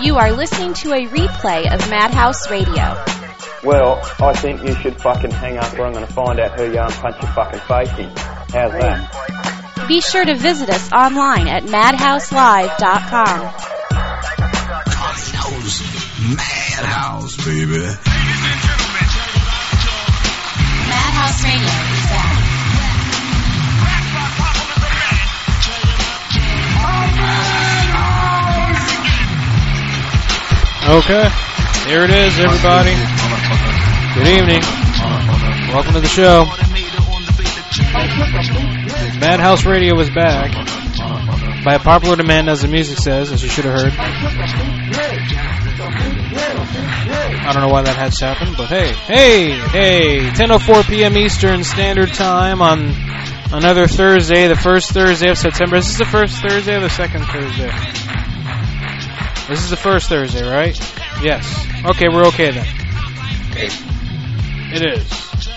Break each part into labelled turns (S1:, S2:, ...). S1: You are listening to a replay of Madhouse Radio.
S2: Well, I think you should fucking hang up or I'm going to find out who you are and punch your fucking face in. How's that?
S1: Be sure to visit us online at madhouselive.com.
S3: Johnny knows Madhouse, baby.
S1: Madhouse Radio is back.
S4: Okay. Here it is, everybody. Good evening. Welcome to the show. Madhouse Radio is back. By popular demand, as the music says, as you should have heard. I don't know why that has happened, but hey, hey, hey! 10:04 p.m. Eastern Standard Time on another Thursday, the first Thursday of September. Is this the first Thursday or the second Thursday? This is the first Thursday, right? Yes. Okay, we're okay then. It is.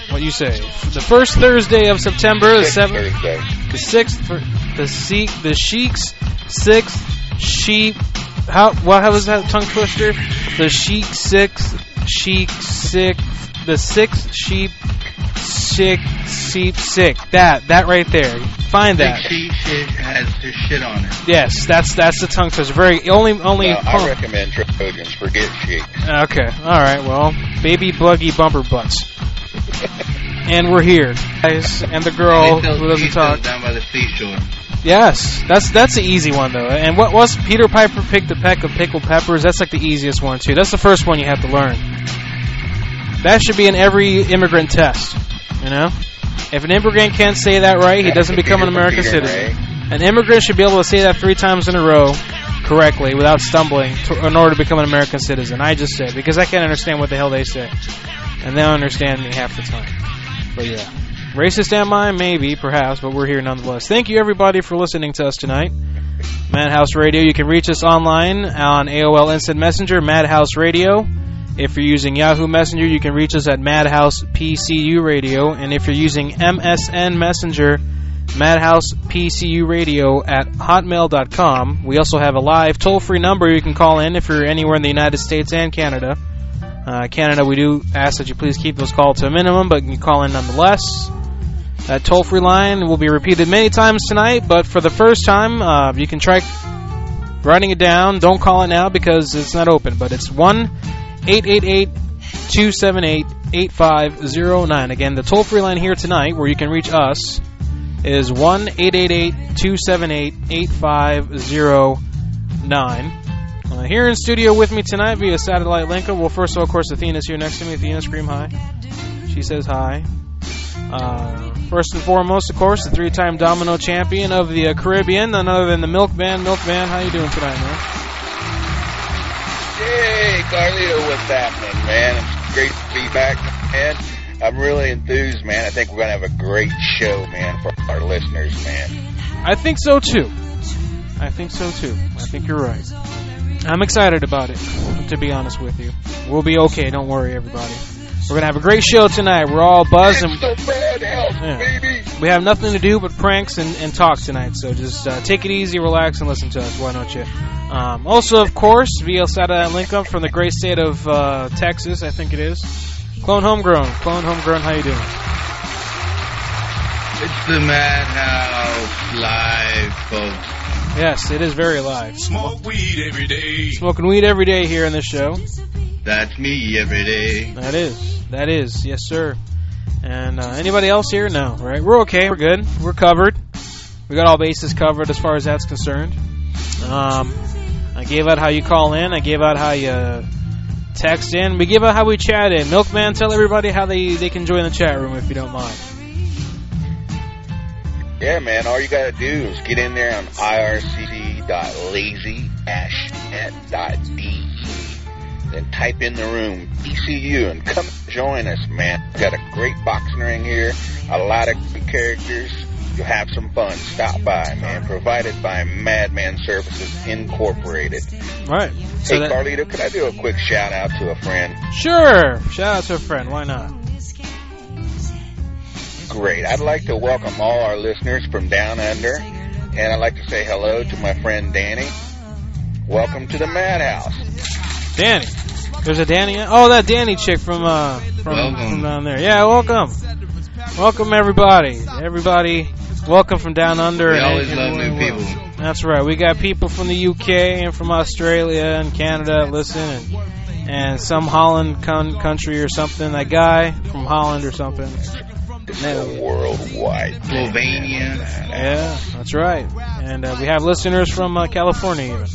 S4: What you say? The first Thursday of September, the seventh, the sixth, the sheik, the sheik's sixth sheep. How? What? How was that tongue twister? The sheik sixth, sheik sixth, the sixth sheep, sick, sheep, sick. That, that right there. Find
S5: Big
S4: that.
S5: sheet shit has his shit on it.
S4: Yes, that's that's the tongue twister. Very only only.
S6: Well,
S4: punk-
S6: I recommend Trojans. Forget sheep.
S4: Okay. All right. Well, baby bluggy bumper butts. and we're here, guys, and the girl
S5: They sell
S4: who doesn't
S5: seashells
S4: talk.
S5: down by the seashore.
S4: Yes, that's that's the easy one though. And what was Peter Piper picked a peck of pickled peppers? That's like the easiest one too. That's the first one you have to learn. That should be in every immigrant test. You know, if an immigrant can't say that right, he doesn't become an American citizen. An immigrant should be able to say that three times in a row correctly without stumbling to, in order to become an American citizen. I just say because I can't understand what the hell they say, and they don't understand me half the time. But yeah, racist am I? Maybe, perhaps, but we're here nonetheless. Thank you everybody for listening to us tonight. Madhouse Radio. You can reach us online on AOL Instant Messenger, Madhouse Radio. If you're using Yahoo Messenger, you can reach us at Madhouse PCU Radio, and if you're using MSN Messenger. Madhouse PCU Radio at hotmail.com. We also have a live toll free number you can call in if you're anywhere in the United States and Canada. Uh, Canada, we do ask that you please keep those calls to a minimum, but you can call in nonetheless. That toll free line will be repeated many times tonight, but for the first time, uh, you can try writing it down. Don't call it now because it's not open, but it's 1 888 278 8509. Again, the toll free line here tonight where you can reach us is 1 888 278 8509. Uh, Here in studio with me tonight via satellite link. Well, first of all, of course, Athena's here next to me. Athena, scream hi. She says hi. Uh, first and foremost, of course, the three-time domino champion of the uh, Caribbean, none other than the Milkman. Milkman, how you doing tonight, man?
S6: Hey, Carlito, what's happening, man? It's great to be back, man. I'm really enthused, man. I think we're gonna have a great show, man, for our listeners, man.
S4: I think so too. I think so too. I think you're right. I'm excited about it, to be honest with you. We'll be okay. Don't worry, everybody. We're gonna have a great show tonight. We're all buzzing.
S6: It's the bad house,
S4: Yeah.
S6: baby.
S4: We have nothing to do but pranks and, and talk tonight, so just uh, take it easy, relax, and listen to us. Why don't you? Um, also, of course, via satellite link up from the great state of uh, Texas, I think it is. Clone homegrown, clone homegrown. How you doing?
S5: It's the madhouse live, folks.
S4: Yes, it is very live.
S3: Smoke weed every day.
S4: Smoking weed every day here on this show.
S5: That's me every day.
S4: That is, that is, yes, sir. And uh, anybody else here? No, right? We're okay. We're good. We're covered. We got all bases covered as far as that's concerned. Um, I gave out how you call in. I gave out how you text in. We give out how we chat in. Milkman, tell everybody how they they can join the chat room if you don't mind.
S6: Yeah, man. All you gotta do is get in there on ircd.lazy-net.de. E. Then type in the room PCU and come join us, man. We've got a great boxing ring here, a lot of good characters. You'll have some fun. Stop by, man. Provided by Madman Services Incorporated.
S4: All right. So
S6: hey,
S4: that,
S6: Carlito, could I do a quick shout out to a friend?
S4: sure. Shout out to a friend. Why not?
S6: Great. I'd like to welcome all our listeners from down under, and I'd like to say hello to my friend Danny. Welcome to the madhouse.
S4: Danny. There's a Danny. Oh, that Danny chick from uh from,
S5: Welcome.
S4: from down there. Yeah, welcome. Welcome everybody. Everybody, welcome from down under.
S5: We
S4: and-
S5: always
S4: and
S5: love new
S4: everywhere
S5: people.
S4: else. That's right. We got people from the UK and from Australia and Canada listening, and, and some Holland con- country or something. That guy from Holland or something.
S6: It's a worldwide.
S5: Slovenia.
S4: Yeah, that's right. And uh, we have listeners from uh, California even.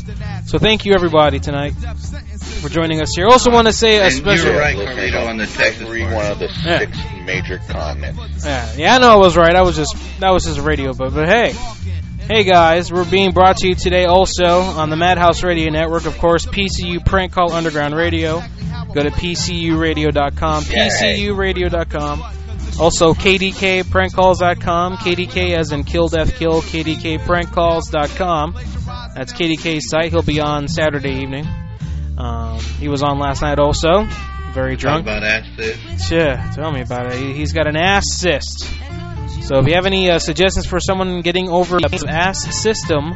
S4: So thank you everybody tonight for joining us here. Also want to say a
S5: And
S4: special.
S5: you were right,
S6: Listeners
S5: Carlito, on the Texas
S6: every
S5: part.
S6: one of the
S4: Yeah.
S6: six major continents.
S4: Yeah, yeah, I know I was right. I was just that was just a radio, but but hey, hey guys, we're being brought to you today also on the Madhouse Radio Network, of course, PCU Prank Call Underground Radio. Go to PCURadio.com,
S6: Yeah, hey.
S4: PCURadio.com. Also KDKPrankCalls.com, KDK as in Kill Death Kill, KDKPrankCalls.com. That's KDK's site. He'll be on Saturday evening. Um, he was on last night also, very
S5: Talk
S4: drunk.
S5: about acid.
S4: Yeah, tell me about it. He- He's got an ass cyst. So if you have any uh, suggestions for someone getting over the ass system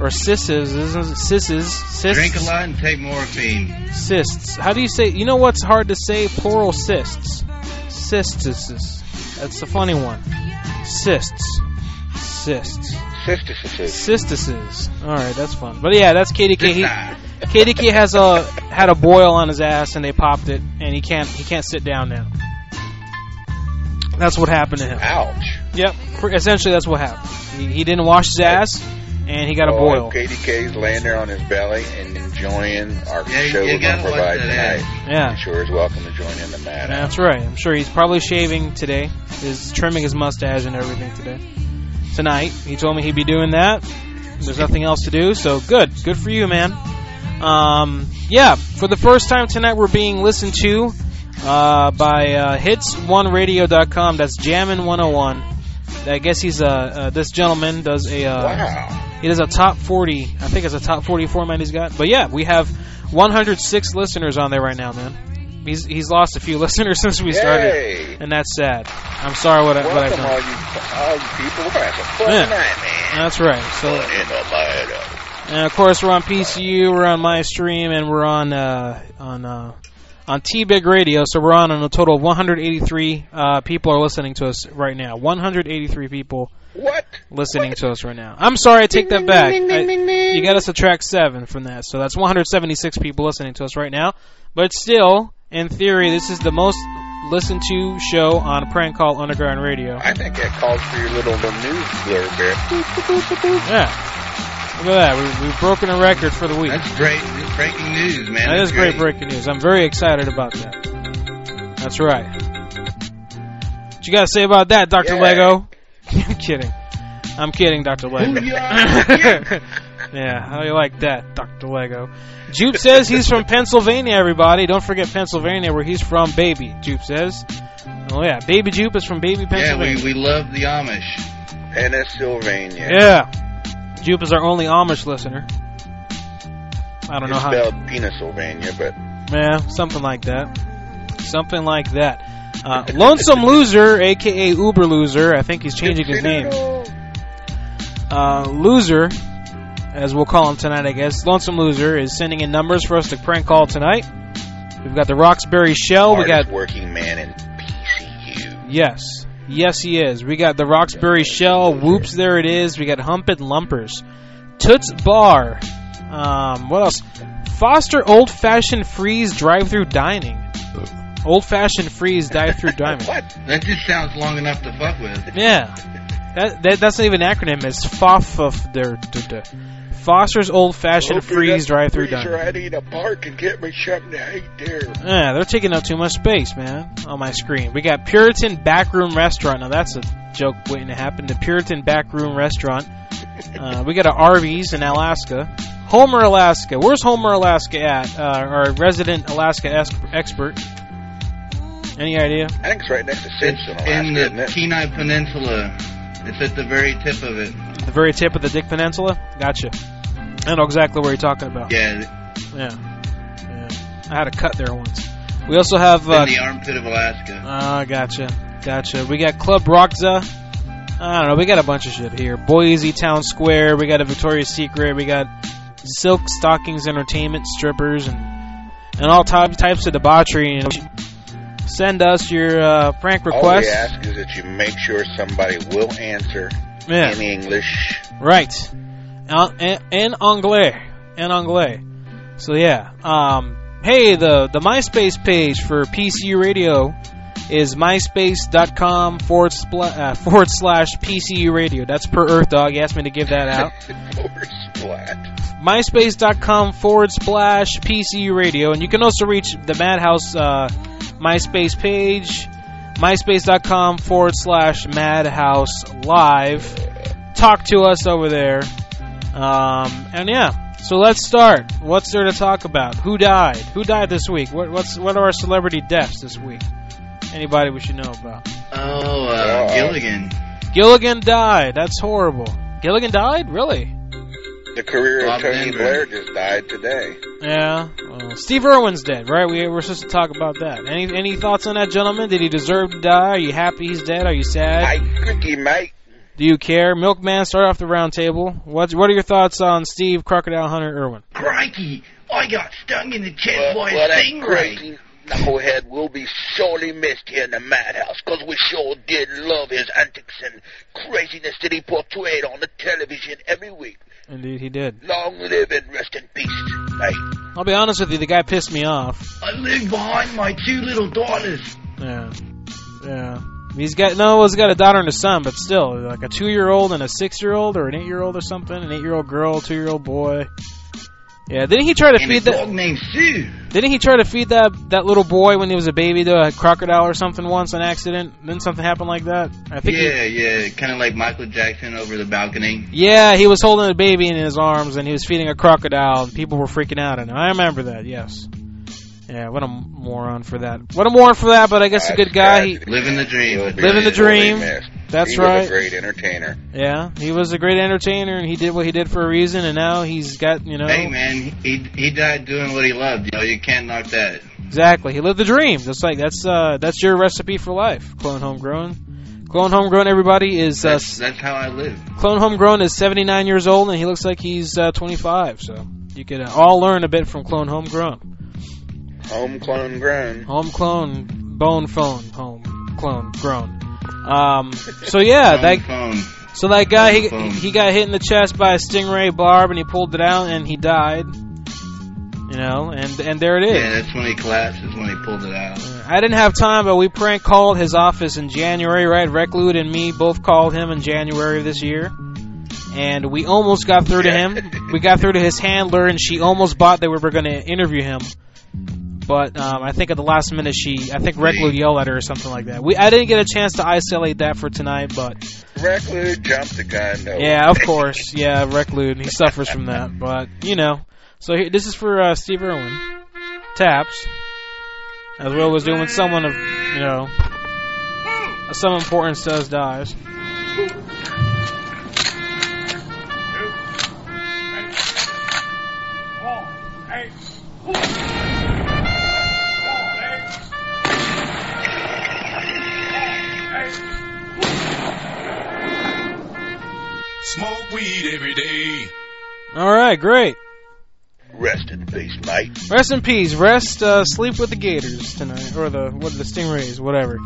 S4: or sisses, sisses,
S5: Drink a
S4: cysts,
S5: lot and take morphine.
S4: cysts. How do you say? You know what's hard to say? Plural cysts, cysts. That's the funny one. Cysts, cysts,
S6: Cystices.
S4: cystises. All right, that's fun. Um, But yeah, that's KDK. He,
S5: Nah.
S4: KDK has a had a boil on his ass and they popped it and he can't he can't sit down now. That's what happened to him.
S6: Ouch.
S4: Yep. Pr- Essentially, that's what happened. He, he didn't wash his ass and he got a
S6: Oh,
S4: boil.
S6: KDK's laying there on his belly and enjoying our
S5: Yeah, you-
S6: show
S5: you
S6: we're going
S5: gotta
S6: to
S5: watch
S6: provide
S5: that
S6: tonight.
S4: Yeah.
S6: You sure is welcome to join in the madhouse.
S4: That's right. I'm sure he's probably shaving today. He's trimming his mustache and everything today. Tonight, he told me he'd be doing that. There's nothing else to do, so good. Good for you, man. Um, yeah, for the first time tonight, we're being listened to uh, by uh, hits1radio.com. That's Jammin101. I guess he's a, uh, this gentleman does a, uh,
S6: Wow.
S4: it is a top 40. I think it's a top 40 format he's got. But yeah, we have 106 listeners on there right now, man. He's he's lost a few listeners since we started,
S6: Yay.
S4: and that's sad. I'm sorry what, I, what I've
S6: Welcome, all
S4: done.
S6: you, all you people. We're going to have a fun
S4: Yeah.
S6: night, man.
S4: That's right. So,
S6: Fun in uh, the madhouse.
S4: and of course, we're on PCU, we're on MyStream, and we're on uh, on uh, on T Big Radio. So we're on, on a total of 183 uh, people are listening to us right now. 183 people
S6: What?
S4: listening to us right now. I'm sorry, I take that back. I- you got us a track seven from that, so that's 176 people listening to us right now. But still, in theory, this is the most listened to show on Prank Call Underground Radio.
S6: I think that calls for your little, little news blurb there.
S4: Yeah, look at that. We, we've broken a record for the week.
S5: That's great. That's breaking news, man.
S4: That
S5: That's
S4: is great breaking news. I'm very excited about that. That's right. What you got to say about that, Dr.
S6: Yeah.
S4: Lego? I'm kidding. I'm kidding, Dr. Lego.
S5: Booyah.
S4: yeah, how do you like that, Dr. Lego? Jupe says he's from Pennsylvania, everybody. Don't forget Pennsylvania, where he's from, baby, Jupe says. Oh, yeah, baby Jupe is from baby
S5: Yeah,
S4: Pennsylvania.
S5: we, we love the Amish.
S6: Pennsylvania.
S4: Yeah. Jupe is our only Amish listener. I don't know
S6: It's
S4: how.
S6: spelled Pennsylvania, but
S4: Yeah, something like that. Something like that. Uh, Lonesome Loser, aka Uber Loser, I think he's changing his name. Uh, Loser, as we'll call him tonight, I guess. Lonesome Loser is sending in numbers for us to prank call tonight. We've got the Roxbury Shell. We got
S6: hardest working man in PCU.
S4: yes, yes, he is. We got the Roxbury Shell. Whoops, there it is. We got Hump It Lumpers, Toots Bar. Um, what else? Foster Old Fashioned Freeze Drive Through Dining. Old Fashioned Freeze Drive Through Dining.
S6: What?
S5: That just sounds long enough to fuck with.
S4: Yeah. That, that that's not even an acronym. It's FOF. der- der- der. Foster's Old Fashioned
S6: Open
S4: Freeze
S6: up
S4: Drive Through
S6: freezer,
S4: Diner.
S6: I need a park and get me something to eat there.
S4: Yeah, they're taking up too much space, man, on my screen. We got Puritan Backroom Restaurant. Now that's a joke waiting to happen. The Puritan Backroom Restaurant. Uh, we got a Arby's in Alaska. Homer, Alaska. Where's Homer, Alaska at? Uh, our resident Alaska es- expert. Any idea?
S6: I think it's right next to
S5: It's
S6: Simpson,
S5: in
S6: Alaska, isn't
S5: the
S6: it?
S5: Kenai Peninsula. It's at the very tip of it.
S4: The very tip of the Dick Peninsula? Gotcha. I know exactly what you're talking
S6: Oh.
S4: about.
S5: Yeah,
S4: Yeah. yeah. I had a cut there once. We also have.
S5: it's
S4: Uh,
S5: in the armpit of Alaska.
S4: ah, gotcha. Gotcha. We got Club Rockza. I don't know. We got a bunch of shit here. Boise Town Square. We got a Victoria's Secret. We got silk stockings entertainment, strippers, and and all types types of debauchery. And send us your uh,
S5: Oh,
S4: prank
S6: All we
S4: requests.
S6: ask is that you make sure somebody will answer
S4: Yeah.
S6: in English.
S4: Right. En, en, en anglais. En anglais. So yeah. Um, hey, the the MySpace page for PCU Radio is myspace.com forward, spla- uh, forward slash PCU Radio. That's per Earth Dog. He asked me to give that out.
S6: Or splat.
S4: myspace.com forward slash PCU radio. And you can also reach the Madhouse uh, MySpace page, myspace.com forward slash Madhouse live. Talk to us over there. Um, and yeah, so let's start. What's there to talk about? Who died? Who died this week? What, what's what are our celebrity deaths this week? Anybody we should know about?
S5: Oh,
S6: Uh-oh.
S5: uh, Gilligan.
S4: Gilligan died. That's horrible. Gilligan died? Really?
S6: The career
S5: Bob
S6: of Tony
S5: Denver.
S6: Blair just died today.
S4: Yeah. Well, Steve Irwin's dead, right? We we're supposed to talk about that. Any any thoughts on that gentleman? Did he deserve to die? Are you happy he's dead? Are you sad?
S6: I think he might.
S4: Do you care? Milkman, start off the round table. What what are your thoughts on Steve Crocodile Hunter Irwin?
S5: Crikey! I got stung in the chest
S6: Well,
S5: by
S6: well,
S5: a
S6: that
S5: stingray.
S6: crazy knucklehead will be sorely missed here in the madhouse, 'cause we sure did love his antics and craziness that he portrayed on the television every week.
S4: Indeed, he did.
S6: Long live and rest in peace. Like,
S4: I'll be honest with you, the guy pissed me off.
S5: I live behind my two little daughters.
S4: Yeah, yeah. He's got no, he's got a daughter and a son, but still, like a two-year-old and a six-year-old or an eight-year-old or something, an eight-year-old girl, two-year-old boy. Yeah, didn't he try to
S5: And a
S4: feed that?
S5: dog named Sue.
S4: Didn't he try to feed that that little boy when he was a baby to a crocodile or something once, an accident? Then something happened like that. I think. He,
S5: Yeah, yeah, kind of like Michael Jackson over the balcony.
S4: yeah, he was holding a baby in his arms and he was feeding a crocodile, and people were freaking out. And I remember that. Yes. Yeah, what a moron for that. What a moron for that. But I guess a good guy. He,
S5: Living the dream.
S4: Living the dream. That's
S6: he Was
S4: right.
S6: a great entertainer.
S4: yeah, he was a great entertainer and he did what he did for a reason. And now he's got you know
S5: Hey man, he he died doing what he loved. You know, you can't knock that.
S4: exactly. He lived the dream. That's like that's uh that's your recipe for life. Clone homegrown. Clone homegrown. Everybody is uh,
S5: That's that's how I live.
S4: Clone Homegrown is 79 years old, and he looks like he's uh, 25. So you could uh, all learn a bit from Clone Homegrown.
S6: Home clone grown.
S4: Home clone, bone phone, home clone grown. Um, so yeah,
S5: Phone,
S4: that
S5: phone.
S4: so that guy he
S5: Phone.
S4: he got hit in the chest by a stingray barb, and he pulled it out, and he died. You know, and and there it is.
S5: Yeah, that's when he collapsed. Is when he pulled it out.
S4: I didn't have time, but we prank called his office in January, right? Reclude and me both called him in January of this year. And we almost got through to him. We got through to his handler, and she almost bought that we were going to interview him. But um, I think at the last minute, she, I think Reclude yelled at her or something like that. We, I didn't get a chance to isolate that for tonight, but
S6: Reclude jumped the gun, though.
S4: yeah, of course. Yeah, Reclude. He suffers from that. But, you know. So here, this is for uh, Steve Irwin. Taps. As we always do when someone of, you know, of some importance does dies.
S3: Smoke weed every day.
S4: Alright, great.
S6: Rest in peace, mate.
S4: Rest in peace. Rest, uh, sleep with the Gators tonight. Or the, what, the Stingrays, whatever.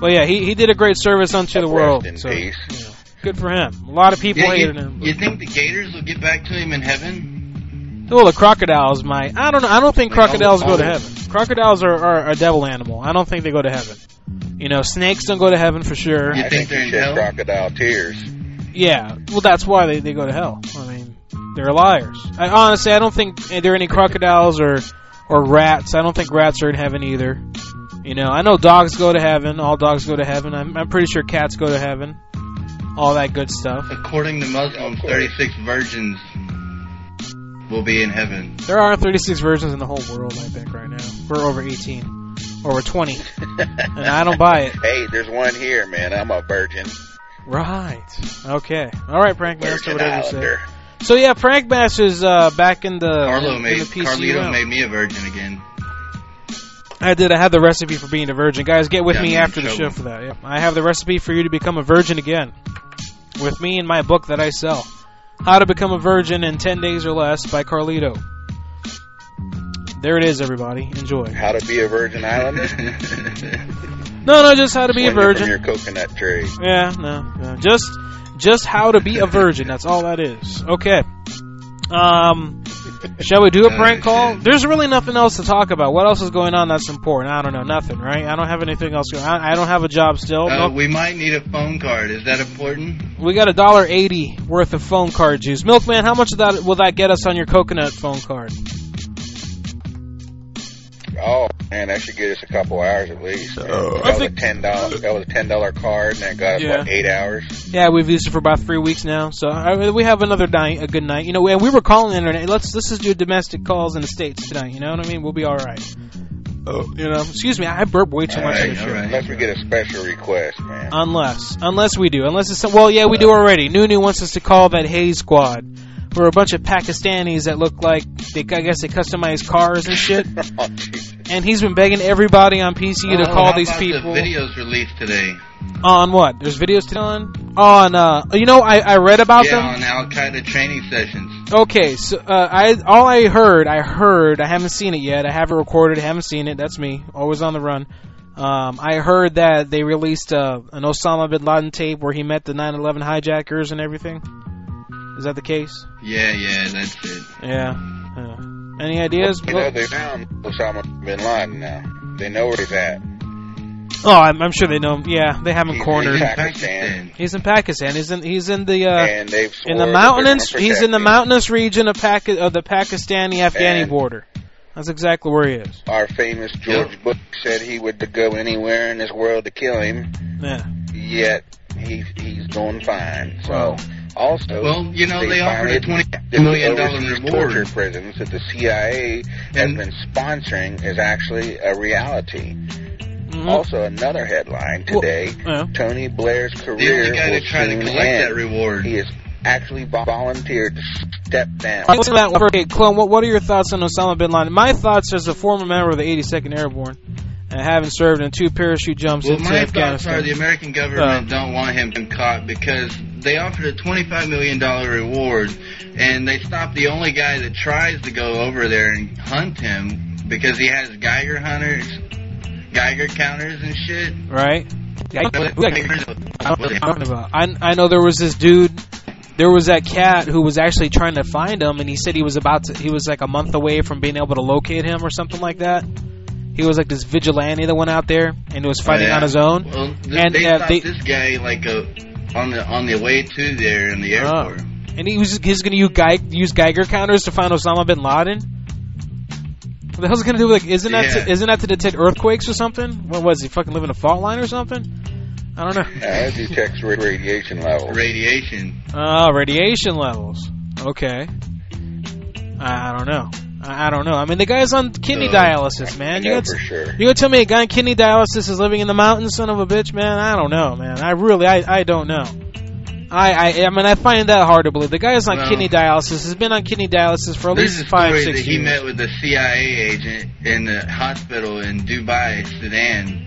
S4: But yeah, he, he did a great service unto the
S6: Rest
S4: world.
S6: in
S4: So,
S6: peace.
S4: you know, good for him. A lot of people
S5: Yeah,
S4: hated
S5: you,
S4: him.
S5: you think the Gators will get back to him in heaven?
S4: Well, the crocodiles might. I don't know. I don't think
S5: They all-
S4: crocodiles go to
S5: all-
S4: heaven. Crocodiles are, are a devil animal. I don't think they go to heaven. You know, snakes don't go to heaven for sure.
S5: You
S6: I
S5: think
S6: think
S5: they're
S6: he
S5: in
S6: shed
S5: hell?
S6: crocodile tears.
S4: Yeah. Well, that's why they, they go to hell. I mean, they're liars. I, honestly, I don't think there are any crocodiles or or rats. I don't think rats are in heaven either. You know, I know dogs go to heaven. All dogs go to heaven. I'm, I'm pretty sure cats go to heaven. All that good stuff.
S5: According to Muslims,
S6: Of course.
S5: 36 virgins will be in heaven.
S4: There are 36 versions in the whole world, I think, right now. We're over 18. Or we're 20. And I don't buy it.
S6: Hey, there's one here, man. I'm a virgin.
S4: Right. Okay. All right, Prankmaster,
S6: Virgin
S4: whatever you say.
S6: Islander.
S4: So yeah, Prankmaster's uh, back in the
S5: Carlo
S4: in
S5: made
S4: the PC
S5: Carlito
S4: realm.
S5: made me a virgin again.
S4: I did. I had the recipe for being a virgin. Guys, get with
S5: Yeah,
S4: me
S5: I'm
S4: after the
S5: in
S4: show
S5: trouble.
S4: for that. Yep. I have the recipe for you to become a virgin again with me and my book that I sell. How to Become a Virgin in 10 Days or Less by Carlito. There it is, everybody. Enjoy.
S6: How to be a virgin island?
S4: No, no, just How to Be a
S6: Swinging
S4: Virgin.
S6: From your coconut tree.
S4: Yeah, no, no. Just just how to be a virgin. That's all that is. Okay. Um shall we do a prank call? There's really nothing else to talk about. What else is going on that's important? I don't know, nothing, right? I don't have anything else going on. I don't have a job still.
S5: Uh,
S4: Nope.
S5: we might need a phone card. Is that important?
S4: We got a dollar eighty worth of phone card juice. Milkman, how much of that will that get us on your coconut phone card?
S6: Oh man, that should get us a couple hours at least. that
S4: I
S6: was
S4: think-
S6: a ten dollar. That was a ten dollar card, and that got us what
S4: Yeah.
S6: eight hours.
S4: Yeah, we've used it for about three weeks now, so I, we have another night, a good night. You know, and we were calling internet. Let's let's just do domestic calls in the states tonight. You know what I mean? We'll be all right. Oh, you know, excuse me, I burp way too much. on
S5: right,
S4: the show.
S5: all right.
S6: Unless we get a special request, man.
S4: Unless, unless we do, unless it's well, yeah, we do already. Nunu wants us to call that Hayes squad. We're a bunch of Pakistanis that look like they, I guess, they customize cars and shit.
S6: Oh, Jesus.
S4: And he's been begging everybody on PC to
S5: Oh,
S4: call
S5: how
S4: these
S5: about
S4: people
S5: The videos released today.
S4: on what? There's videos to on on. Uh, you know, I I read about them.
S5: yeah, on Al Qaeda training sessions.
S4: Okay, so uh, I all I heard, I heard, I haven't seen it yet. I have it recorded. I haven't seen it. That's me, always on the run. Um, I heard that they released uh, an Osama bin Laden tape where he met the 9/11 hijackers and everything. Is that the case?
S5: Yeah, yeah, that's it.
S4: Yeah. yeah. Any ideas?
S6: You know they found Osama bin Laden now. They know where he's at.
S4: Oh, I'm, I'm sure they know. Him. Yeah, they have him
S6: He's
S4: cornered.
S6: in
S5: Pakistan.
S6: Pakistan.
S4: He's in Pakistan. He's in he's in the uh,
S6: and they've
S4: in
S6: swore
S4: the
S6: that they're
S4: mountainous
S6: gonna
S4: he's in the
S6: protect him.
S4: mountainous region of Paki- of the Pakistani-Afghani
S6: And-
S4: border. That's exactly where he is.
S6: Our famous George Bush said he would go anywhere in this world to kill him.
S4: Yeah.
S6: Yet he's he's doing fine. So
S4: Wow.
S6: also
S5: Well, you know,
S6: They
S5: they, offered a
S6: finally-
S5: twenty
S6: the
S5: million dollar
S6: overseas torture
S5: reward.
S6: prisons that the CIA has
S5: And-
S6: been sponsoring is actually a reality.
S5: Mm-hmm.
S4: Mhm.
S6: Also, another headline
S4: Well,
S6: today:
S4: yeah.
S6: Tony Blair's
S5: The
S6: career
S5: only guy
S6: will
S5: to try to
S6: soon
S5: collect
S6: end.
S5: that reward.
S6: He has actually vo- volunteered to step down.
S4: What's that okay, Clone, what, what are your thoughts on Osama bin Laden? My thoughts as a former member of the 82nd Airborne and having served in two parachute jumps
S5: Well,
S4: into
S5: my thoughts
S4: Afghanistan.
S5: are the American government don't want him caught because they offered a $25 million reward and they stopped the only guy that tries to go over there and hunt him because he has Geiger hunters, Geiger counters and shit.
S4: right? I don't know what you're
S5: Well,
S4: talking about. Uh, I, I know there was this dude. There was that cat who was actually trying to find him, and he said he was about to. He was like a month away from being able to locate him or something like that. He was like this vigilante that went out there and was fighting
S5: Oh, yeah.
S4: on his own.
S5: th-
S4: And,
S5: they
S4: uh,
S5: stopped
S4: they-
S5: this guy like a, on the on the way to there in
S4: Oh.
S5: the airport.
S4: And he was he's gonna use, Geig, use Geiger counters to find Osama bin Laden. What the hell's it gonna do? Like, isn't that
S5: Yeah.
S4: to, isn't that to detect earthquakes or something? What was he fucking living a fault line or something? I don't know.
S6: Uh, it detects ra- radiation levels.
S5: Radiation.
S4: Oh, radiation levels. Okay. I, I don't know. I, I don't know. I mean, the guy's on kidney
S5: Uh,
S4: dialysis, man. You
S6: know
S4: got-
S6: for sure.
S4: you gonna tell me a guy in kidney dialysis is living in the mountains, son of a bitch, man? I don't know, man. I really, I, I don't know. I, I, I mean, I find that hard to believe. The guy is on
S5: Well-
S4: kidney dialysis. Has been on kidney dialysis for at
S5: This
S4: least
S5: is
S4: five,
S5: story
S4: six
S5: that he
S4: years.
S5: met with the CIA agent in the hospital in Dubai, Sudan.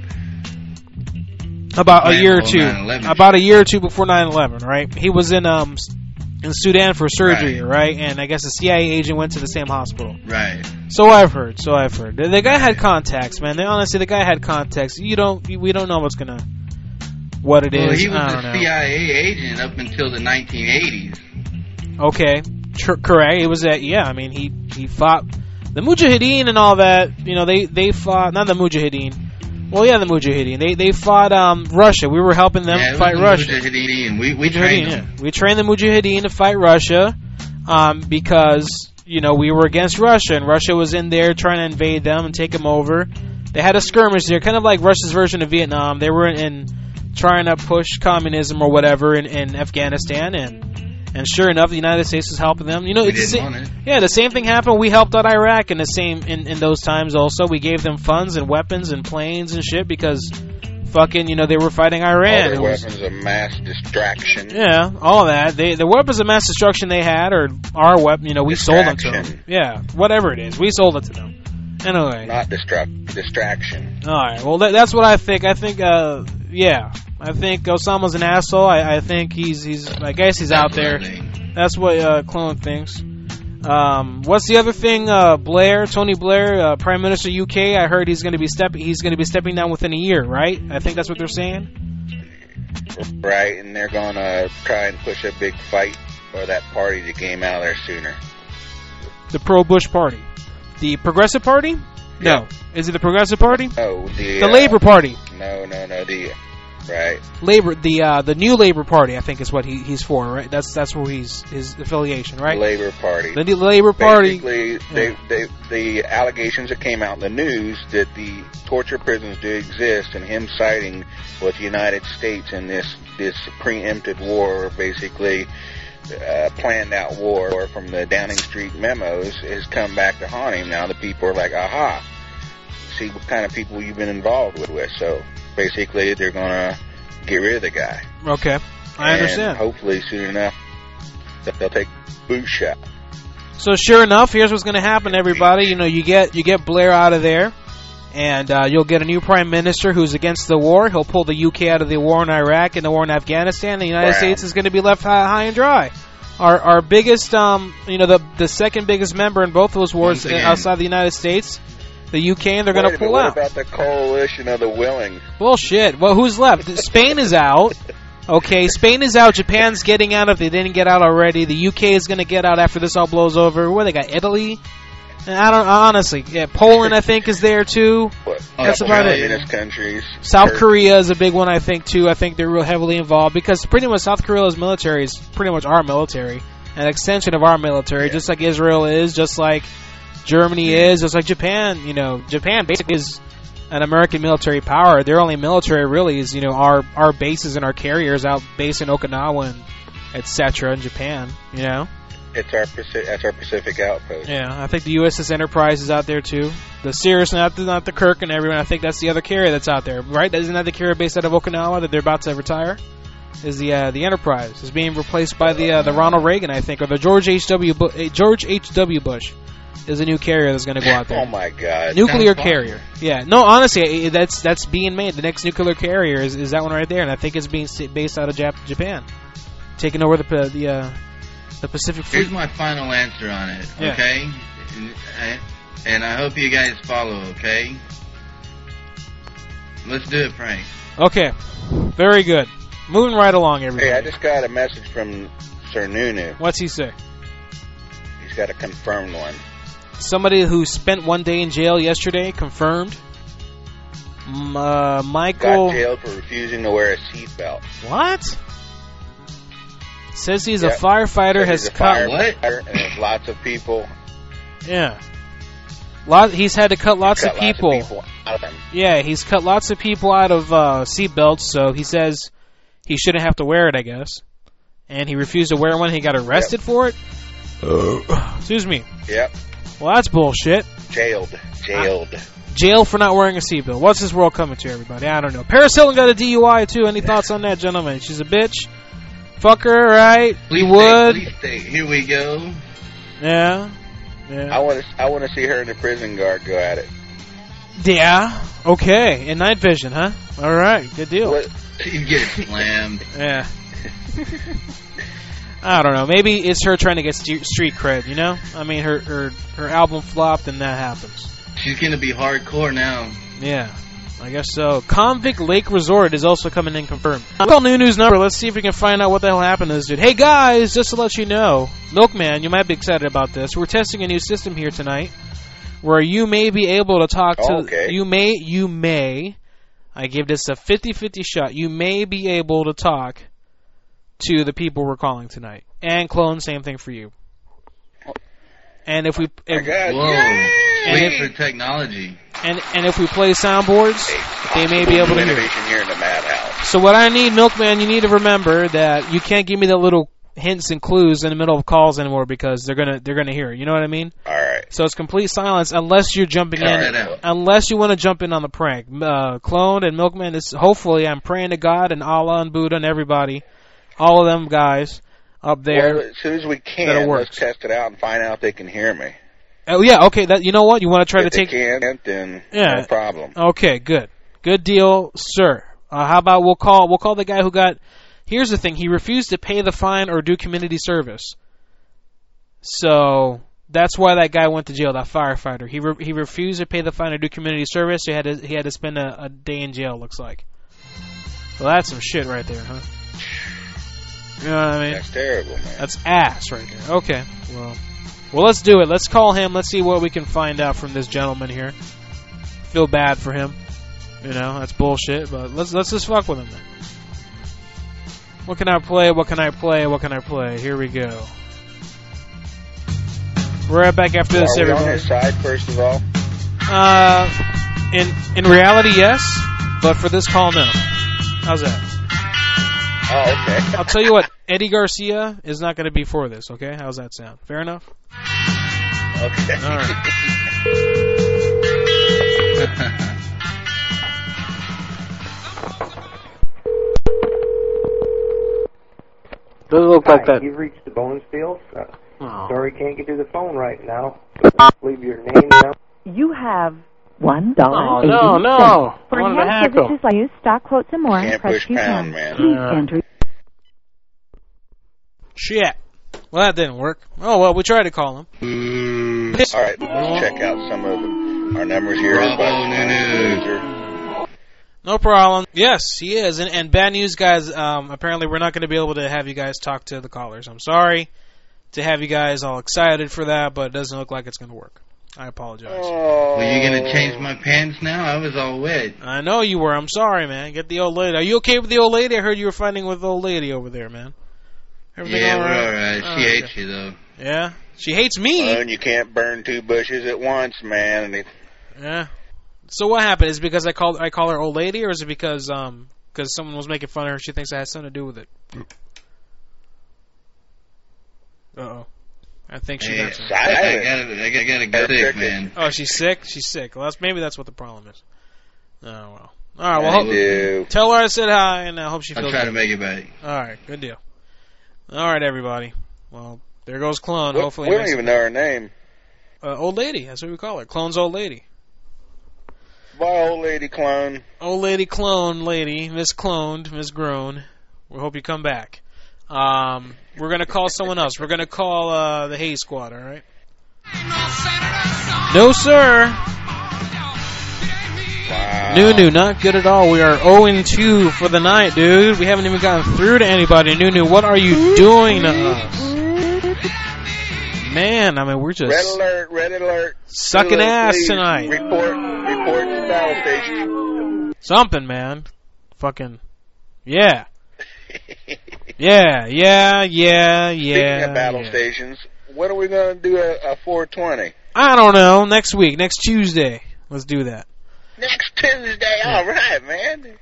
S4: about a
S5: Right,
S4: year or
S5: well,
S4: two,
S5: 9/11.
S4: about a year or two before 9/11, right? He was in um s- in Sudan for surgery, right? And I guess the CIA agent went to the same hospital.
S5: Right.
S4: So I've heard. So I've heard. The, the guy had contacts, man. They, honestly, the guy had contacts. You don't. We don't know what's gonna what it is.
S5: Well, he was
S4: I
S5: a
S4: don't know.
S5: CIA agent up until the 1980s.
S4: Okay, Tr- correct. It was that. Yeah, I mean, he he fought the Mujahideen and all that. You know, they they fought not the Mujahideen. Well, yeah, the Mujahideen. They they fought um Russia. We were helping them
S5: yeah, it
S4: fight
S5: was
S4: Russia.
S5: the Mujahideen. We we
S4: Mujahideen,
S5: trained him.
S4: yeah. We trained the Mujahideen to fight Russia um, because you know we were against Russia and Russia was in there trying to invade them and take them over. They had a skirmish there, kind of like Russia's version of Vietnam. They were in, in trying to push communism or whatever in, in Afghanistan, and and sure enough, the United States was helping them. You know,
S5: We
S4: it's the
S5: didn't
S4: sa-
S5: want it.
S4: yeah, the same thing happened. We helped out Iraq in the same in, in those times also. We gave them funds and weapons and planes and shit because fucking you know they were fighting
S5: Oh,
S4: Iran.
S6: Other
S4: It was-
S6: weapons of mass distraction.
S4: yeah, all that. They the weapons of mass destruction they had, or our weapon. You know, we sold them to them.
S6: Distraction.
S4: Yeah, whatever it is, we sold it to them. Anyway,
S6: Not distract distraction.
S4: all right. Well, that, that's what I think. I think, uh, yeah, I think Osama's an asshole. I, I think he's he's. I guess he's out there.
S5: Definitely.
S4: That's what uh, Clone thinks. Um, what's the other thing? Uh, Blair, Tony Blair, uh, Prime Minister UK. I heard he's going to be stepping. He's going to be stepping down within a year, right? I think that's what they're saying.
S5: right? And they're gonna try and push a big fight for that party to game out of there sooner.
S4: The pro-Bush party, the Progressive Party. No, is it the Progressive Party?
S5: Oh, the
S4: The
S5: uh,
S4: Labor Party.
S5: No, no, no, the right.
S4: Labor. The uh, the new Labor Party. I think is what he, he's for. Right. That's that's where he's his affiliation. Right.
S5: Labor Party.
S4: The new Labor Party.
S5: Basically, they, they, the allegations that came out in the news that the torture prisons do exist, and him citing what the United States in this this preempted war, basically uh, planned out war or from the Downing Street memos, has come back to haunt him. Now the people are like, aha, see what kind of people you've been involved with. So basically, they're gonna get rid of the guy.
S4: Okay. I
S5: And
S4: understand.
S5: hopefully, soon enough, they'll take boot shot.
S4: So sure enough, here's what's going to happen, everybody. You know, you get you get Blair out of there, and uh, you'll get a new prime minister who's against the war. He'll pull the UK out of the war in Iraq and the war in Afghanistan. The United
S5: Brown.
S4: States is going to be left high, high and dry. Our our biggest, um, you know, the the second biggest member in both those wars
S7: Once again.
S4: outside the United States, the UK, and they're going to
S5: Wait a
S4: pull
S5: minute,
S4: out.
S5: What about the coalition of the willing?
S4: Bullshit. Well, who's left? Spain is out. Okay, Spain is out. Japan's getting out if they didn't get out already. The UK is going to get out after this all blows over. Where they got Italy? I don't honestly. Yeah, Poland I think is there too.
S5: What, Oh,
S7: That's
S5: couple
S4: Oh, about it.
S5: communist countries.
S4: South
S5: Turkey.
S4: Korea is a big one I think too. I think they're real heavily involved because pretty much South Korea's military is pretty much our military, an extension of our military, just like Israel is, just like Germany is, just like Japan. You know, Japan basically is an American military power. Their only military really is you know our our bases and our carriers out based in Okinawa and etc. in Japan. You know.
S5: It's our Pacific, that's our Pacific outpost.
S4: Yeah, I think the USS Enterprise is out there too. The Cirrus, not the, not the Kirk and everyone. I think that's the other carrier that's out there, right? Isn't that the carrier based out of Okinawa that they're about to retire? Is the uh, the Enterprise is being replaced by the uh, the Ronald Reagan, I think, or the George H W Bu- eh, George H W Bush is a new carrier that's going to go out there.
S5: Oh my God!
S4: nuclear
S7: sounds awesome.
S4: carrier. Yeah, no, honestly, eh, eh, that's that's being made. The next nuclear carrier is, is that one right there, and I think it's being sta- based out of Jap- Japan, taking over the pa- the uh, the Pacific Fleet.
S7: Here's my final answer on it,
S4: Yeah.
S7: okay? And, I- and I hope you guys follow, okay? Let's do it, Frank.
S4: Okay, very good. Moving right along, everybody.
S5: Hey, I just got a message from Sir Nunu.
S4: What's he say?
S5: He's got a confirmed one.
S4: Somebody who spent one day in jail yesterday confirmed. M- uh,
S5: Got
S4: Michael,
S5: jailed for refusing to wear a seatbelt.
S4: what? Says he's a
S5: Yeah.
S4: firefighter.
S5: He's
S4: Has
S5: a
S4: cut.
S5: firefighter, and there's lots of people.
S4: Yeah. Lot. He's had to cut lots,
S5: cut
S4: of, people.
S5: Lots of people out of them.
S4: Yeah, he's cut lots of people out of uh, seatbelts. So he says he shouldn't have to wear it, I guess. And he refused to wear one. He got arrested for it. Excuse me.
S5: Yep,
S4: Well, that's bullshit.
S5: jailed, jailed.
S4: Jail for not wearing a seatbelt. What's this world coming to, everybody? I don't know. Paris Hilton got a DUI too. Any thoughts on that, gentlemen? She's a bitch. Fuck her, right?
S7: Police
S4: You
S7: state,
S4: would.
S7: police state. Here we go.
S4: Yeah.
S5: I
S4: Yeah.
S5: want to, I want to see her and the prison guard go at it.
S4: Yeah. Okay. In night vision, huh? All right. Good deal.
S5: What,
S7: You get slammed.
S4: Yeah. I don't know. Maybe it's her trying to get stu- street cred. You know? I mean, her her her album flopped, and that happens.
S7: She's gonna be hardcore now.
S4: Yeah, I guess so. Convict Lake Resort is also coming in confirmed. I'll call New News number. Let's see if we can find out what the hell happened to this dude. Hey guys, just to let you know, Milkman, you might be excited about this. We're testing a new system here tonight, where you may be able to talk to.
S5: Okay.
S4: You may, you may. I give this a 50-50 shot. You may be able to talk to the people we're calling tonight, and clone. Same thing for you. And if we
S5: I
S4: if,
S5: got
S7: Whoa.
S4: And
S7: Wait
S4: if-
S7: for technology.
S4: and and if we play soundboards, they may be able to hear.
S5: innovation here in the madhouse.
S4: So what I need, Milkman, you need to remember that you can't give me the little hints and clues in the middle of calls anymore because they're gonna they're gonna hear. it. You know what I mean?
S5: All right.
S4: So it's complete silence unless you're jumping
S7: Cut
S4: in.
S7: that out.
S4: Unless you want to jump in on the prank, uh, cloned and Milkman is hopefully I'm praying to God and Allah and Buddha and everybody, all of them guys up there.
S5: Well, as soon as we
S4: that
S5: can,
S4: it
S5: let's
S4: works.
S5: test it out and find out if they can hear me.
S4: oh yeah, okay. That you know what you want to try
S5: if
S4: to take.
S5: they can't, then
S4: Yeah.
S5: no problem.
S4: Okay, good, good deal, sir. Uh, how about we'll call we'll call the guy who got. Here's the thing: he refused to pay the fine or do community service. So that's why that guy went to jail. That firefighter. He re- he refused to pay the fine to do community service. He had to, he had to spend a, a day in jail. Looks like. Well, that's some shit right there, huh? You know what I mean?
S5: That's terrible, man.
S4: That's ass right there. Okay. Well, well, let's do it. Let's call him. Let's see what we can find out from this gentleman here. Feel bad for him. You know that's bullshit. But let's let's just fuck with him. Then. What can I play? What can I play? What can I play? Here we go. We're right back after this,
S5: Are we on
S4: everybody.
S5: his side, first of all?
S4: Uh, in in reality, yes, but for this call, no. How's that?
S5: Oh, okay.
S4: I'll tell you what. Eddie Garcia is not going to be for this. Okay, how's that sound? Fair enough.
S5: okay.
S4: All right. Doesn't look
S8: Hi, You've reached the Bowens Fields. Uh,
S4: Oh.
S8: sorry, can't get to the phone right now. Leave your name now.
S9: You have one dollar.
S4: Oh, no, no. I
S9: For
S4: wanted
S9: health
S4: to hack 'em.
S9: services like use stock quotes and more,
S5: Can't
S9: press
S5: push
S9: two
S5: pound,
S9: pound.
S5: man.
S9: Please
S4: Yeah.
S9: enter
S4: Uh, Shit. Well, that didn't work. Oh well, we tried to call him.
S5: All right, let's check out some of them. Our numbers here is by
S10: Bravo, Nunu.
S4: No problem. Yes, he is. And, and bad news, guys. Um, apparently, we're not going to be able to have you guys talk to the callers. I'm sorry to have you guys all excited for that, but it doesn't look like it's going to work. I apologize.
S5: Oh.
S10: Well, you gonna change my pants now? I was all wet.
S4: I know you were. I'm sorry, man. Get the old lady. Are you okay with the old lady? I heard you were fighting with the old lady over there, man. Everything
S10: yeah,
S4: all
S10: we're
S4: right?
S10: alright.
S4: Oh,
S10: she
S4: okay.
S10: hates you though.
S4: Yeah. She hates me.
S5: Learn you can't burn two bushes at once, man. And it-
S4: Yeah. So what happened? Is it because I called I call her old lady, or is it because um because someone was making fun of her? She thinks I had something to do with it. Uh oh. I think she
S10: Hey,
S4: got
S10: I,
S4: some.
S10: I gotta, I gotta, I gotta get sick, man.
S4: Oh, she's sick. She's sick. Well, that's maybe that's what the problem is. Oh well. All right.
S10: Yeah,
S4: Well,
S10: it
S4: hope,
S10: is.
S5: do.
S4: tell her I said hi, and I hope she
S10: I'll
S4: feels.
S10: try to
S4: Good.
S10: make it back.
S4: All right. Good deal. All right, everybody. Well, there goes clone.
S5: We,
S4: Hopefully,
S5: we
S4: it
S5: don't
S4: makes-
S5: even know her name.
S4: uh, old lady. That's what we call her. Clone's old lady.
S5: Bye, old lady clone.
S4: old lady clone lady, Miss Cloned, Miss Grown. We hope you come back. Um, we're gonna call someone else. We're gonna call uh, the Hay Squad. All right. No sir,
S5: Wow.
S4: Nunu, not good at all. We are 0 and 2 for the night, dude. We haven't even gotten through to anybody. Nunu, what are you doing to us? Man, I mean, we're
S5: Red
S4: just
S5: alert, red alert.
S4: sucking
S5: Lulu,
S4: ass
S5: please,
S4: tonight.
S5: Report, report to battle station.
S4: Something, man. Fucking, yeah, yeah, yeah, yeah, yeah.
S5: Speaking of battle
S4: yeah.
S5: stations, when are we going to do uh, a, a 420?
S4: I don't know. Next week, next Tuesday, let's do that.
S5: Next Tuesday, all right, man.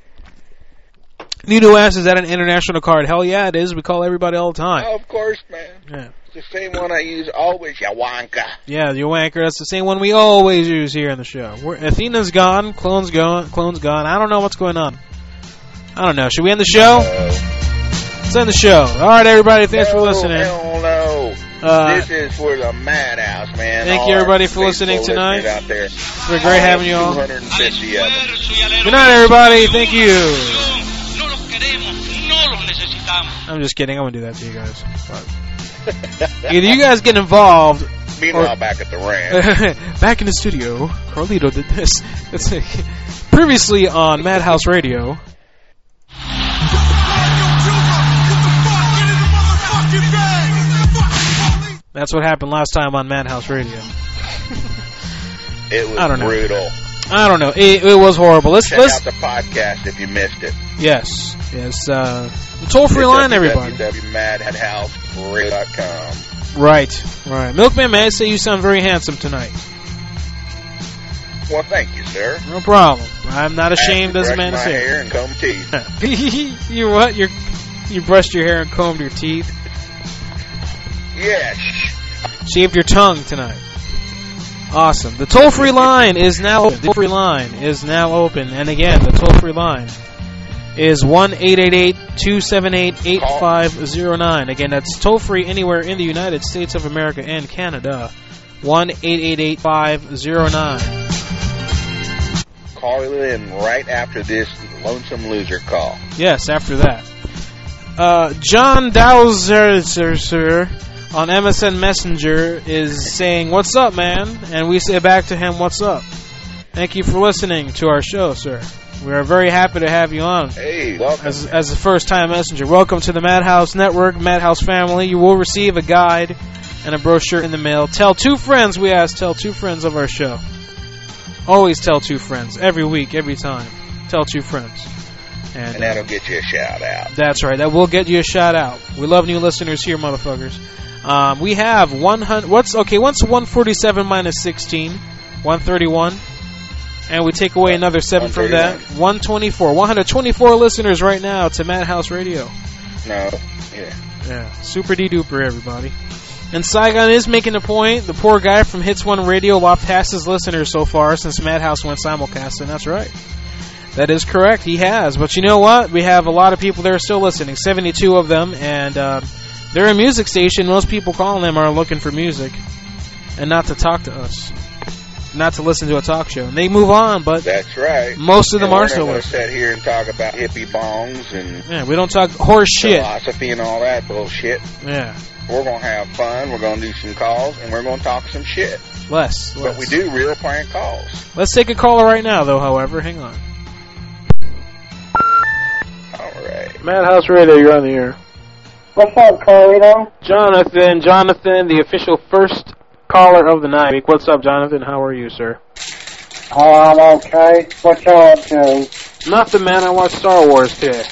S4: Nino asks, "Is that an international card?" Hell yeah, it is. We call everybody all the time.
S5: Oh, of course, man.
S4: Yeah,
S5: It's the same one I use always, ya wanka.
S4: yeah, you wanker. That's the same one we always use here on the show. We're, Athena's gone, clone's gone, clone's gone. I don't know what's going on. I don't know. Should we end the show?
S5: Oh.
S4: Let's end the show. All right, everybody. Thanks for
S5: No,
S4: listening.
S5: Hell no.
S4: Uh,
S5: this is for the madhouse, man.
S4: thank
S5: All
S4: you,
S5: our
S4: everybody, for
S5: faithful
S4: listening tonight.
S5: listeners Out there.
S4: it's been great having you all.
S5: 250 of them.
S4: Good night, everybody. Thank you.
S11: No los queremos, no los necesitamos.
S4: I'm just kidding. I won't do that to you guys. Either you guys get involved
S5: Meanwhile, back at the ranch.
S4: Back in the studio, Carlito did this. It's like, previously on Madhouse Radio. That's what happened last time on Madhouse Radio.
S5: It was
S4: I don't know.
S5: brutal.
S4: I don't know. It, it was horrible. Let's
S5: Check
S4: let's
S5: out the podcast if you missed it.
S4: yes yes. Uh, toll free line, everybody.
S5: www.madhouseradio.com.
S4: Right right. Milkman Mad say you sound very handsome tonight.
S5: Well, thank you, sir.
S4: No problem. I'm not ashamed
S5: I
S4: as
S5: have
S4: a
S5: to brush
S4: man to
S5: my
S4: say. it.
S5: hair and comb teeth.
S4: you what? You you brushed your hair and combed your teeth,
S5: Yes.
S4: shaved your tongue tonight. Awesome. The toll free line is now open. The toll free line is now open. And again, the toll free line is 1 888 278 8509. Again, that's toll free anywhere in the United States of America and Canada. 1 888 509.
S5: Call in right after this lonesome loser call.
S4: Yes, after that. Uh, John Dowser, sir, sir, on MSN Messenger is saying, What's up, man? And we say back to him, What's up? Thank you for listening to our show, sir. We are very happy to have you on
S5: Hey, welcome.
S4: as, as a first time messenger. Welcome to the Madhouse Network, Madhouse family. You will receive a guide and a brochure in the mail. Tell two friends, we ask, tell two friends of our show. Always tell two friends, every week, every time. Tell two friends. And,
S5: and that'll get you a shout out.
S4: that's right. That will get you a shout out. We love new listeners here, motherfuckers. Um, we have 100. What's okay? What's 147 minus 16? 131. And we take away another seven from that. 124. 124 listeners right now to Madhouse Radio.
S5: No, yeah.
S4: Yeah, super de duper, everybody. And Saigon is making a point. The poor guy from Hits One Radio lost past his listeners so far since Madhouse went simulcasting. That's right. That is correct. He has. But you know what? We have a lot of people that are still listening. 72 of them. And uh, they're a music station. Most people calling them are looking for music and not to talk to us, not to listen to a talk show. And they move on, but
S5: That's right.
S4: most of them
S5: And
S4: are
S5: we're
S4: still
S5: going
S4: listening.
S5: sit here and talk about hippie bongs and
S4: Yeah, we don't talk horse shit.
S5: philosophy and all that bullshit.
S4: Yeah,
S5: We're gonna have fun. We're gonna do some calls, and we're gonna talk some shit.
S4: less.
S5: But
S4: less.
S5: we do real prank calls.
S4: Let's take a caller right now, though, however. Hang on.
S5: All right.
S4: Madhouse Radio, you're on the air.
S10: What's up, Carlito?
S4: Jonathan, Jonathan, the official first caller of the night. What's up, Jonathan? How are you, sir?
S10: Oh, I'm okay. What y'all up to?
S4: Nothing, man. I watched Star Wars today.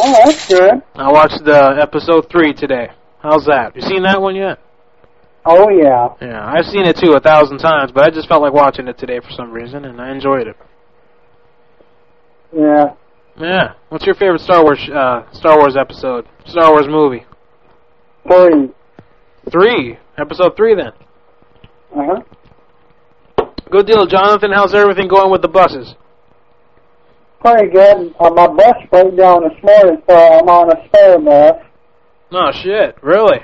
S10: Oh, that's good.
S4: I watched the episode three today. How's that? You seen that one yet?
S10: Oh, yeah.
S4: Yeah, I've seen it too a thousand times, but I just felt like watching it today for some reason, and I enjoyed it.
S10: Yeah.
S4: Yeah. What's your favorite Star Wars uh, Star Wars episode? Star Wars movie?
S10: Three.
S4: Three. Episode three, then.
S10: Uh-huh.
S4: Good deal, Jonathan. How's everything going with the buses?
S10: Pretty good. Uh, my bus broke down this morning, so I'm on a spare bus.
S4: Oh shit! Really?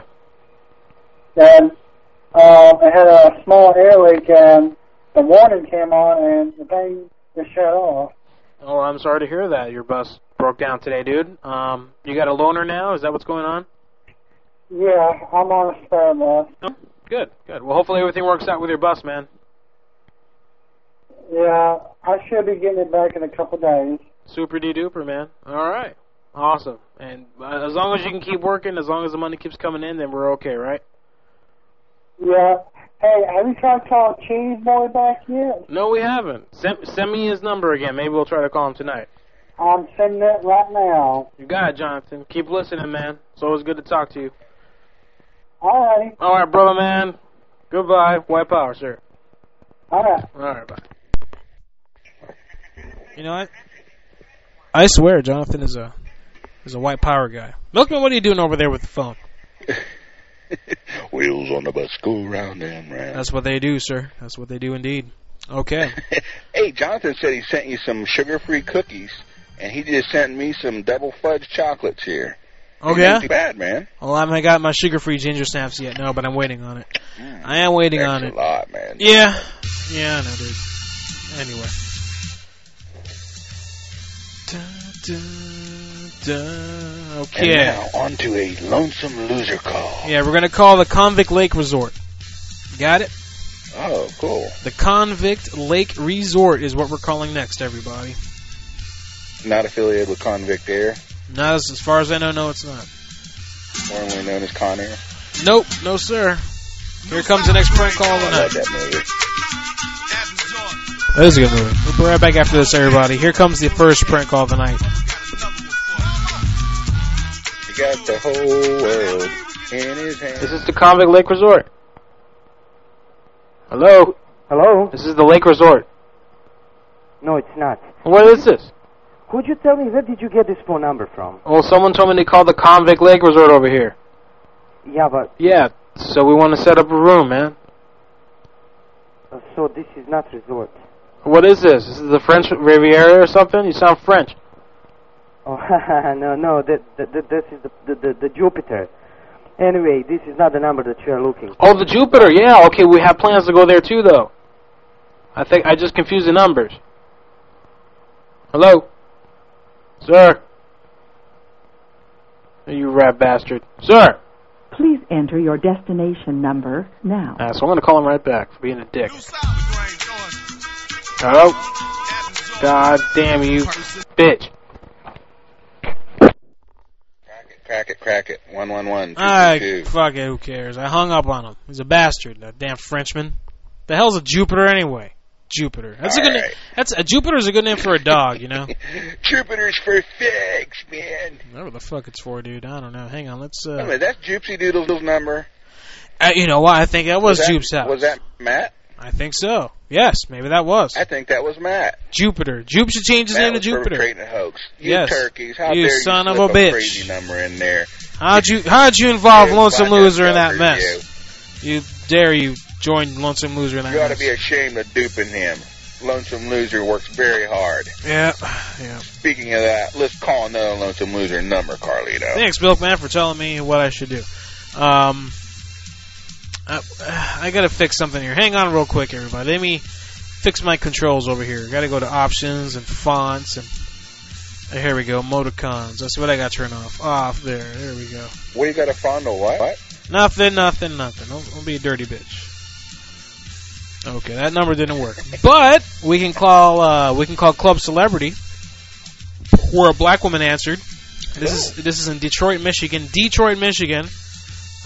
S10: And um, I had a small air leak, and the warning came on, and the thing just shut off.
S4: Oh, I'm sorry to hear that. Your bus broke down today, dude. Um, you got a loaner now? Is that what's going on?
S10: Yeah, I'm on a spare bus.
S4: No. Good, good. Well, hopefully everything works out with your bus, man.
S10: Yeah, I should be getting it back in a couple days.
S4: Super de duper, man. All right, awesome. And uh, as long as you can keep working, as long as the money keeps coming in, then we're okay, right?
S10: Yeah. Hey, have you tried calling Cheese Boy back yet?
S4: No, we haven't. Send, send me his number again. Maybe we'll try to call him tonight.
S10: I'm sending it right now.
S4: You got it, Jonathan. Keep listening, man. It's always good to talk to you.
S10: Alrighty.
S4: All right, brother, man. Goodbye. White power, sir.
S10: Alright.
S4: All right, bye. You know what? I swear, Jonathan is a is a white power guy. Milkman, what are you doing over there with the phone?
S5: Wheels on the bus go round and round.
S4: That's what they do, sir. That's what they do, indeed. Okay.
S5: hey, Jonathan said he sent you some sugar-free cookies, and he just sent me some double fudge chocolates here.
S4: Oh
S5: It
S4: yeah.
S5: ain't too bad, man.
S4: Well, I haven't got my sugar-free ginger snaps yet. No, but I'm waiting on it. I am waiting
S5: Mm. Thanks
S4: on it.
S5: a lot, man.
S4: Yeah. Yeah, I know, dude. Anyway. Dun, dun, dun.
S5: And
S4: Okay.
S5: now on to a lonesome loser call.
S4: Yeah, we're gonna call the Convict Lake Resort. Got it?
S5: Oh, cool.
S4: The Convict Lake Resort is what we're calling next, everybody.
S5: Not affiliated with Convict Air,
S4: Not as, as far as I know, no, it's not.
S5: formerly known as Con Air.
S4: Nope, no sir. Here comes the next prank call of the
S5: I love
S4: night.
S5: that movie.
S12: That resort
S4: That is a good movie. We'll be right back after this, everybody. Here comes the first prank call of the night.
S12: got another one for you.
S5: He got the whole world in his hands.
S4: This is the Convict Lake Resort. Hello,
S10: Hello?
S4: this is the Lake Resort.
S10: No, it's not.
S4: What is this?
S10: Could you tell me where did you get this phone number from?
S4: Well, Oh, someone told me they called the Convict Lake Resort over here.
S10: Yeah, but
S4: Yeah, so we want to set up a room, man.
S10: uh, so this is not resort.
S4: What is this? This is the French Riviera or something? You sound French.
S10: Oh, no, no, that, that, that this is the, the, the, the Jupiter. Anyway, this is not the number that you are looking.
S4: Oh, the Jupiter. Yeah. Okay, we have plans to go there too, though. I think I just confused the numbers. Hello, sir. You rat bastard, sir.
S13: Please enter your destination number now.
S4: Uh, so I'm going to call him right back for being a dick.
S3: New South, Grand Jordan,
S4: Oh,
S3: Adam Jordan.
S4: god damn you, bitch.
S6: Crack it, crack it, crack it. One one one two
S4: Uh.
S6: two
S4: I
S6: two.
S4: fuck it, who cares? I hung up on him. He's a bastard, that damn Frenchman. The hell's a Jupiter anyway? Jupiter. That's a good.
S6: Alright.
S4: That's a Jupiter's a good name for a dog, you know.
S6: Jupiter's for figs, man.
S4: Whatever the fuck it's for, dude. I don't know. Hang on, let's.
S6: Wait a
S4: Uh,
S6: minute, that's Gypsy Doodle's number.
S4: uh, you know what? I think that was,
S6: that,
S4: Jupe's house.
S6: Was that Matt?
S4: I think so. Yes, maybe that was
S6: I think that was Matt.
S4: Jupiter. Jupe should change his name
S6: Matt
S4: to
S6: was
S4: Jupiter.
S6: perpetrating a hoax. You
S4: Yes.
S6: turkeys, how
S4: You
S6: dare
S4: son
S6: you
S4: of
S6: slip
S4: a bitch.
S6: crazy number in there.
S4: How'd you How'd you involve
S6: You
S4: Lonesome
S6: blinded
S4: Loser in that
S6: fucker,
S4: mess? You dare you join Lonesome Loser in
S6: You.
S4: that
S6: you ought to
S4: mess?
S6: be ashamed of duping him. Lonesome Loser works very hard.
S4: yeah,
S6: Oh.
S4: yeah.
S6: Speaking of that, let's call another Lonesome Loser number, Carlito.
S4: Thanks, Milkman, for telling me what I should do. Um, I, I gotta fix something here. Hang on, real quick, everybody. Let me fix my controls over here. Gotta go to options and fonts and. uh, Here we go, emoticons. That's what I got turned off. Off there. There we go.
S6: What you got a fondle? What? what?
S4: Nothing, nothing, nothing. Don't, don't be a dirty bitch. Okay, that number didn't work. But we can call uh, we can call Club Celebrity, where a black woman answered. This is this is in Detroit, Michigan. Detroit, Michigan.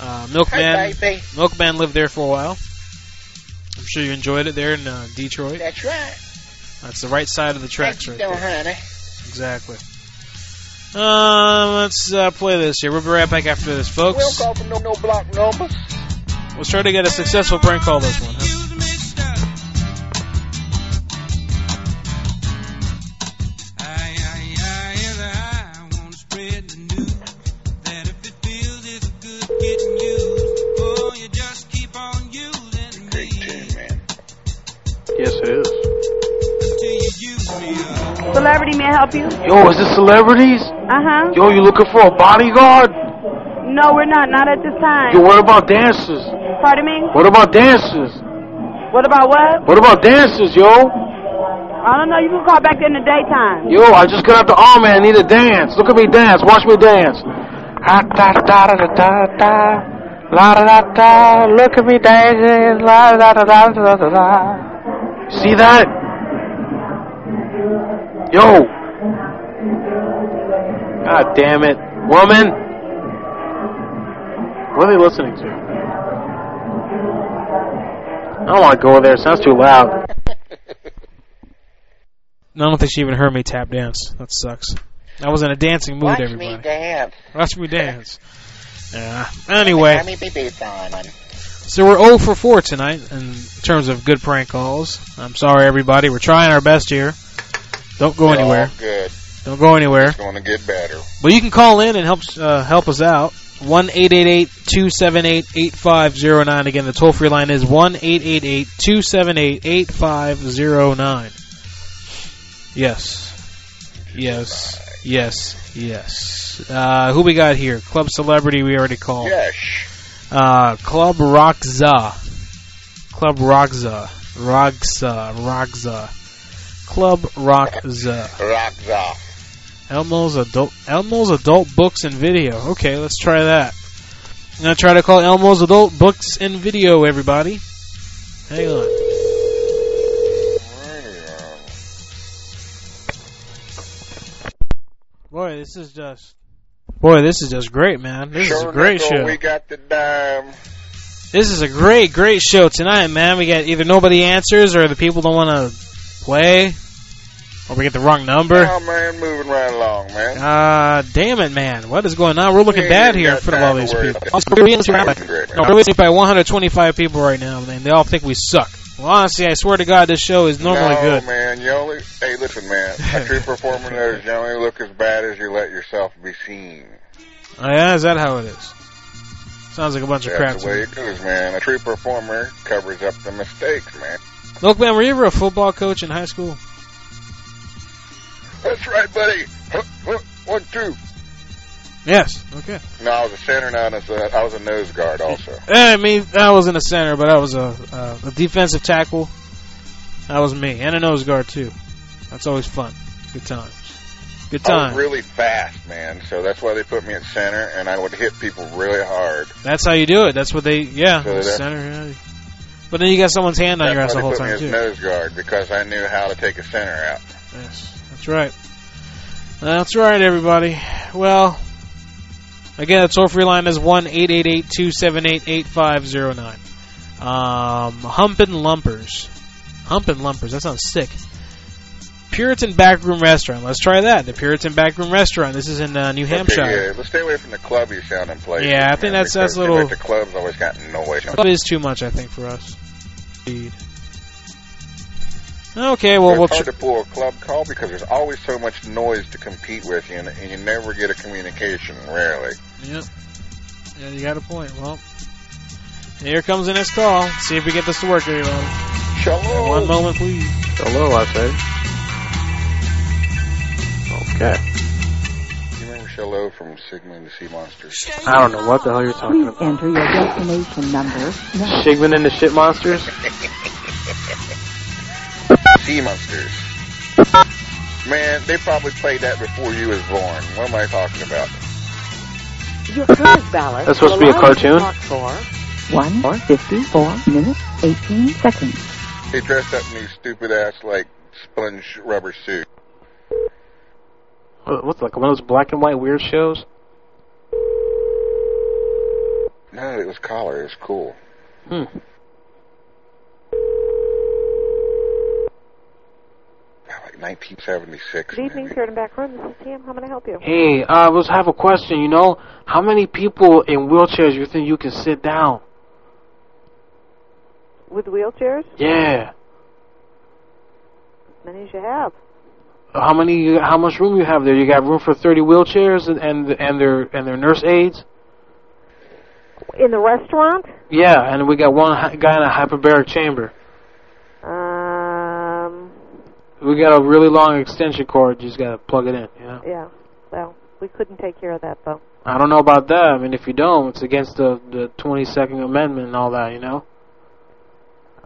S4: Uh, Milkman
S6: baby.
S4: Milkman lived there for a while. I'm sure you enjoyed it there in uh, Detroit.
S6: That's right.
S4: That's the right side of the tracks, right there.
S6: honey.
S4: Exactly. Um, let's uh, play this here. We'll be right back after this, folks.
S6: We'll call from no, no block numbers.
S4: Let's try to get a successful prank call this one. Huh?
S3: Excuse me, sir. Aye, aye, aye, and I wanna spread the news that if it feels it's good getting used, oh, you just keep on using
S6: Great tune,
S3: me
S6: man.
S4: Yes, it is.
S3: till you use me up.
S13: Celebrity, may I help you?
S4: Yo, is this celebrities?
S13: Uh huh.
S4: Yo, you looking for a bodyguard?
S13: No, we're not. Not at this
S4: Yo,
S13: time.
S4: what about dancers?
S13: Pardon me?
S4: What about dancers?
S13: What about what?
S4: What about dancers, yo?
S13: I don't know. You can call back in the daytime.
S4: Yo, I just got out the army. I need to dance. Look at me dance. Watch me dance. Ha da da da da da da. La da da da. Look at me dancing. La da da da da da da. See that? Yo. God damn it, woman. What are they listening to? I don't want to go there. It sounds too loud. No, I don't think she even heard me tap dance. That sucks. I was in a dancing mood, everybody.
S6: dance.
S4: Watch me dance. Yeah. Anyway,
S6: me be boots on.
S4: so we're 0 for 4 tonight in terms of good prank calls. I'm sorry, everybody. We're trying our best here. Don't go anywhere.
S6: good.
S4: Don't go anywhere.
S6: It's going to get better.
S4: But you can call in and help uh, help us out. One eight eight eight two seven eight eight five zero nine. Again, the toll free line is one eight eight eight two seven eight eight five zero nine. Yes, yes, yes, yes. Uh, who we got here? Club celebrity we already called.
S6: Yes.
S4: Uh, Club Rockza. Club Rockza. Rockza. Rockza. Club Rockza.
S6: Rock the.
S4: Elmo's adult Elmo's adult books and video. Okay, let's try that. I'm gonna try to call Elmo's adult books and video. Everybody, hang on. Boy, this is just. Boy, this is just great, man. This is a
S6: Sure
S4: great
S6: nickel,
S4: show.
S6: We got the dime.
S4: This is a great, great show tonight, man. We got either nobody answers or the people don't want to play, or we get the wrong number.
S6: Oh man, moving right along, man.
S4: Ah, damn it, man! What is going on? We're looking
S6: We
S4: bad
S6: ain't
S4: here in
S6: got
S4: front of
S6: time
S4: all
S6: to
S4: these
S6: worry
S4: people.
S6: about
S4: We're being
S6: Great,
S4: surrounded
S6: great,
S4: No,
S6: man.
S4: we're listening by 125 people right now, man. They all think we suck. Well, honestly, I swear to God, this show is normally
S6: no,
S4: good.
S6: man. You only hey, listen, man. A true performer knows you only look as bad as you let yourself be seen.
S4: Oh, yeah, is that how it is? Sounds like a bunch of crap.
S6: That's
S4: to
S6: the way
S4: me.
S6: it goes, man. A true performer covers up the mistakes, man.
S4: Milkman, were you ever a football coach in high school?
S6: That's right, buddy. Huh, huh, One, two.
S4: Yes. Okay.
S6: No, I was a center, not as a, I was a nose guard also.
S4: Eh, I mean, I wasn't a center, but I was a, a, a defensive tackle. That was me, and a nose guard too. That's always fun. Good times.
S14: Good
S6: I was
S14: time.
S6: Oh, really fast, man. So that's why they put me at center, and I would hit people really hard.
S14: That's how you do it. That's what they. Yeah.
S6: So that-
S14: center. Yeah. But then you got someone's hand on your ass
S6: that's
S14: the
S6: why they
S14: whole
S6: put me
S14: time
S6: as
S14: too.
S6: nose guard because I knew how to take a center out.
S14: Yes, that's right. That's right, everybody. Well, again, the toll free line is one eight eight eight two seven eight eight five zero nine. Um, Humpin' Lumpers. Humpin' Lumpers. That sounds sick. Puritan Backroom Restaurant. Let's try that. The Puritan Backroom Restaurant. This is in uh, New Hampshire.
S6: Yeah, let's stay away from the clubby sounding places.
S14: Yeah, I
S6: man,
S14: think that's- that's
S6: because
S14: a little-
S6: The clubs always got noise.
S14: That is too much, I think, for us. Indeed. Okay, well,
S6: it's
S14: we'll.
S6: hard
S14: Tr-
S6: to pull a club call because there's always so much noise to compete with, you, and, and you never get a communication. Rarely.
S14: yep. Yeah, you got a point. Well, here comes the next call. See if we get this to work, everybody.
S6: Shalom.
S14: One moment, please.
S4: Hello, I say. Okay.
S6: You remember Shalom from Sigma and the Sea Monster?
S4: I don't know what the hell you're talking
S9: Please
S4: about.
S9: enter your destination number now.
S4: Shigman and the Shit Monsters?
S6: Sea Monsters. Man, they probably played that before you was born. What am I talking about?
S15: Your current ballot
S4: That's supposed to be a
S15: will allow you
S4: cartoon?
S15: talk for
S9: 154 minutes, 18 seconds.
S6: He dressed up in these stupid ass like sponge rubber suit.
S4: What- What's like one of those black and white weird shows?
S6: No, it was collar. It was cool.
S4: Hmm.
S6: Like 1976.
S15: Good evening,
S6: maybe.
S15: Puritan Back Room. This is Tam. How can I help you?
S4: Hey, uh, let's have a question. You know, how many people in wheelchairs you think you can sit down?
S15: With wheelchairs?
S4: Yeah.
S15: As many as you have.
S4: Uh, How many? How much room you have there? You got room for thirty wheelchairs and and, and their and their nurse aides.
S15: In the restaurant?
S4: Yeah, and we got one hy- guy in a hyperbaric chamber.
S15: Um,
S4: We got a really long extension cord. Just gotta plug it in. You know.
S15: yeah. Well, we couldn't take care of that, though.
S4: I don't know about that. I mean, if you don't, it's against the the twenty second amendment and all that. You know.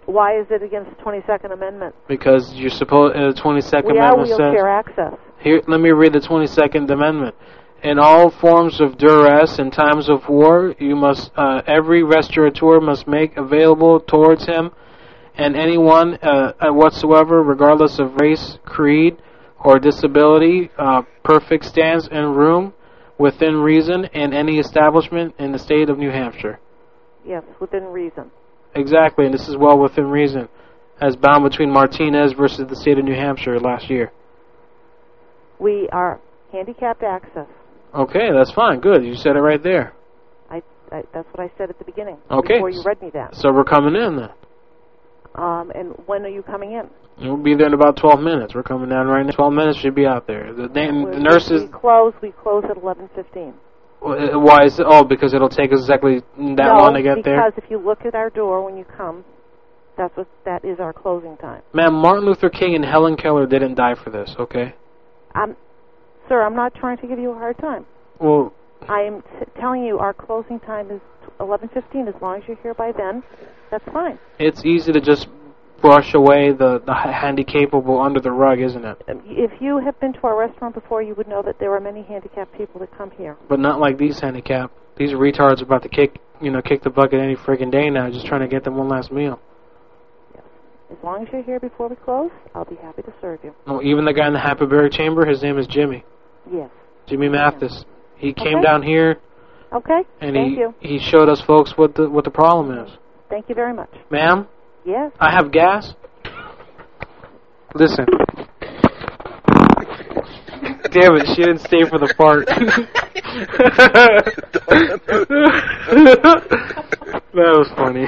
S15: Why is it against the 22nd Amendment?
S4: Because you're supposed uh, the twenty second
S15: we are
S4: amendment says.
S15: wheelchair access.
S4: Here, let me read the 22nd Amendment. In all forms of duress and times of war, you must uh, every restaurateur must make available towards him and anyone uh, uh, whatsoever, regardless of race, creed, or disability, uh, perfect stands and room within reason in any establishment in the state of New Hampshire.
S15: Yes, within reason.
S4: Exactly, and this is well within reason, as bound between Martinez versus the state of New Hampshire last year.
S15: We are handicapped access.
S4: Okay, that's fine. Good, you said it right there.
S15: I, I, that's what I said at the beginning.
S4: Okay.
S15: Before you read me that.
S4: So we're coming in then.
S15: Um, and when are you coming in?
S4: We'll be there in about 12 minutes. We're coming down right now. 12 minutes should be out there. The, dan-
S15: We-
S4: the nurses.
S15: We close. We close at 11:15.
S4: uh, Why is it? Oh, because it'll take us exactly that
S15: no,
S4: long to get there.
S15: because if you look at our door when you come, that's what that is our closing time.
S4: Man, Martin Luther King and Helen Keller didn't die for this. Okay.
S15: I'm, Um, sir, I'm not trying to give you a hard time.
S4: Well,
S15: I am t- telling you our closing time is 11:15. As long as you're here by then, that's fine.
S4: it's easy to just brush away the the ha- handicapable under the rug, isn't it?
S15: Um, If you have been to our restaurant before, you would know that there are many handicapped people that come here.
S4: But not like these handicap. These retards are about to kick, you know, kick the bucket any friggin' day now, just trying to get them one last meal.
S15: As long as you're here before we close, I'll be happy to serve you.
S4: Oh, even the guy in the hyperbaric chamber, his name is Jimmy.
S15: Yes.
S4: Jimmy Mathis. He came
S15: Okay.
S4: down here
S15: Okay.
S4: and
S15: Thank
S4: he
S15: you.
S4: he showed us folks what the what the problem is.
S15: Thank you very much.
S4: Ma'am,
S15: Yes.
S4: I have gas. Listen. Damn it, she didn't stay for the fart. that was funny.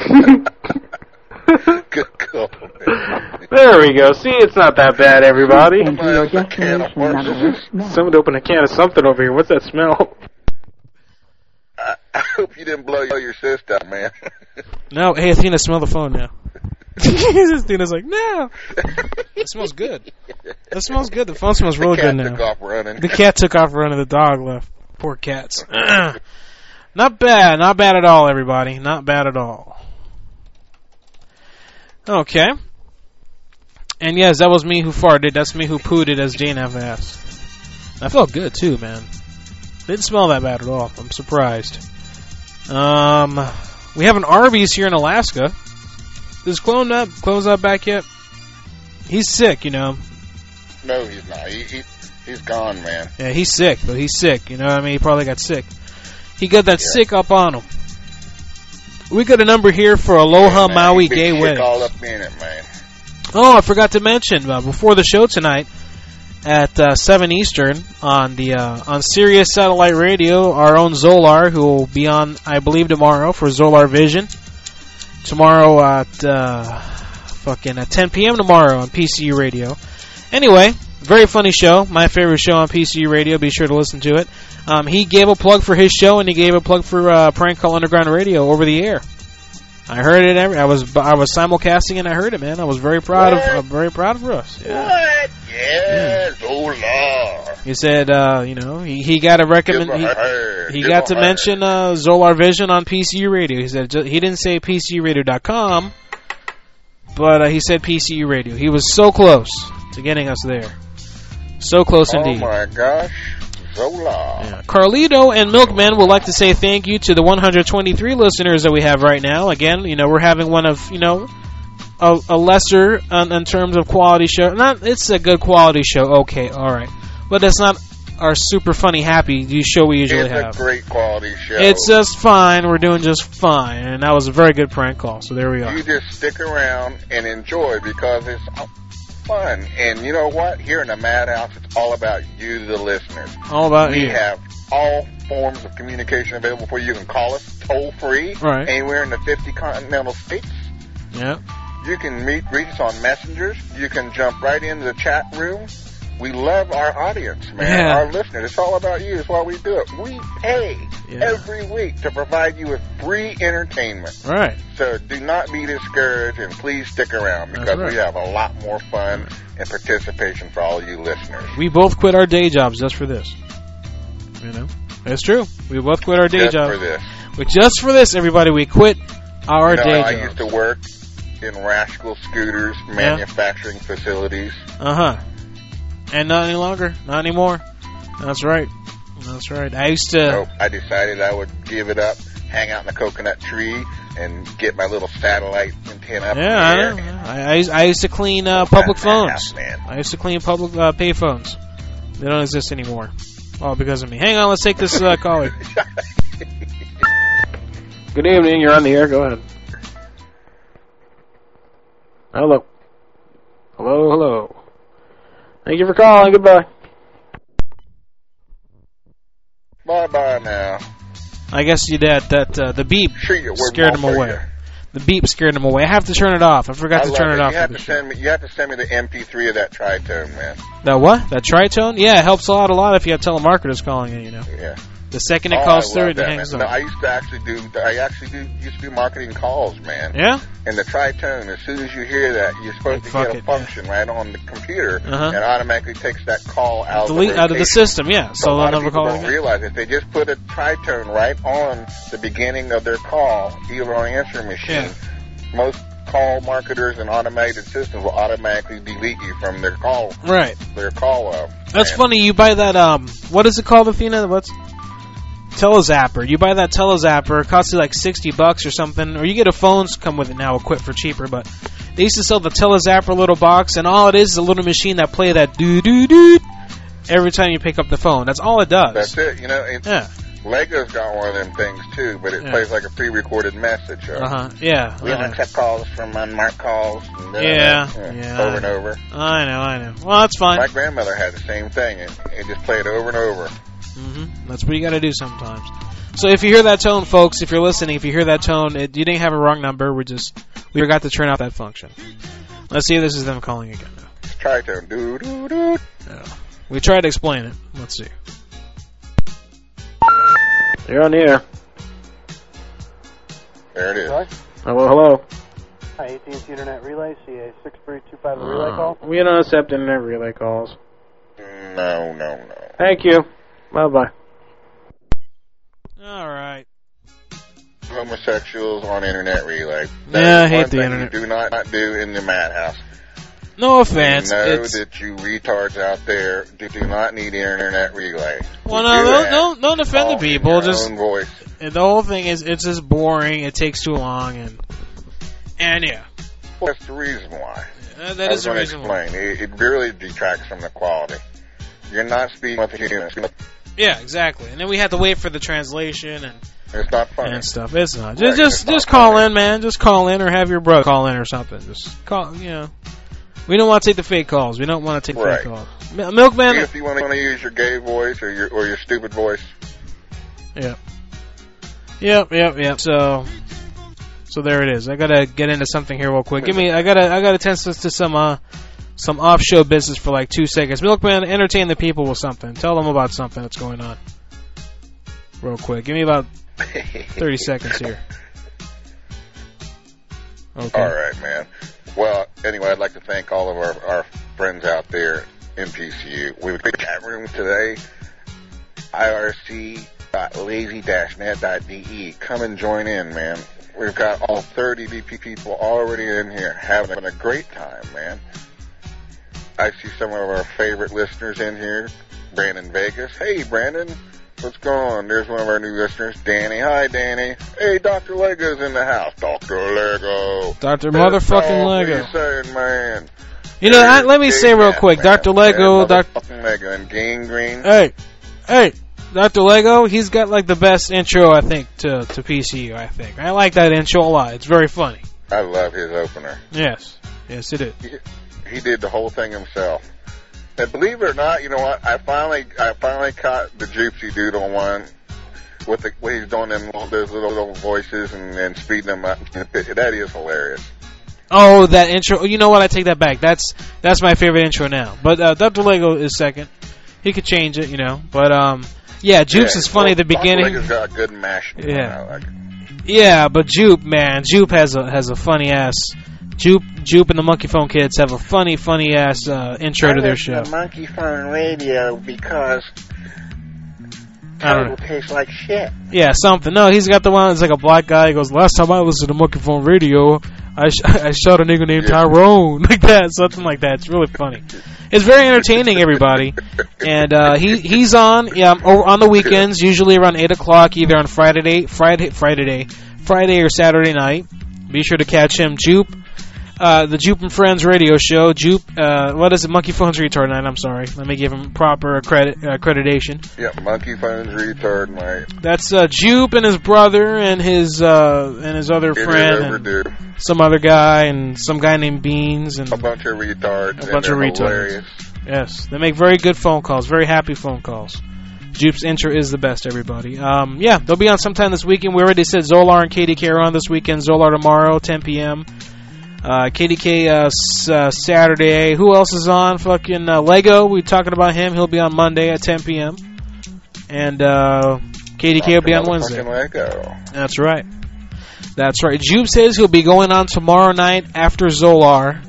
S6: Good call. man.
S4: there we go. See, it's not that bad, everybody.
S9: Enter your destination number now.
S4: Someone opened a can of something over here. What's that smell?
S6: I, I hope you didn't blow your sister, man.
S14: No, hey Athena, smell the phone now. Athena's like, no. It smells good. That smells good. The phone smells real
S6: the cat
S14: good now.
S6: took off running.
S14: The cat took off running. The dog left. Poor cats. not bad. Not bad at all, everybody. Not bad at all. Okay. And yes, that was me who farted. That's me who pooed it, as Jane F. asked.
S4: I felt good too, man. Didn't smell that bad at all. I'm surprised. Um, we have an Arby's here in Alaska. Is Clone up? Clone's not back yet. He's sick, you know.
S6: No, he's not. He, he, he's gone, man.
S4: Yeah, he's sick, but he's sick. You know what I mean? He probably got sick. He got that sick up on him. We got a number here for Aloha
S6: Man,
S4: Maui
S6: he's been
S4: Gay
S6: sick
S4: Wedding.
S6: all up in it, man.
S4: Oh, I forgot to mention uh, before the show tonight at uh, seven Eastern on the uh, on Sirius Satellite Radio, our own Zolar, who will be on, I believe, tomorrow for Zolar Vision. Tomorrow at uh, fucking uh, at 10 p.m. tomorrow on PCU Radio. Anyway, very funny show, my favorite show on PCU Radio. Be sure to listen to it. Um, he gave a plug for his show, and he gave a plug for uh, Prank Call Underground Radio over the air. I heard it. Every, I was I was simulcasting and I heard it, man. I was very proud of I'm very proud for us.
S6: What? Yes,
S4: Hmm.
S6: oh lord.
S4: He said, uh, you know, he, he got to recommend.
S6: Give a
S4: He,
S6: her.
S4: he
S6: Give
S4: got
S6: a
S4: to
S6: her.
S4: mention uh, Zolar Vision on PCU Radio. He said ju- he didn't say PCURadio.com, but uh, he said PCU Radio. He was so close to getting us there, so close indeed.
S6: Oh my gosh, Zola.
S4: Carlito and Milkman would like to say thank you to the 123 listeners that we have right now. Again, you know, we're having one of, you know, a, a lesser um, in terms of quality show. Not, it's a good quality show. Okay, all right, but it's not our super funny happy show we usually
S6: it's
S4: have.
S6: a great quality show.
S4: It's just fine. We're doing just fine, and that was a very good prank call. So there we are.
S6: you just stick around and enjoy because it's fun. And you know what? Here in the Madhouse, it's all about you, the listeners.
S4: All about
S6: we
S4: you.
S6: have all forms of communication available for you. You can call us toll free
S4: Right.
S6: anywhere in the 50 continental states.
S4: Yeah.
S6: You can meet, reach us on messengers. You can jump right into the chat room. We love our audience, man,
S4: Yeah.
S6: our listeners. It's all about you. It's why we do it. We pay every week to provide you with free entertainment.
S4: Right.
S6: So do not be discouraged and please stick around because
S4: right.
S6: we have a lot more fun and participation for all you listeners.
S4: We both quit our day jobs just for this. You know, it's true. We both quit our day
S6: Just
S4: jobs.
S6: for this.
S4: But just for this, everybody, we quit our
S6: you know,
S4: day
S6: I
S4: job.
S6: used to work in Rascal Scooters manufacturing facilities.
S4: Uh huh. And not any longer. Not anymore. That's right. That's right. I used to.
S6: So I decided I would give it up, hang out in the coconut tree, and get my little satellite antenna up
S4: yeah, I,
S6: in the air.
S4: know. I, I, used, I used to clean uh, public phones.
S6: man.
S4: I used to clean public uh, pay phones. They don't exist anymore. All because of me. Hang on, let's take this uh, caller.
S2: Good evening. You're on the air. Go ahead. Hello. Hello. Hello. Thank you for calling. Goodbye.
S6: Bye bye now.
S4: I guess you that that uh, the beep
S6: Sure you were,
S4: scared him
S6: motherfucker.
S4: away. The beep scared him away. I have to turn it off. I forgot
S6: I
S4: to
S6: love
S4: turn it, off.
S6: You
S4: for
S6: have
S4: the
S6: to
S4: show.
S6: send me. You have to send me the MP3 of that tritone, man.
S4: That what? That tritone? Yeah, it helps a lot, a lot if you have telemarketers calling in. You know,
S6: Yeah.
S4: the second it
S6: Oh,
S4: calls
S6: I love
S4: through, it
S6: that,
S4: hangs
S6: man.
S4: up.
S6: No, I used to actually do. I actually do used to do marketing calls, man.
S4: Yeah?
S6: And the tritone, as soon as you hear that, you're supposed to
S4: fuck
S6: get a
S4: it,
S6: function right on the computer,
S4: Uh-huh.
S6: and automatically takes that call out
S4: Delete
S6: of the
S4: out of the
S6: rotation.
S4: system. Yeah,
S6: But a
S4: so they'll
S6: lot of
S4: never
S6: people
S4: call
S6: don't
S4: again.
S6: realize if they just put a tritone right on the beginning of their call, either on the answering machine, most call marketers and automated systems will automatically delete you from their call.
S4: Right.
S6: Their call. Uh,
S4: That's funny. You buy that um, what is it called, Athena? What's Telezapper? You buy that Telezapper. It costs you like sixty bucks or something, or you get a phone to come with it now, equipped for cheaper. But they used to sell the Telezapper little box, and all it is is a little machine that play that doo doo doo every time you pick up the phone. That's all it does.
S6: that's it. You know. It,
S4: Yeah.
S6: Lego's got one of them things too, but it
S4: Yeah.
S6: plays like a pre-recorded message.
S4: Uh huh. Yeah.
S6: We
S4: I
S6: don't
S4: know.
S6: accept calls from unmarked calls. and da- da-
S4: Yeah,
S6: da-
S4: yeah.
S6: Over and over.
S4: I know. I know. Well, that's fine.
S6: My grandmother had the same thing. It, it just played over and over.
S4: hmm That's what you got to do sometimes. So if you hear that tone, folks, if you're listening, if you hear that tone, it, you didn't have a wrong number. We just we forgot to turn off that function. Let's see if this is them calling again.
S6: It's tritone. Doo doo doo.
S4: We tried to explain it. Let's see.
S2: You're on the air.
S6: There it is.
S2: Hello. Hello.
S16: Hi, AT&T Internet Relay, CA 6325 Relay
S6: Uh-huh.
S16: Call.
S2: We don't accept any relay calls.
S6: No, no, no.
S2: Thank you. Bye bye.
S4: All right.
S6: Homosexuals on internet relay. That
S4: Yeah,
S6: is
S4: I hate
S6: one
S4: the
S6: thing
S4: internet.
S6: You do not, not do in the madhouse.
S4: No offense.
S6: We know
S4: it's-
S6: that you retards out there do, do not need internet relay.
S4: Well,
S6: We
S4: no,
S6: do
S4: don't,
S6: that.
S4: don't don't offend the
S6: All in
S4: people.
S6: your
S4: Just
S6: own voice.
S4: and the whole thing is it's just boring. It takes too long, and and yeah,
S6: That's the reason why.
S4: Uh,
S6: That
S4: that is
S6: is
S4: the
S6: I was
S4: reason
S6: gonna
S4: why.
S6: explain. It, it really detracts from the quality. You're not speaking with a human.
S4: Yeah, exactly. And then we had to wait for the translation and
S6: It's not funny.
S4: and stuff. It's not. Just
S6: Right,
S4: just, just call in, man. Just call in, or have your brother call in, or something. Just call. You know, we don't want to take the fake calls. We don't want to take
S6: Right.
S4: fake calls. Mil- Milkman.
S6: If you want to use your gay voice or your or your stupid voice,
S4: Yep. Yep, yep, yep. So so there it is. I gotta get into something here real quick. Give me I gotta I gotta tend to some uh some off show business for like two seconds. Milkman, entertain the people with something. Tell them about something that's going on. Real quick. Give me about thirty seconds here. Okay.
S6: All right, man. Well, anyway, I'd like to thank all of our, our friends out there in PCU. We have a great chat room today. irc.lazy-net.de. E. Come and join in, man. We've got all 30 VP people already in here having a great time, man. I see some of our favorite listeners in here. Brandon Vegas. Hey, Brandon. What's going on? There's one of our new listeners, Danny. Hi, Danny. Hey, Dr. Lego's in the house. Dr. Lego.
S4: Dr.
S6: That's
S4: Motherfucking
S6: all
S4: Lego.
S6: we saying, man.
S4: You know, I, let me say real quick, Dr. Lego, Dr.
S6: Motherfucking Lego and gangrene.
S4: Hey, hey, Dr. Lego, he's got like the best intro, I think, to, to PCU, I think. I like that intro a lot. It's very funny.
S6: I love his opener.
S4: Yes. Yes, it is.
S6: He did the whole thing himself. And believe it or not, you know what? I finally, I finally caught the Gypsy Doodle one with the way he's doing them little, those little, little voices and, and speeding them up. That is hilarious.
S4: Oh, that intro. You know what? I take that back. That's that's my favorite intro now. But uh, Dr. Lego is second. He could change it, you know. But um, yeah, Jupes
S6: Yeah,
S4: is funny at the
S6: Dr.
S4: beginning.
S6: Lego's got a good mash.
S4: Yeah.
S6: I like it.
S4: Yeah, but Jupe, man, Jupe has a has a funny ass. Jupe, Jupe, and the Monkey Phone Kids have a funny, funny ass uh, intro to their show.
S6: Monkey Phone Radio because
S4: I don't know.
S6: tastes like shit.
S4: Yeah, something. No, he's got the one that's like a black guy. He goes, "Last time I listened to Monkey Phone Radio, I, sh- I shot a nigga named Tyrone, like that, something like that." It's really funny. It's very entertaining, everybody. And uh, he he's on yeah o- on the weekends, usually around eight o'clock, either on Friday day, Friday Friday day, Friday or Saturday night. Be sure to catch him, Jupe. Uh, the Jupe and Friends radio show. Jupe, uh, what is it? Monkey Phone's Retard Night. I'm sorry. Let me give him proper accredit, accreditation.
S6: Yeah, Monkey Phone's retard, mate.
S4: That's uh, Jupe and his brother and his uh, and his other
S6: It is
S4: friend and
S6: overdue.
S4: some other guy and some guy named Beans and
S6: A bunch of retards.
S4: a bunch of retards.
S6: Hilarious.
S4: Yes, they make very good phone calls, very happy phone calls. Jupe's intro is the best, everybody. Um, yeah, they'll be on sometime this weekend. We already said Zolar and KDK are on this weekend. Zolar tomorrow, 10 p.m. Uh, KDK uh, s- uh, Saturday. Who else is on? Fucking uh, Lego. We talking about him. He'll be on Monday at 10 p.m. And uh, KDK will be on
S6: Dr.
S4: Wednesday.
S6: Motherfucking Lego.
S4: That's right. That's right. Jube says he'll be going on tomorrow night after Zolar.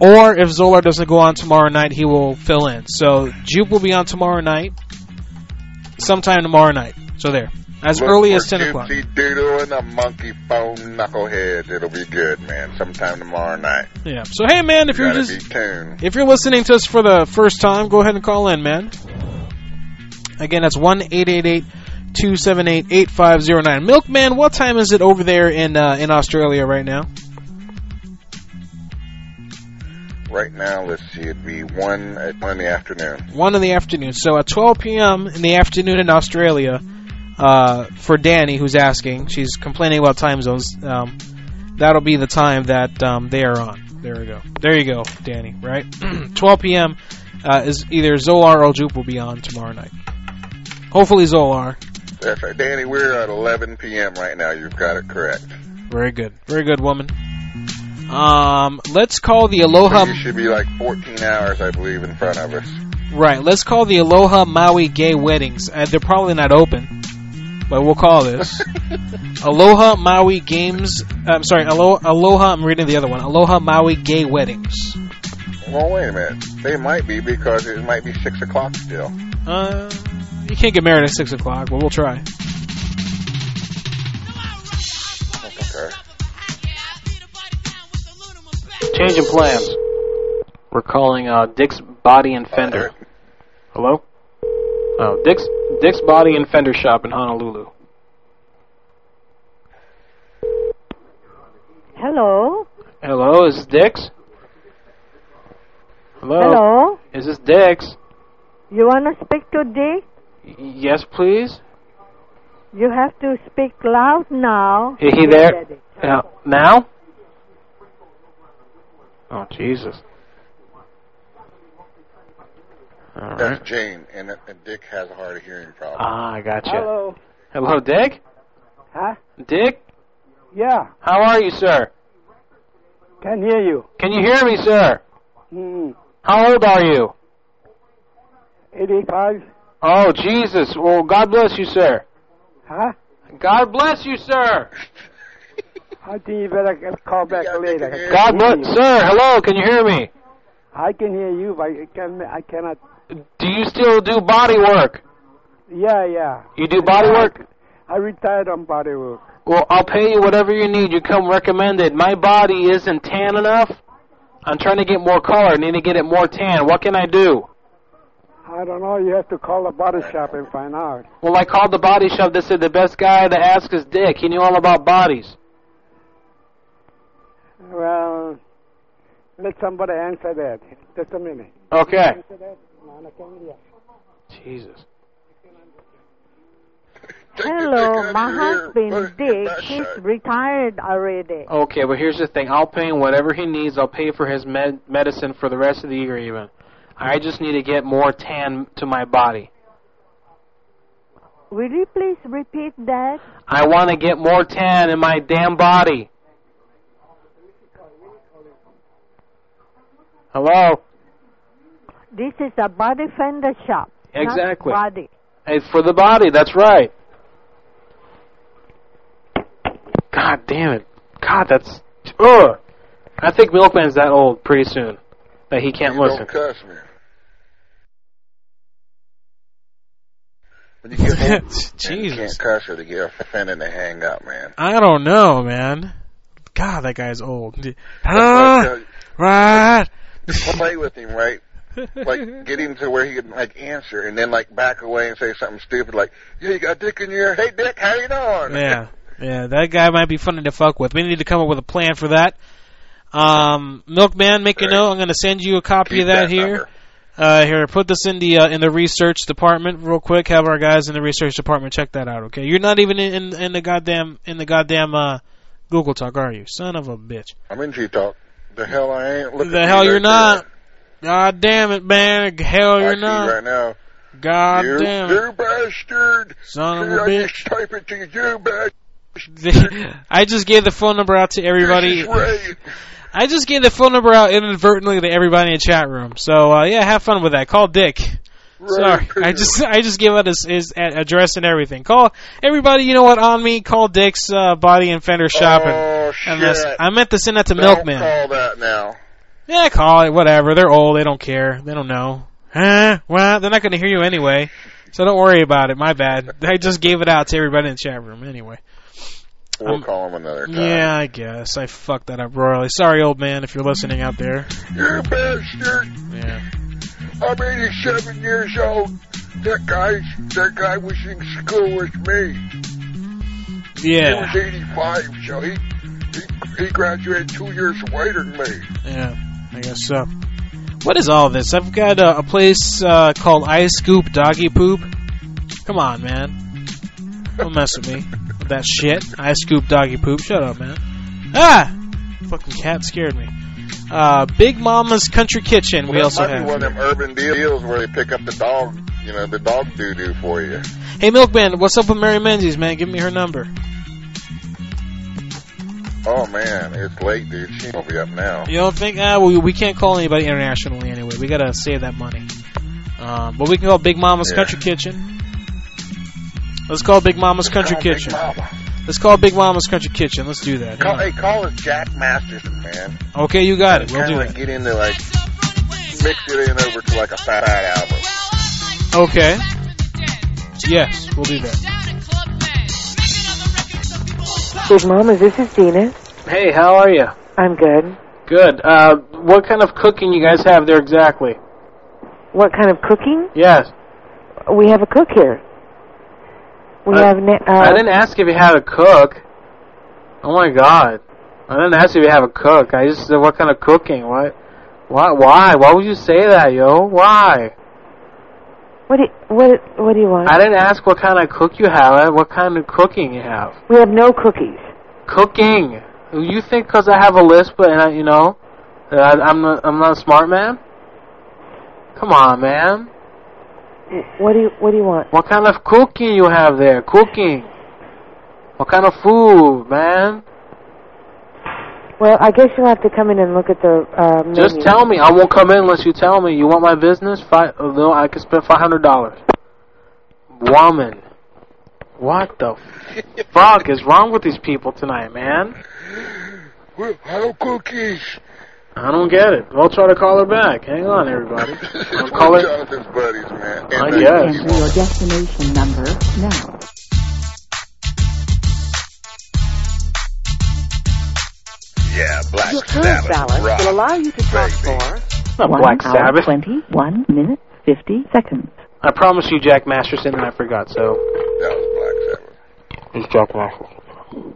S4: Or if Zolar doesn't go on tomorrow night, he will fill in. So Jube will be on tomorrow night. Sometime tomorrow night. So there. As
S6: Look
S4: early
S6: for
S4: as 10 o'clock.
S6: Gypsy Doodle and the Monkey Phone Knuckleheads. It'll be good, man. Sometime tomorrow night.
S4: Yeah. So hey man, if
S6: You
S4: you're
S6: gotta
S4: just
S6: be tuned.
S4: if you're listening to us for the first time, go ahead and call in, man. Again, that's one eight eight eight two seven eight eight five zero nine. Milkman, what time is it over there in uh, in Australia right now?
S6: Right now, let's see. It'd be one at one in the afternoon.
S4: one in the afternoon. So at 12 p.m. in the afternoon in Australia, uh, for Danny who's asking, she's complaining about time zones. Um, that'll be the time that um, they are on. There we go. There you go, Danny. Right, 12 p.m. Uh, is either Zolar or Jupe will be on tomorrow night. Hopefully Zolar.
S6: That's right, Danny. We're at 11 p.m. right now. You've got it correct.
S4: Very good. Very good woman. Um, let's call the Aloha.
S6: So you should be like 14 hours, I believe, in front of us.
S4: Right, let's call the Aloha Maui Gay Weddings. Uh, they're probably not open, but we'll call this Aloha Maui Games. I'm sorry, Alo- Aloha. I'm reading the other one. Aloha Maui Gay Weddings.
S6: Well, wait a minute. They might be because it might be six o'clock still.
S4: Uh, you can't get married at six o'clock, but we'll try.
S6: Okay.
S2: Changing plans. We're calling uh, Dick's Body and Fender. Hello? Oh, Dick's Dick's Body and Fender Shop in Honolulu.
S17: Hello.
S2: Hello, is this Dick's? Hello?
S17: Hello?
S2: Is this Dick's?
S17: You want to speak to Dick?
S2: Yes, please.
S17: You have to speak loud now.
S2: Is he there? Uh, now? Oh, Jesus. All right.
S6: That's Jane, and, and Dick has a hard of hearing problem.
S2: Ah, I gotcha.
S8: Hello.
S2: Hello, Dick?
S8: Huh?
S2: Dick?
S8: Yeah,
S2: How are you, sir?
S8: can hear you.
S2: Can you hear me, sir?
S8: Mm,
S2: How old are you?
S8: 85.
S2: Oh, Jesus. Well, God bless you, sir.
S8: Huh?
S2: God bless you, sir.
S8: I think you better get- call back later.
S2: God bless, sir. Hello, can you hear me?
S8: I can hear you, but I, can, I cannot.
S2: Do you still do body work?
S8: Yeah, yeah.
S2: You do body work?
S8: I retired on body work.
S2: Well, I'll pay you whatever you need. You come recommended. My body isn't tan enough. I'm trying to get more color. I need to get it more tan. What can I do?
S8: I don't know. You have to call the body shop and find out.
S2: Well, I called the body shop. They said the best guy to ask is Dick. He knew all about bodies.
S8: Well, let somebody answer that. Just a minute.
S2: Okay.
S8: Answer that. No, no, can you-
S2: Jesus.
S17: Hello, my husband Dick. He's retired already.
S2: Okay, but here's the thing. I'll pay him whatever he needs. I'll pay for his med- medicine for the rest of the year, even. I just need to get more tan to my body.
S17: Will you please repeat that?
S2: I want to get more tan in my damn body. Hello.
S17: This is a body fender shop. not
S2: Exactly.
S17: body.
S2: It's for the body. That's right. God damn it. God, that's. Ugh. I think Milkman's that old pretty soon that he can't
S6: You
S2: listen.
S6: Don't cuss me. When you get old, man, you can't cuss or they get offended and they hang up, man.
S4: I don't know, man. God, that guy's old. Huh? Right.
S6: Play with him, right? Like, get him to where he can, like, answer and then, like, back away and say something stupid like, yeah, you got dick in your Hey, dick, how you doing?
S4: Yeah, yeah, that guy might be funny to fuck with. We need to come up with a plan for that. Um, Milkman, make a note. I'm going to send you a copy of that, here. Uh, here, put this in the uh, in the research department real quick. Have our guys in the research department check that out. Okay, you're not even in in, in the goddamn in the goddamn uh, Google Talk, are you? Son of a bitch.
S6: I'm in G-Talk. The hell I ain't. Look
S4: the
S6: at
S4: hell
S6: you
S4: you're
S6: right
S4: not. God damn it, man. Hell you're
S6: there. I
S4: not.
S6: see right now.
S4: God
S6: you,
S4: damn it.
S6: you bastard.
S4: Son of
S6: I
S4: a bitch.
S6: just type it to you, you bastard.
S4: I just gave the phone number out to everybody. I just gave the phone number out inadvertently to everybody in the chat room. So uh, yeah, have fun with that. Call Dick. Sorry, I just I just gave out his, his a- address and everything. Call everybody. You know what? On me. Call Dick's uh, Body and Fender Shop and, and this.
S6: Oh, shit.
S4: I meant to send that to
S6: Don't
S4: Milkman.
S6: call that now.
S4: Yeah, call it. Whatever. They're old. They don't care. They don't know. Huh? Well, they're not going to hear you anyway. So don't worry about it. My bad. I just gave it out to everybody in the chat room anyway.
S6: We'll
S4: Um,
S6: call him another time.
S4: Yeah, I guess. I fucked that up royally. Sorry, old man, if you're listening out there.
S6: You bastard.
S4: Yeah.
S6: I'm 87 years old. That guy, that guy was in school with me.
S4: Yeah.
S6: He was 85, so he, he, he graduated two years later than me.
S4: Yeah, I guess so. What is all this? I've got uh, a place uh, called I Scoop Doggy Poop. Come on, man. Don't mess with me. With that shit. I Scoop Doggy Poop. Shut up, man. Ah! Fucking cat scared me. Uh, Big Mama's Country Kitchen. we
S6: That
S4: also
S6: might be
S4: have.
S6: one of them urban deals where they pick up the dog, you know, the dog doo doo for you.
S4: Hey, Milkman, what's up with Mary Menzies, man? Give me her number.
S6: Oh man, it's late, dude. She won't be up now.
S4: You don't think? Ah, we, we can't call anybody internationally anyway. We gotta save that money. Um, but we can call Big Mama's
S6: Yeah.
S4: Country Kitchen. Let's call Big Mama's Country
S6: call Big
S4: Kitchen.
S6: Mama.
S4: Let's call Big Mama's Country Kitchen. Let's do that.
S6: Call,
S4: Yeah.
S6: hey, call us Jack Masterson, man.
S4: Okay, you got it. We'll
S6: Kinda
S4: do
S6: like get into like mix it in over to like a fat fat album.
S4: that. Okay. Yes, we'll do that.
S9: Big Mama, this is Dina.
S2: Hey, how are you?
S9: I'm good.
S4: Good. Uh, what kind of cooking you guys have there exactly?
S9: What kind of cooking?
S4: Yes.
S9: We have a cook here. We
S4: I-
S9: have. Na- uh,
S4: I didn't ask if you had a cook. Oh my god. I didn't ask if you have a cook. I just said what kind of cooking? Why? Why? Why? Why would you say that, yo? Why?
S9: What do you, what what do you want?
S4: I didn't ask what kind of cook you have. I- What kind of cooking you have?
S9: We have no cookies.
S4: Cooking. You think because I have a lisp and I, you know, that I, I'm not, I'm not a smart man? Come on, man.
S9: What do you what do you want?
S4: What kind of cooking you have there? Cooking. What kind of food, man?
S9: Well, I guess you'll have to come in and look at the uh, menu.
S4: Just tell me. I won't come in unless you tell me. You want my business? Five, no, I can spend five hundred dollars. Woman, what the fuck is wrong with these people tonight, man?
S6: Hello, cookies.
S4: I don't get it. I'll try to call her back. Hang on, everybody. I'll call her.
S6: Jonathan's buddies, man.
S4: I guess.
S15: Enter your destination number now.
S6: Yeah, Black
S15: Your current
S6: Sabbath.
S15: balance
S6: rock,
S15: will
S9: allow you to
S6: talk for.
S4: Not
S15: One
S4: Black
S15: hour,
S4: Sabbath.
S15: 21 minute 50 seconds.
S4: I promised you Jack Masterson, and I forgot. So. That was Black Sabbath. It's Jack Masterson.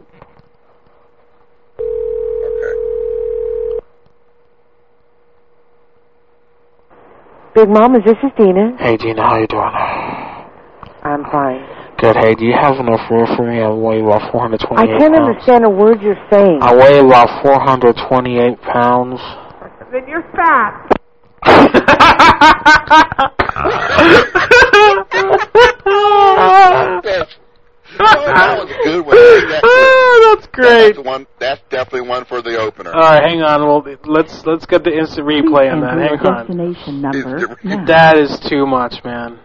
S9: Big Mama, this is Dina.
S4: Hey, Gina, how you doing?
S9: I'm fine.
S4: Good. Hey, do you have enough room for me? I weigh about four hundred
S9: I
S4: twenty-eight
S9: can't
S4: pounds.
S9: understand a word you're saying.
S4: um, I weigh about four hundred twenty-eight pounds.
S8: Then you're fat.
S6: That's, oh, that was a good. One. That's,
S4: that's great.
S6: That's, one, that's definitely one for the opener.
S4: All right, hang on. Well, let's let's get the instant replay on that.
S15: Enter your
S4: Hang on.
S15: destination number now.
S4: That is too much, man.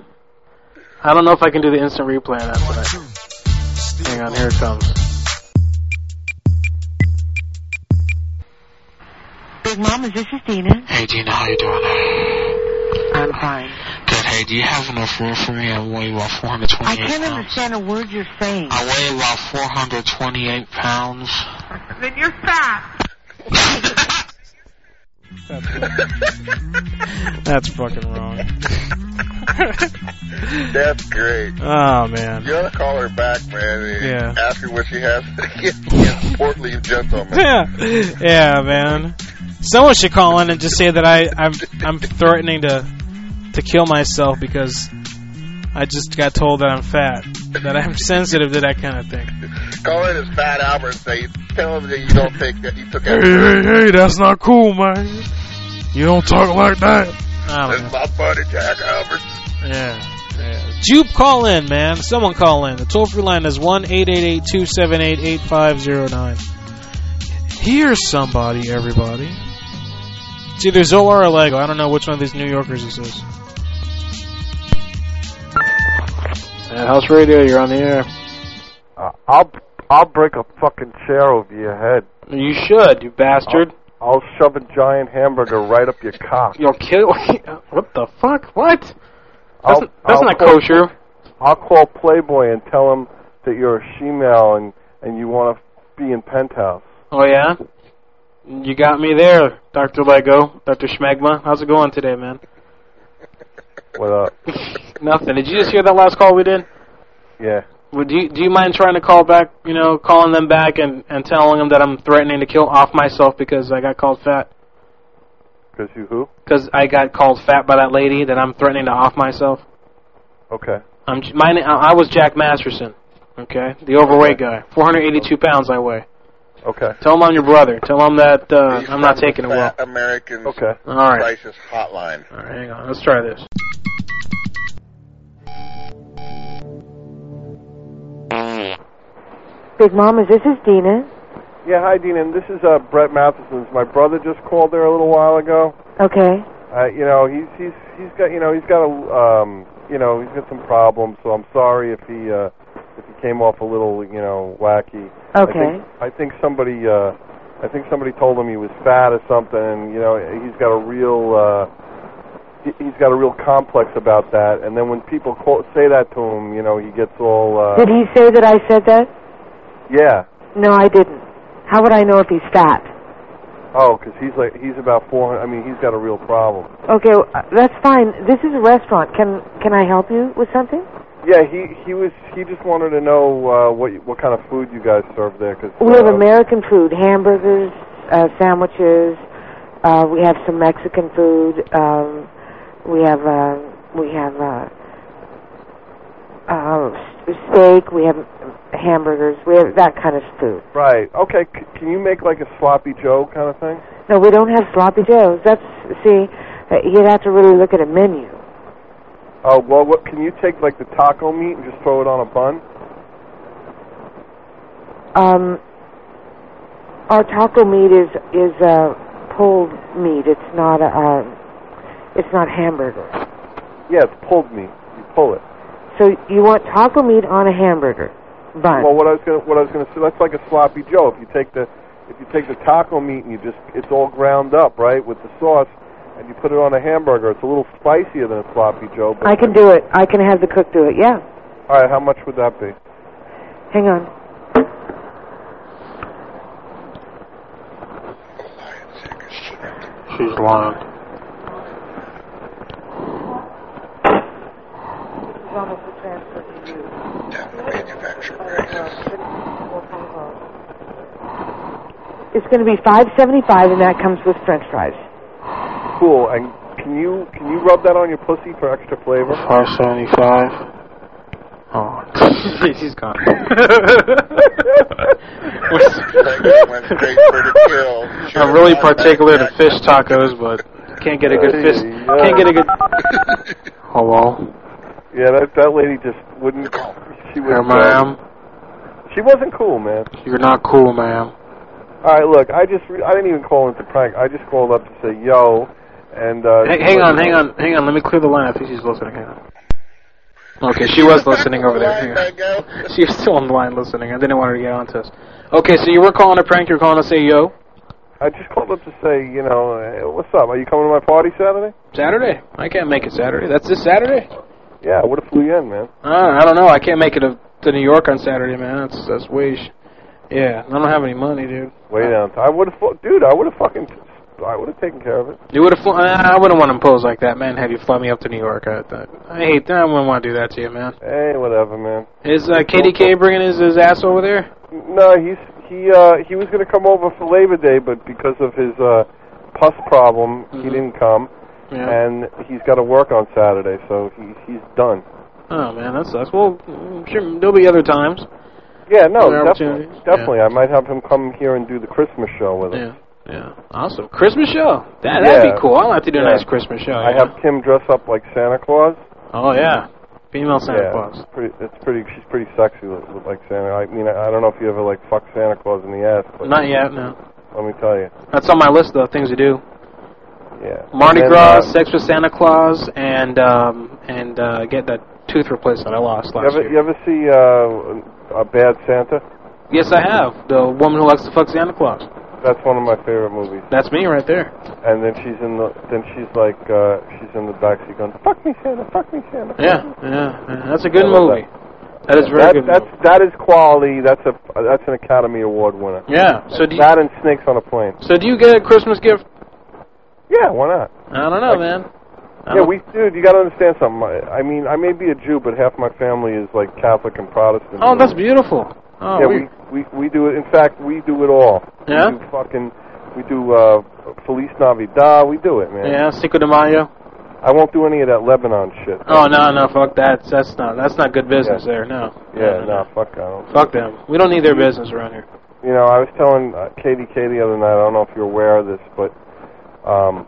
S4: I don't know if I can do the instant replay on that tonight. Hang on, here it comes.
S9: Big Mama, this is Dina.
S4: Hey, Gina, how you doing?
S9: I'm fine.
S4: Good. Hey, do you have enough room for me? I weigh about four hundred
S9: I can't
S4: um,
S9: understand a word you're saying.
S4: I weigh about 428 pounds.
S9: Then you're fat.
S5: That's fucking wrong.
S6: That's great.
S5: Oh man.
S6: You ought to call her back, man. And
S5: Yeah.
S6: Ask her what she has against Port Leaf gentlemen.
S5: Yeah, yeah, man. Someone should call in and just say that I, I'm I'm threatening to to kill myself because I just got told that I'm fat, that I'm sensitive to that kind of thing.
S6: Call in his fat Albert and say, tell him that you don't take that you took
S5: Hey,
S6: everything.
S5: hey, hey, that's not cool, man. You don't talk like that.
S6: That's my buddy Jack Albert.
S5: Yeah. Jupe, call in, man. Someone call in. The toll free line is 1 888 278 8509. Here's somebody, everybody. It's either Zolar or Lego. I don't know which one of these New Yorkers this is.
S4: At House Radio, you're on the air.
S14: Uh, I'll I'll break a fucking chair over your head.
S4: You should, you bastard.
S14: I'll, I'll shove a giant hamburger right up your cock.
S4: You'll kill. What the fuck? What? That's,
S14: I'll,
S4: that's not kosher.
S14: I'll call Playboy and tell him that you're a shemale and and you want to be in penthouse.
S4: Oh, yeah? You got me there, Dr. Lego, Dr. Schmegma. How's it going today, man?
S14: What up?
S4: Nothing. Did you just hear that last call we did?
S14: Yeah.
S4: Would you, do you mind trying to call back, you know, calling them back and, and telling them that I'm threatening to kill off myself because I got called fat?
S14: Cause you who?
S4: Because I got called fat by that lady that I'm threatening to off myself?
S14: Okay.
S4: I'm j- my, na- I I was Jack Masterson, okay, the overweight guy, 482 pounds I weigh.
S14: Okay.
S4: Tell him I'm your brother. Tell him that uh, I'm not taking it well.
S6: Fat Americans
S14: okay.
S4: All right.
S6: Crisis Hotline.
S4: All right, hang on. Let's try this.
S9: Big Mama, this is Dina.
S14: Yeah, hi, Dean. And this is uh, Brett Matheson's. My brother just called there a little while ago.
S9: Okay.
S14: Uh, you know, he's he's he's got you know he's got a um you know he's got some problems. So I'm sorry if he uh, if he came off a little you know wacky.
S9: Okay.
S14: I think, I think somebody uh, I think somebody told him he was fat or something. And you know he's got a real uh, he- he's got a real complex about that. And then when people quote, say that to him, you know he gets all uh,
S9: Did he say that I said that?
S14: yeah.
S9: No, I didn't. How would I know if he's fat?
S14: Oh, 'cause he's like he's about 400. I mean, he's got a real problem.
S9: Okay, well, uh, that's fine. This is a restaurant. Can can I help you with something?
S14: Yeah, he he was he just wanted to know uh, what you- what kind of food you guys serve there 'cause
S9: We have
S14: uh,
S9: American food, hamburgers, uh, sandwiches. Uh, we have some Mexican food. Um, we have uh, we have uh, uh, s- steak. We have hamburgers. We have that kind of food.
S14: right. Okay, c- can you make like a sloppy Joe kind of thing?
S9: No, we don't have sloppy joes. That's see, uh, you'd have to really look at a menu.
S14: Oh well, what can you take like the taco meat and just throw it on a bun?
S9: Um, our taco meat is is uh, pulled meat. It's not a uh, it's not hamburger.
S14: Yeah, it's pulled meat. You pull it.
S9: So you want taco meat on a hamburger bun?
S14: Well, what I was gonna what I was gonna say that's like a sloppy Joe. If you take the if you take the taco meat and you just it's all ground up right with the sauce and you put it on a hamburger, it's a little spicier than a sloppy Joe. But
S9: I can do it. I can have the cook do it. Yeah.
S14: All right, how much would that be?
S9: Hang on.
S4: She's long.
S9: It's going to be five seventy five, and that comes with French fries.
S14: Cool. And can you can you rub that on your pussy for extra flavor?
S4: Five seventy five. Oh, she's gone. I'm really particular to fish tacos, but can't get a good fish. Can't get a good. Hello,
S14: Yeah, that that lady just wouldn't. She was.
S4: there, ma'am.
S14: She wasn't cool, man.
S4: You're not cool, ma'am.
S14: All right, look, I just re- I didn't even call in to prank. I just called up to say yo, and uh,
S4: Hey, hang on, hang on, hang on. Let me clear the line. I think she's listening. Hang on. Okay, she was listening over there. Hang on. She was still on the line listening. I didn't want her to get on to us. Okay, so you were calling a E prank. You were calling to say yo.
S14: I just called up to say you know hey, what's up? Are you coming to my party Saturday?
S4: Saturday. I can't make it Saturday. That's this Saturday.
S14: Yeah, I would have flew you in, man.
S4: Uh, I don't know. I can't make it to, to New York on Saturday, man. That's that's way. Sh- yeah, I don't have any money, dude.
S14: Way down. I would have, fu- dude. I would have fucking. I would have taken care of it.
S4: You would have. Fl- I I wouldn't want to impose like that, man. Have you fly me up to New York? I, I, I hate that. I wouldn't want to do that to you, man.
S14: Hey, whatever, man.
S4: Is uh, KDK bringing his, his ass over there?
S14: No, he's he uh he was gonna come over for Labor Day, but because of his uh pus problem, he didn't come,
S4: Mm-hmm. Yeah.
S14: and he's got to work on Saturday, so he he's done.
S4: Oh man, that sucks. Well, I'm sure there'll be other times.
S14: Yeah, no,
S4: Other
S14: definitely,
S4: opportunities?
S14: definitely. I might have him come here and do the Christmas show with
S4: Yeah,
S14: us.
S4: yeah. Awesome. Christmas show. That that'd
S14: Yeah.
S4: be cool. I'll have to do a
S14: Yeah.
S4: nice Christmas show.
S14: I
S4: yeah.
S14: have Kim dress up like Santa Claus.
S4: Oh yeah, female Santa
S14: yeah,
S4: Claus.
S14: It's pretty, it's pretty. She's pretty sexy with, with like Santa. I mean, I, I don't know if you ever like fuck Santa Claus in the ass. But
S4: Not yet, no.
S14: Let me tell you.
S4: That's on my list though. Things to do.
S14: Yeah.
S4: Mardi
S14: And then,
S4: Gras,
S14: uh,
S4: sex with Santa Claus, and um and uh get that tooth replacement I lost
S14: you
S4: last
S14: ever
S4: year.
S14: you ever see uh, a bad Santa?
S4: Yes, I have. The woman who likes to fuck Santa Claus.
S14: That's one of my favorite movies.
S4: That's me right there.
S14: And then she's in the then she's like uh she's in the backseat going fuck me Santa, fuck me Santa. fuck
S4: Yeah,
S14: me."
S4: yeah. yeah. That's a good
S14: I love
S4: movie. that is very
S14: that,
S4: good.
S14: That's that is quality. That's a that's an Academy Award winner.
S4: Yeah, so do you-
S14: that and Snakes on a Plane.
S4: So do you get a Christmas gift?
S14: Yeah, why not?
S4: I don't know, man. I
S14: Yeah,
S4: don't-
S14: we dude, you got to understand something. I, I mean, I may be a Jew, but half my family is like Catholic and Protestant.
S4: Oh, that's beautiful. Oh,
S14: yeah,
S4: we-
S14: we, we we do it. In fact, we do it all.
S4: Yeah?
S14: We do fucking we do uh Feliz Navidad. We do it, man.
S4: yeah, Cinco de Mayo.
S14: I won't do any of that Lebanon shit.
S4: Oh no, no, fuck that. That's not that's not good business there. No.
S14: Yeah,
S4: no,
S14: no, fuck I don't.
S4: Fuck them. We don't need their business around here.
S14: You know, I was telling uh, Katie K the other night. I don't know if you're aware of this, but um,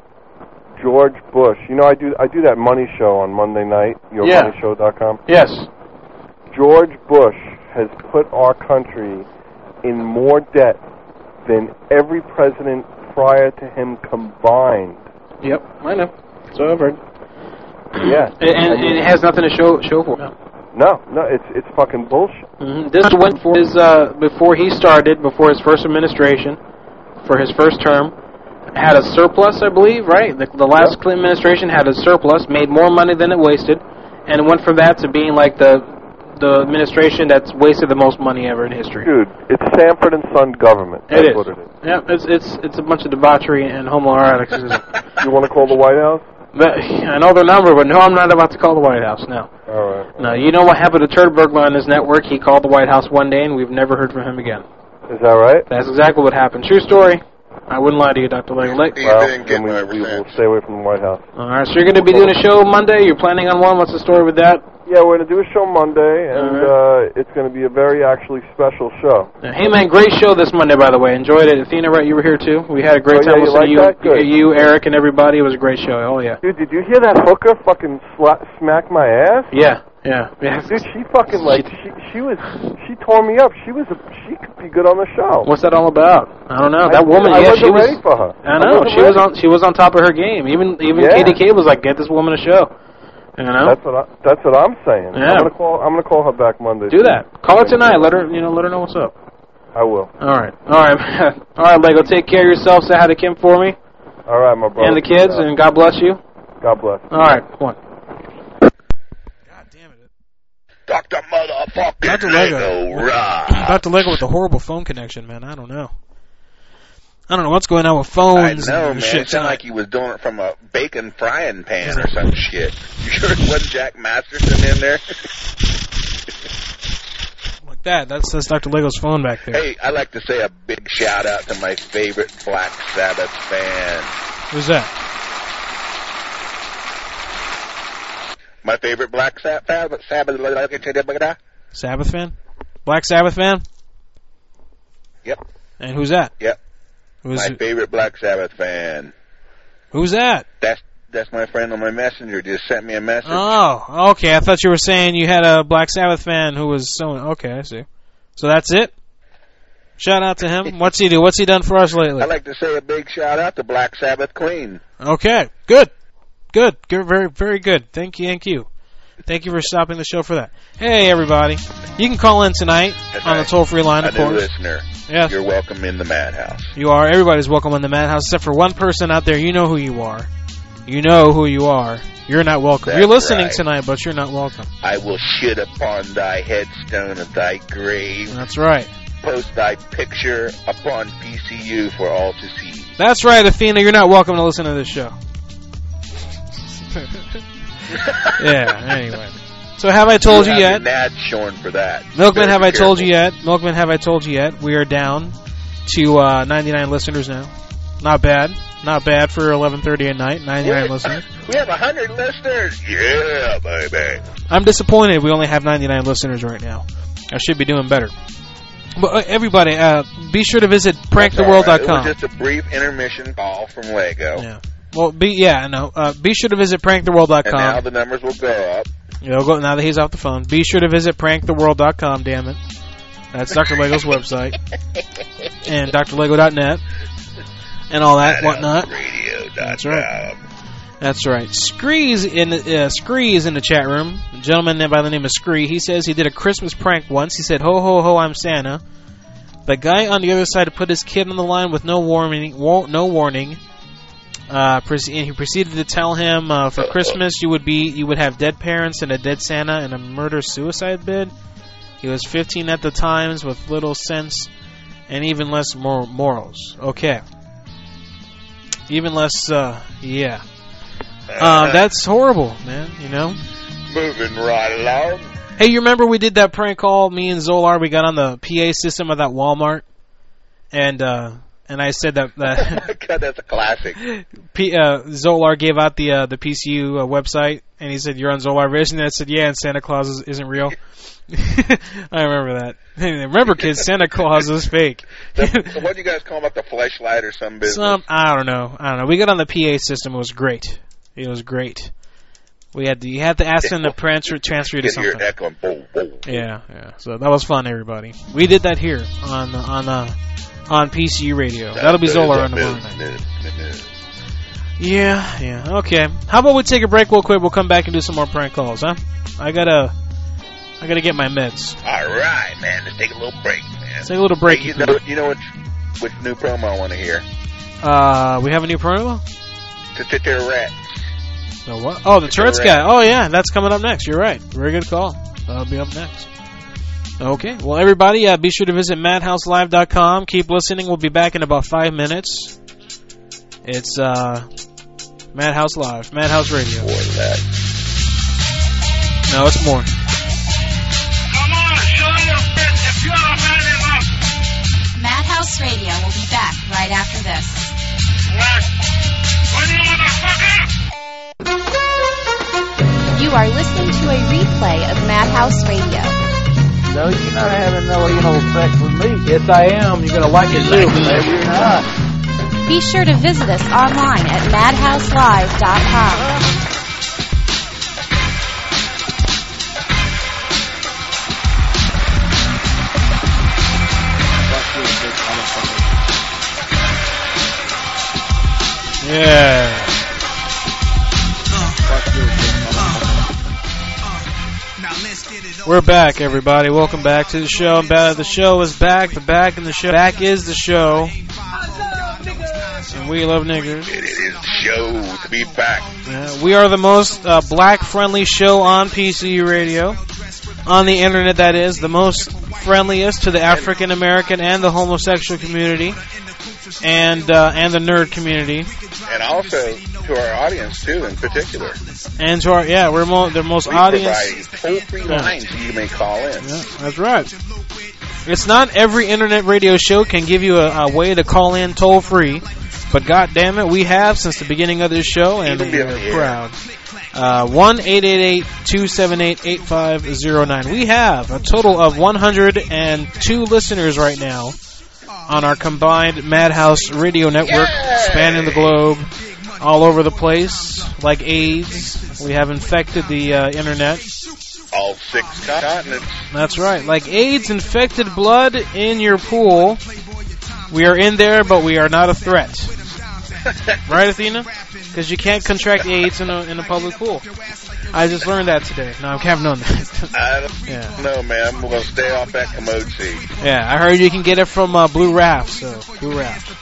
S14: George Bush. You know, I do I do that money show on Monday night.
S4: Yeah.
S14: YourMoneyShow.com.
S4: Yes.
S14: George Bush has put our country in more debt than every president prior to him combined.
S4: Yep, I know. So I've heard.
S14: Yeah.
S4: And, and, and it has nothing to show show for. No.
S14: No, no, it's it's fucking bullshit.
S4: hmm This went for his uh, before he started, before his first administration, for his first term, had a surplus, I believe, right? The, the last Clinton administration had a surplus, made more money than it wasted, and it went from that to being like the
S18: the administration that's wasted the most money ever in history.
S14: Dude, it's Sanford and Son government.
S18: It is.
S14: That's what it is.
S18: Yeah, it's it's it's a bunch of debauchery and homoeroticism.
S14: You want to call the White House?
S18: But, I know their number, but no, I'm not about to call the White House. No,
S14: All right.
S18: no. You know what happened to Turtbergman and his network? He called the White House one day, and we've never heard from him again.
S14: Is that right?
S18: That's exactly what happened. True story. I wouldn't lie to you, Dr. Leglet.
S14: Well, then we, we will stay away from the White House.
S18: All right, so you're going to be doing a show Monday. You're planning on one. What's the story with that?
S14: Yeah, we're going to do a show Monday, and uh, it's going to be a very actually special show.
S18: Uh, Hey man, great show this Monday by the way. Enjoyed it. Athena, right? You were here too. We had a great
S14: Oh, yeah,
S18: time
S14: you
S18: listening
S14: like that?
S18: to you, you,
S14: Good.
S18: Eric, and everybody. It was a great show. Oh yeah,
S14: Dude, did you hear that hooker fucking sla- smack my ass?
S18: yeah, yeah, yeah.
S14: Dude, she fucking like she she was she tore me up. She was a, she could be good on the show.
S18: What's that all about? I don't know.
S14: I-
S18: That woman,
S14: I
S18: yeah,
S14: wasn't
S18: she was.
S14: ready for her.
S18: I
S14: I
S18: know
S14: wasn't
S18: she was
S14: ready.
S18: on. She was on top of her game. Even even
S14: Yeah.
S18: KDK was like, get this woman a show. You know,
S14: That's what I, that's what I'm saying.
S18: Yeah.
S14: I'm gonna call I'm gonna call her back Monday.
S18: do that. Call her tonight. Let her you know. Let her know what's up.
S14: I will.
S18: All right, all right, all right, Lego. Take care of yourself. Say hi to Kim for me
S14: All right, my brother.
S18: and the kids, and God bless you.
S14: God bless.
S18: All right, one.
S5: Dr. Motherfucking
S4: Dr.
S5: Lego
S4: Lego.
S5: Rock.
S4: Dr. Lego with a horrible phone connection, man. I don't know. I don't know what's going on with phones
S5: I know,
S4: and
S5: man.
S4: shit
S5: It sounded
S4: tonight.
S5: like you was doing it from a bacon frying pan or some shit. You sure it wasn't Jack Masterson in there?
S4: Like that. That's that's Dr. Lego's phone back there.
S5: hey, I'd like to say a big shout out to my favorite Black Sabbath fan.
S4: Who's that?
S5: My favorite Black Sa- Sabbath Sabbath.
S4: Sabbath fan? Black Sabbath fan?
S5: Yep.
S4: And who's that?
S5: Yep.
S4: Who's
S5: my favorite Black Sabbath fan.
S4: who's that?
S5: That's that's my friend on my messenger. Just sent me a message.
S4: Oh, okay. I thought you were saying you had a Black Sabbath fan who was so. Okay, I see. So that's it. Shout out to him. What's he do? What's he done for us lately?
S5: I'd like to say a big shout out to Black Sabbath Queen.
S4: Okay, good, good, good, very, very good. Thank you, thank you, thank you for stopping the show for that. Hey, everybody, you can call in tonight on the toll-free line,
S5: a
S4: of
S5: new
S4: course.
S5: listener.
S4: Yes.
S5: You're welcome in the madhouse.
S4: You are everybody's welcome in the madhouse except for one person out there. You know who you are. You know who you are. You're not welcome. You're
S5: That's
S4: listening
S5: right.
S4: tonight, but you're not welcome.
S5: I will shit upon thy headstone of thy grave,
S4: That's right.
S5: post thy picture upon PCU for all to see.
S4: That's right, Athena. You're not welcome to listen to this show. yeah. Anyway. So have I told you yet?
S5: have your nads shorn for that.
S4: Milkman,
S5: Better
S4: have
S5: be
S4: I told
S5: careful.
S4: you yet? Milkman, have I told you yet? We are down to uh, 99 listeners now. Not bad. Not bad for 11:30 at night. 99 listeners.
S5: We have a hundred listeners. Yeah, baby.
S4: I'm disappointed. We only have 99 listeners right now. I should be doing better. But uh, everybody, uh, be sure to visit
S5: Alright, It
S4: pranktheworld.com.
S5: was just a brief intermission call from Lego.
S4: Yeah. Well, be yeah, I know. Uh, be sure to visit pranktheworld.com.
S5: And now the numbers will go up.
S4: You know, go, now that he's off the phone, be sure to visit pranktheworld.com, damn it. That's Dr. Lego's website. And drlego.net. And all that, whatnot. That's right. That's right. Scree's in the, uh, Scree's in the chat room. A gentleman by the name of Scree. He says he did a Christmas prank once. He said, "Ho ho ho, I'm Santa." The guy on the other side put his kid on the line with no warning. War, no warning. Uh, proce- and he proceeded to tell him, uh, "For Christmas, you would be you would have dead parents and a dead Santa and a murder suicide bid." He was 15 at the times, with little sense and even less mor- morals. Okay, even less. Uh, yeah. Uh, that's horrible, man. You know.
S5: Moving right along.
S4: Hey, you remember we did that prank call? Me and Zolar, we got on the PA system of that Walmart, and uh, and I said that that
S5: God, that's a classic.
S4: P, uh, Zolar gave out the uh, the PCU uh, website, and he said you're on Zolar Vision. And I said yeah, and Santa Claus is, isn't real. I remember that. remember, kids, Santa Claus is fake.
S5: The, what do you guys call them? Like the flashlight or some business?
S4: Some I don't know. I don't know. We got on the PA system. It was great. It was great. We had to, you had to ask them to transfer transfer you to
S5: Get
S4: something.
S5: your echo. Boom, boom.
S4: Yeah, yeah. So that was fun, everybody. We did that here on on uh, on PCU radio. That'll be Zolar on the phone. Yeah, yeah. Okay. How about we take a break real quick? We'll come back and do some more prank calls, huh? I gotta, I gotta get my meds.
S5: All right, man. Let's take a little break, man.
S4: Let's take a little break.
S5: Hey, you know, you know which, which new promo I want to hear?
S4: Uh, we have a new promo.
S5: T-t-t-rat.
S4: The what? Oh, the Tourette's
S5: Correct.
S4: guy. Oh yeah, that's coming up next. You're right. Very good call. That'll be up next. Okay. Well, everybody, uh, be sure to visit madhouselive.com. Keep listening. We'll be back in about five minutes. It's uh, Madhouse Live, Madhouse Radio. No, it's more.
S19: Madhouse Radio will be back right after this.
S1: You are listening to a replay of Madhouse Radio.
S20: No, you're not having no anal sex with me. Yes, I am. You're gonna like it too. Maybe you're not.
S1: Be sure to visit us online at madhouselive.com.
S4: Yeah. We're back, everybody. Welcome back to the show. Ba- The show is back. The back and the show. Back is the show. And we love niggers.
S5: It is show to be back.
S4: Yeah, we are the most uh, black-friendly show on PC radio, on the internet. That is the most friendliest to the African American and the homosexual community, and uh, and the nerd community.
S5: And also to our audience, too, in particular.
S4: And to our yeah, we're mo- the most
S5: we
S4: audience.
S5: provide toll-free
S4: Yeah.
S5: lines you may call in.
S4: That's right. It's not every internet radio show can give you a, a way to call in toll free, but god damn it, we have since the beginning of this show, and
S5: Even be on the
S4: we're
S5: air.
S4: proud. Uh, 1-888-278-8509. We have a total of 102 listeners right now on our combined Madhouse Radio Network, spanning the globe, all over the place, like AIDS. We have infected the uh, internet.
S5: All six continents.
S4: That's right. Like AIDS infected blood in your pool. We are in there, but we are not a threat. Right, Athena? Because you can't contract AIDS in a, in a public pool. I just learned that today. No, I haven't known that.
S5: I don't know, man. I'm gonna stay off that commodity.
S4: yeah, I heard you can get it from uh, Blue Raft, so Blue Raft.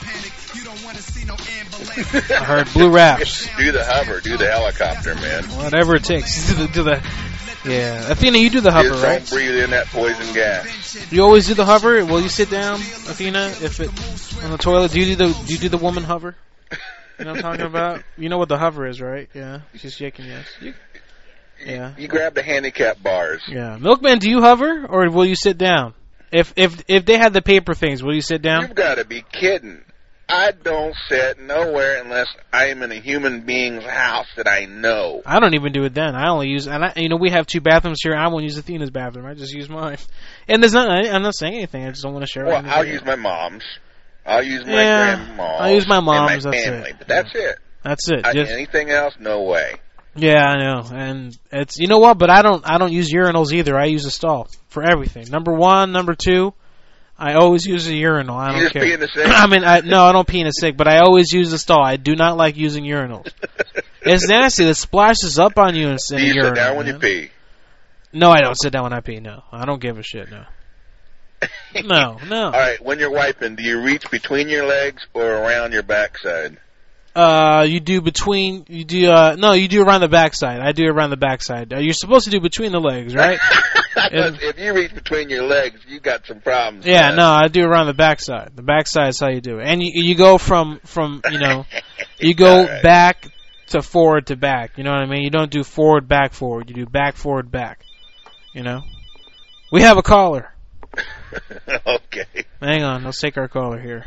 S4: I heard Blue Raft.
S5: do the hover, do the helicopter, man.
S4: Whatever it takes. to the, to the, yeah, Athena, you do the hover,
S5: Just
S4: right?
S5: don't breathe in that poison gas.
S4: You always do the hover. Will you sit down, Athena? If it on the toilet, do you do the do you do the woman hover? You know what I'm talking about? You know what the hover is, right? Yeah, she's shaking yes. You, yeah,
S5: You grab the handicap bars.
S4: yeah. Milkman, do you hover or will you sit down? If if if they had the paper things, will you sit down?
S5: You've got to be kidding. I don't sit nowhere unless I am in a human being's house that I know.
S4: I don't even do it then. I only use and I, you know we have two bathrooms here. I won't use Athena's bathroom. I just use mine. And there's not. I, I'm not saying anything. I just don't want to share. it
S5: Well,
S4: with
S5: I'll
S4: anybody.
S5: use my mom's. I'll use my
S4: Yeah,
S5: grandma's.
S4: I'll use my
S5: and
S4: mom's,
S5: my
S4: that's it.
S5: family, but that's it.
S4: That's it.
S5: I-
S4: Just-
S5: anything else, no way.
S4: Yeah, I know, and it's you know what, but I don't I don't use urinals either. I use a stall for everything. Number one, number two, I always use a urinal. I
S5: You
S4: don't
S5: just
S4: care.
S5: pee in the sink?
S4: I mean, I, no, I don't pee in a sink, but I always use a stall. I do not like using urinals. it's nasty. It splashes up on you in, in
S5: Do you
S4: a urinal.
S5: sit down when
S4: man.
S5: you pee?
S4: No, I don't sit down when I pee. No, I don't give a shit. No, no, no.
S5: All right, when you're wiping, do you reach between your legs or around your backside?
S4: Uh, you do between you do uh no you do around the backside. I do around the backside. Uh, you're supposed to do between the legs, right?
S5: Because if you reach between your legs, you got some problems.
S4: Yeah,
S5: man.
S4: no, I do around the backside. The backside is how you do it, and you you go from from you know, you go back to forward to back. You know what I mean? You don't do forward back forward. You do back forward back. You know. We have a caller.
S5: okay.
S4: Hang on, let's take our caller here.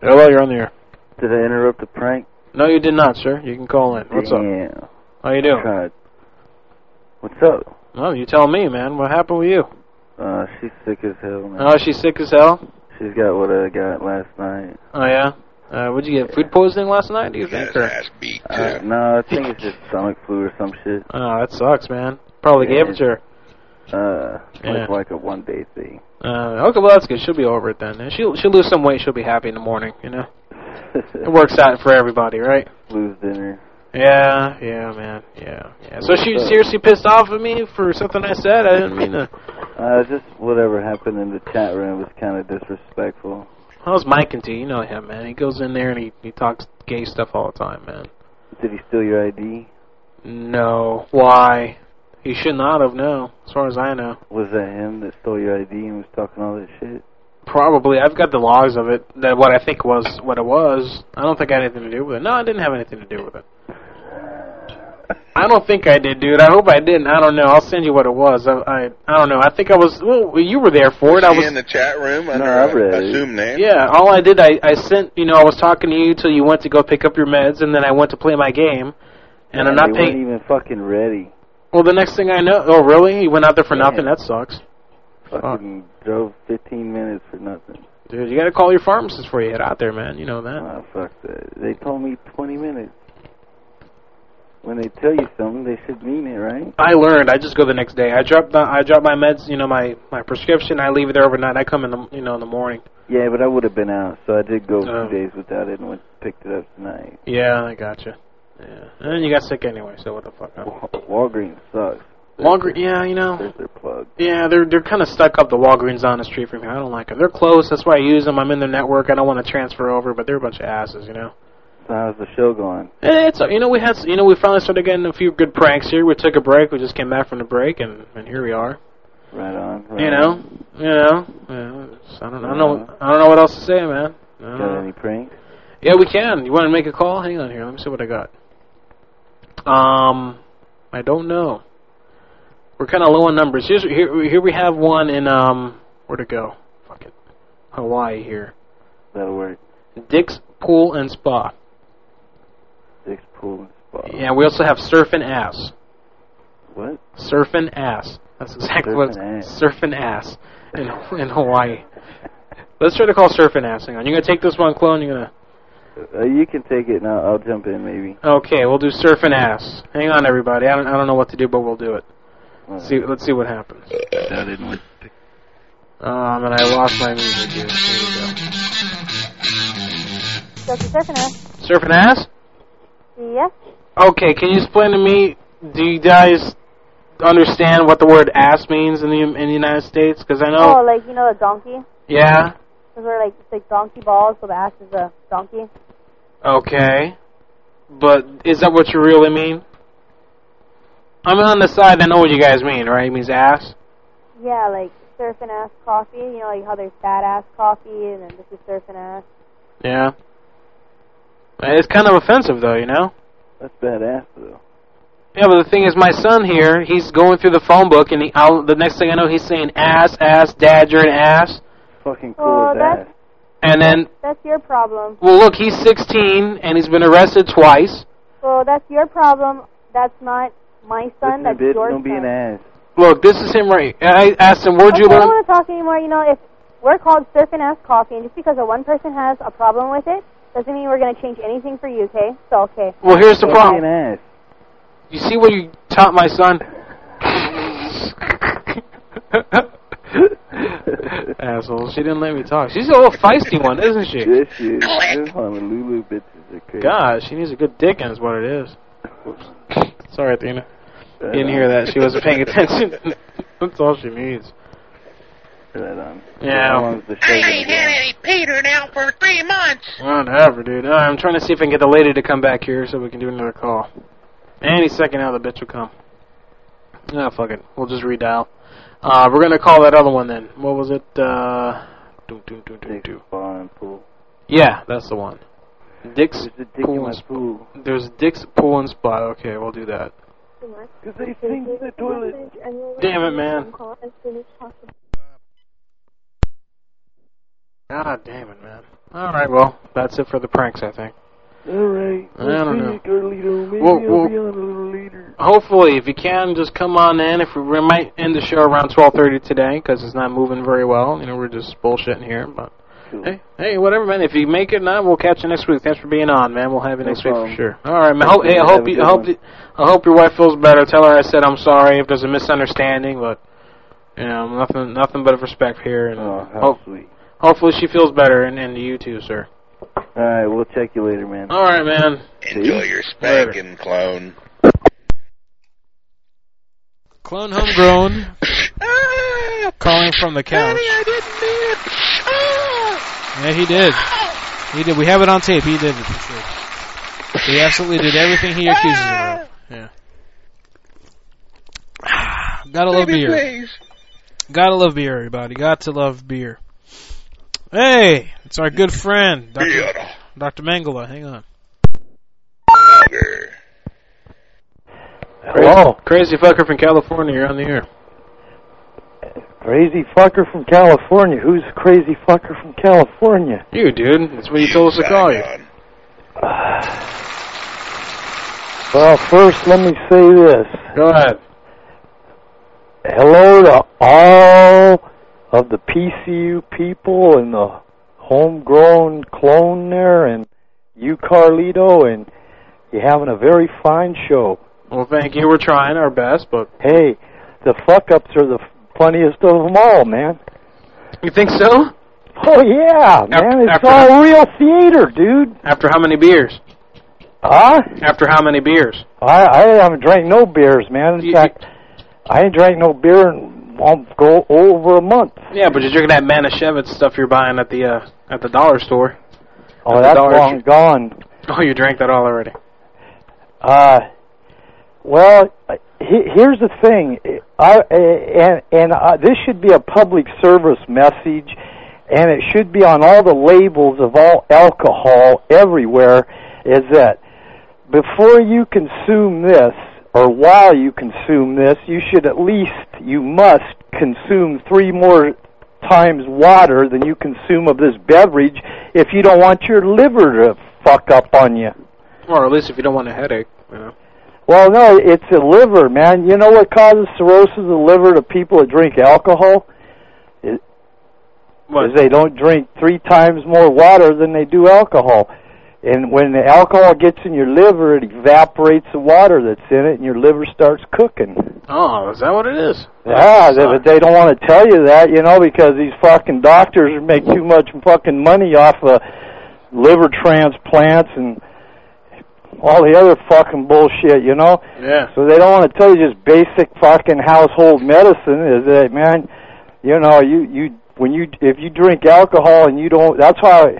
S21: Hello, you're on the air.
S22: Did I interrupt the prank?
S21: No, you did not, sir. You can call in. What's up?
S22: yeah. up?
S21: How you doing?
S22: What's up?
S21: Well, Oh, you tell me, man. What happened with you?
S22: Uh, she's sick as hell, man.
S21: Oh, she's sick as hell.
S22: She's got what I got last night.
S21: Oh yeah. Uh, what'd you get? Food poisoning last night? Do you think? Or?
S22: Uh, no, I think it's just stomach flu or some shit.
S21: Oh, that sucks, man. Probably
S22: Yeah.
S21: gave it to her.
S22: Uh,
S21: Yeah.
S22: like like a one day thing.
S21: Uh, okay, well that's good. She'll be over it then. And She'll she'll lose some weight. She'll be happy in the morning. You know, it works out for everybody, right?
S22: Blues dinner.
S21: Yeah, yeah, man, yeah, yeah. So she was seriously pissed off at me for something I said. I didn't mean to.
S22: Uh, just whatever happened in the chat room was kind of disrespectful.
S21: uh, How's Mike and T? You know him, man. He goes in there and he he talks gay stuff all the time, man.
S5: Did he steal your ID?
S4: No. Why? He should not have, no, as far as I know.
S5: Was that him that stole your ID and was talking all that shit?
S4: Probably. I've got the logs of it, that what I think was what it was. I don't think I had anything to do with it. No, I didn't have anything to do with it. I don't think I did, dude. I hope I didn't. I don't know. I'll send you what it was. I I, I don't know. I think I was. Well, you were there for it. I
S23: He
S4: was
S23: in the chat room under
S4: No, I
S23: a
S4: read it.
S23: assumed name.
S4: Yeah, oh, all I did, I, I sent, you know, I was talking to you till you went to go pick up your meds, and then I went to play my game, and I'm
S5: Man,
S4: not
S5: they weren't
S4: paying.
S5: even fucking ready.
S4: Well, the next thing I know, oh, really? You went out there for nothing? That sucks.
S5: Fucking drove 15 minutes for nothing.
S4: Dude, you gotta call your pharmacist before you head out there, man. You know that.
S5: Oh, fuck that. They told me 20 minutes. When they tell you something, they should mean it, right?
S4: I learned. I just go the next day. I drop the, I drop my meds, you know, my my prescription. I leave it there overnight. I come in the, you know, in the morning.
S5: Yeah, but I would have been out, so I did go a few
S4: Oh.
S5: days without it and went picked it up tonight.
S4: Yeah, I gotcha. Yeah, and then you got sick anyway. So what the fuck?
S5: Walgreens sucks.
S4: Walgreens, yeah, you know.
S5: There's their plug.
S4: Yeah, they're they're kind of stuck up the Walgreens on the street from here. I don't like them. They're close. That's why I use them. I'm in their network. I don't want to transfer over, but they're a bunch of asses, you know.
S5: So how's the show going?
S4: Eh, It's you know we had you know we finally started getting a few good pranks here. We took a break. We just came back from the break, and and here we are.
S5: Right on. Right
S4: You
S5: on.
S4: know, you know. Yeah, it's- I don't, I don't know. I don't know what else to say, man. I don't
S5: Got
S4: know.
S5: any pranks?
S4: Yeah, we can. You want to make a call? Hang on here. Let me see what I got. Um, I don't know. We're kind of low on numbers. Here's, here, here we have one in um, where to go? Fuck it, Hawaii here.
S5: That'll work.
S4: Dick's Pool and Spa.
S5: Dick's Pool and Spa.
S4: Yeah, we also have Surfin' Ass.
S5: What?
S4: Surfin' Ass. That's exactly what it's Surfin'
S5: Surfin' Ass.
S4: Ass in in Hawaii. Let's try to call Surfin' Ass. Hang on. You're gonna take this one, clone. You're gonna.
S5: Uh, you can take it, and I'll, I'll jump in maybe.
S4: Okay, we'll do Surfin' Ass. Hang on, everybody. I don't I don't know what to do, but we'll do it. Let's see let's see what happens. Um, and I lost my music here. Here we go.
S24: Dr. Stefanos?
S4: Surfing ass?
S24: Yes?
S4: Okay, can you explain to me? Do you guys understand what the word ass means in the in the United States? Because I know.
S24: Oh, like, you know, the donkey?
S4: yeah.
S24: Because we're like, it's like donkey balls, so the ass is a donkey.
S4: Okay. But is that what you really mean? I mean, on the side, I know what you guys mean, right? It means ass.
S24: Yeah, like surfing ass coffee. You know, like how there's badass coffee, and then this is surfing ass.
S4: Yeah. It's kind of offensive, though, you know.
S5: That's badass though.
S4: Yeah, but the thing is, my son here, he's going through the phone book, and he, I'll, the next thing I know, he's saying ass, ass, dad, you're an ass,
S5: Fucking cool
S24: Oh,
S5: as
S24: that's
S5: ass.
S4: and then
S24: that's your problem.
S4: Well, look, he's 16 and he's been arrested twice.
S24: Well, that's your problem. That's not my son.
S5: Listen,
S24: that's
S5: bitch,
S24: your son.
S5: don't be an ass.
S4: Look, this is him right. I asked him, "Where'd
S24: Okay,
S4: you
S24: I don't
S4: learn?"
S24: want to talk anymore. You know, if we're called surfing ass coffee, and just because a one person has a problem with it, doesn't mean we're going to change anything for you. Okay? So okay.
S4: Well, here's the
S5: Don't
S4: problem.
S5: Be an ass.
S4: You see what you taught my son? Asshole. She didn't let me talk. She's a little feisty one, isn't she?
S5: This is this Honolulu bitches are crazy.
S4: God, she needs a good dick, and is what it is. Oops. Sorry, Athena.
S5: Right
S4: Didn't
S5: on.
S4: hear that. She wasn't paying attention. That's all she needs.
S5: Right on.
S4: Yeah.
S5: How long's the show gonna go?
S17: any Peter now for three months.
S4: Whatever, dude. All right, I'm trying to see if I can get the lady to come back here so we can do another call. Any second now, the bitch will come. Ah, fuck it. We'll just redial. Uh, we're gonna call that other one then. What was it? Uh, doo, doo, doo, doo, doo.
S5: Bar and pool.
S4: Yeah, that's the one. Dick's
S5: There's a dick in
S4: pool
S5: my
S4: and spa.
S5: pool.
S4: There's Dick's pool and spa. Okay, we'll do that.
S5: Cause they sing in the toilet.
S4: Damn it, man. God damn it, man. All right, well, that's it for the pranks, I think.
S5: Alright.
S4: I don't know.
S5: Carlito. Maybe
S4: Well,
S5: I'll
S4: well-
S5: be on a little later.
S4: Hopefully, if you can, just come on in. If we, we might end the show around 12:30 today because it's not moving very well. You know, we're just bullshitting here, but. Hey, hey, whatever, man. If you make it, not, we'll catch you next week. Thanks for being on, man. We'll have you
S5: No
S4: next week
S5: problem.
S4: for sure. All right, man.
S5: Thank
S4: Hope,
S5: you.
S4: hey, I
S5: Have
S4: hope
S5: a
S4: you,
S5: good
S4: I hope
S5: one.
S4: you, I hope your wife feels better. Tell her I said I'm sorry if there's a misunderstanding, but you know, nothing, nothing but respect here, and
S5: Oh, how
S4: hope,
S5: sweet.
S4: hopefully she feels better, and, and you too, sir.
S5: Alright, we'll check you later, man.
S4: All right, man.
S23: Enjoy your spanking, clone.
S8: Clone homegrown. calling from the couch. Yeah, he did. He did. We have it on tape. He did it for sure.
S5: He absolutely did everything he accuses her of. Yeah. Gotta love
S25: Baby
S5: beer. Gotta love beer, everybody. Got to love beer. Hey, it's our good friend, Dr. Dr. Mangala. Hang on.
S4: Hello. Crazy fucker from California, you're on the air.
S10: Crazy fucker from California. Who's a crazy fucker from California?
S4: You, dude. That's what you told us to call you.
S10: Well, first, let me say this.
S4: Go ahead.
S10: Hello to all of the PCU people and the homegrown clone there, and you, Carlito, and you're having a very fine show.
S4: Well, thank you. We're trying our best, but
S10: Hey, the fuck ups are the funniest of them all, man.
S4: You think so?
S10: Oh yeah, man, it's
S4: after-
S10: all real theater, dude.
S4: after how many beers?
S10: Huh?
S4: After how many beers?
S10: I I haven't drank no beers, man. In fact, I ain't drank no beer in won't go over a month.
S4: Yeah, but you're drinking that Manischewitz stuff you're buying at the uh, at the dollar store. At
S10: Oh,
S4: the
S10: that's
S4: dollar
S10: long
S4: tr-
S10: gone.
S4: Oh, you drank that all already.
S10: Uh, well, uh, he, here's the thing. I uh, and and uh, this should be a public service message, and it should be on all the labels of all alcohol everywhere. Is that before you consume this, or while you consume this, you should at least you must consume three more times water than you consume of this beverage if you don't want your liver to fuck up on you.
S4: Or at least if you don't want a headache. You know.
S10: Well, no, it's the liver, man. You know what causes cirrhosis of the liver to people that drink alcohol? Is, is they don't drink three times more water than they do alcohol. And when the alcohol gets in your liver, it evaporates the water that's in it, and your liver starts cooking.
S4: Oh, is that what it is?
S10: Yeah, they, but they don't want to tell you that, you know, because these fucking doctors make too much fucking money off of liver transplants and all the other fucking bullshit, you know.
S4: Yeah.
S10: So they don't want to tell you just basic fucking household medicine is that man, you know, you you when you if you drink alcohol and you don't that's why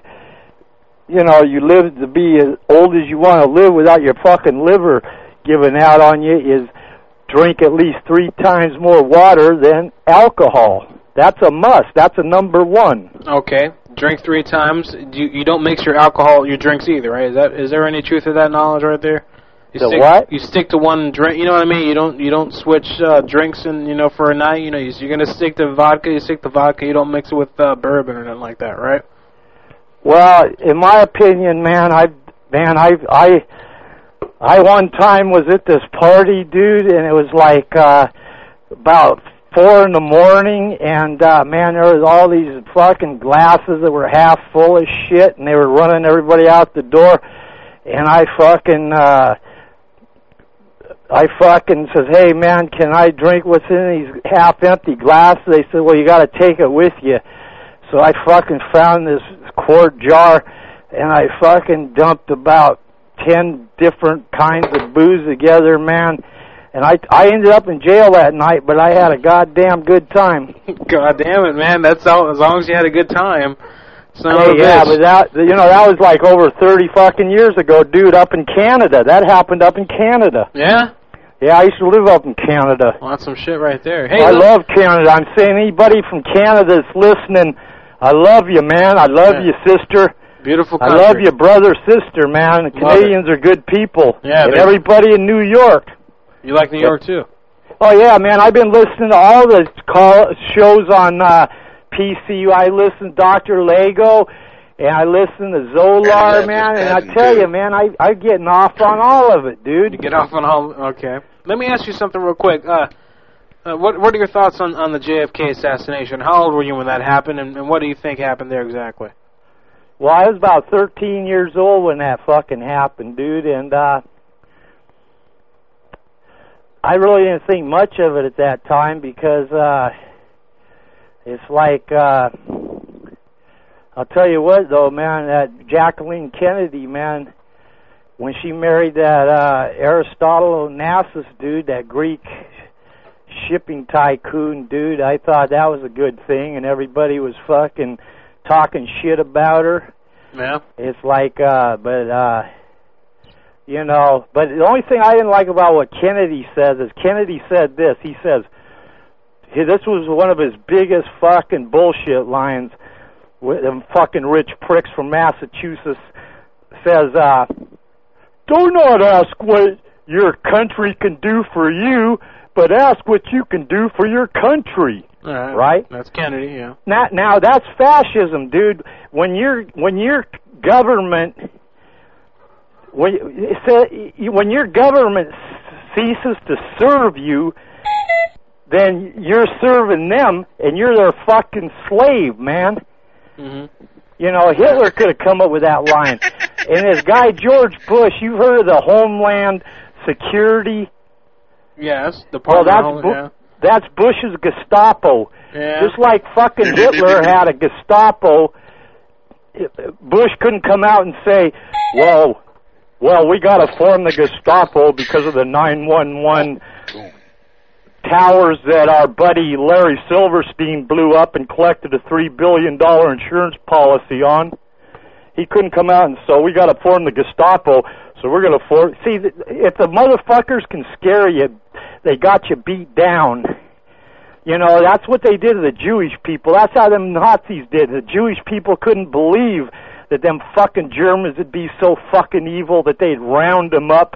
S10: you know, you live to be as old as you want to live without your fucking liver giving out on you is drink at least 3 times more water than alcohol. That's a must. That's a number 1.
S4: Okay. Drink three times. Do You, you don't mix your alcohol, your drinks either, right? Is that is there any truth to that knowledge right there? You
S10: The
S4: stick,
S10: what?
S4: You stick to one drink. You know what I mean? You don't you don't switch uh, drinks and you know for a night. You know you, you're gonna stick to vodka. You stick to vodka. You don't mix it with uh, bourbon or nothing like that, right?
S10: Well, in my opinion, man, I man, I I I one time was at this party, dude, and it was like uh about four in the morning and uh man there was all these fucking glasses that were half full of shit and they were running everybody out the door and I fucking uh I fucking says, Hey man, can I drink what's in these half empty glasses? They said, Well you gotta take it with you. So I fucking found this quart jar and I fucking dumped about ten different kinds of booze together, man. And I I ended up in jail that night, but I had a goddamn good time.
S4: God damn it, man! That's all. As long as you had a good time. Son of
S10: Hey,
S4: a
S10: yeah,
S4: bitch.
S10: but that you know that was like over thirty fucking years ago, dude. Up in Canada, that happened up in Canada.
S4: Yeah?
S10: Yeah, I used to live up in Canada.
S4: Well, that's some shit right there. Hey,
S10: I
S4: look-
S10: love Canada. I'm saying anybody from Canada that's listening, I love you, man. I love
S4: Yeah.
S10: you, sister.
S4: Beautiful
S10: I
S4: country.
S10: love you, brother, sister, man. The
S4: Love it.
S10: Canadians are good people.
S4: Yeah,
S10: and
S4: they're-
S10: everybody in New York.
S4: You like New York too?
S10: Oh yeah, man. I've been listening to all the call shows on uh PCU. I listen to Dr. Lego and I listen to Zolar, man, and I tell you, man, I I'm getting off on all of it, dude.
S4: You get off on all. Okay. Let me ask you something real quick. Uh, uh, what What are your thoughts on on the JFK assassination? How old were you when that happened, and, and what do you think happened there exactly?
S10: Well, I was about 13 years old when that fucking happened, dude, and uh I really didn't think much of it at that time because uh it's like uh I'll tell you what though, man, that Jacqueline Kennedy, man, when she married that uh Aristotle Onassis dude, that Greek shipping tycoon dude, I thought that was a good thing and everybody was fucking talking shit about her.
S4: Yeah.
S10: It's like uh but uh you know. But the only thing I didn't like about what Kennedy says is Kennedy said this. He says he- this was one of his biggest fucking bullshit lines. With them fucking rich pricks from Massachusetts says, uh, "Do not ask what your country can do for you, but ask what you can do for your country."
S2: All right.
S10: Right?
S2: That's Kennedy, yeah.
S10: Now, now that's fascism, dude. When your when your government when it sa- when your government ceases to serve you, then you're serving them, and you're their fucking slave, man.
S2: Mm-hmm.
S10: You know, Hitler could have come up with that line. and this guy George Bush, you've heard of the Homeland Security?
S2: Yes, the part
S10: well, that's Bu- that's Bush's Gestapo.
S2: yeah. yeah.
S10: Just like fucking Hitler had a Gestapo, Bush couldn't come out and say, "Well, well, we got to form the Gestapo because of the 911 towers that our buddy Larry Silverstein blew up and collected a three billion dollar insurance policy on." He couldn't come out and so we got to form the Gestapo. So we're gonna form. See, th- if the motherfuckers can scare you, they got you beat down. You know, that's what they did to the Jewish people. That's how them Nazis did. The Jewish people couldn't believe that them fucking Germans would be so fucking evil that they'd round them up.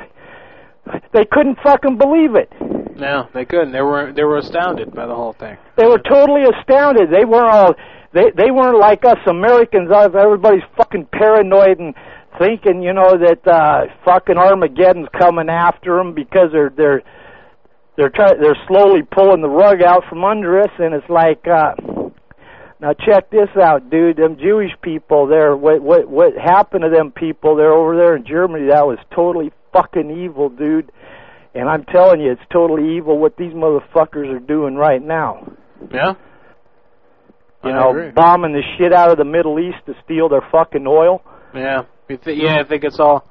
S10: They couldn't fucking believe it.
S2: No, they couldn't. They were they were astounded by the whole thing.
S10: They were totally astounded. They weren't all they they weren't like us Americans. uh, Everybody's fucking paranoid and thinking, you know, that uh fucking Armageddon's coming after them because they're they're they're try, they're slowly pulling the rug out from under us and it's like uh now check this out, dude. Them Jewish people there what what what happened to them people there over there in Germany that was totally fucking evil, dude. And I'm telling you, it's totally evil what these motherfuckers are doing right now.
S2: Yeah.
S10: You
S2: I
S10: know,
S2: agree.
S10: bombing the shit out of the Middle East to steal their fucking oil.
S2: Yeah, you th- yeah, I think it's all,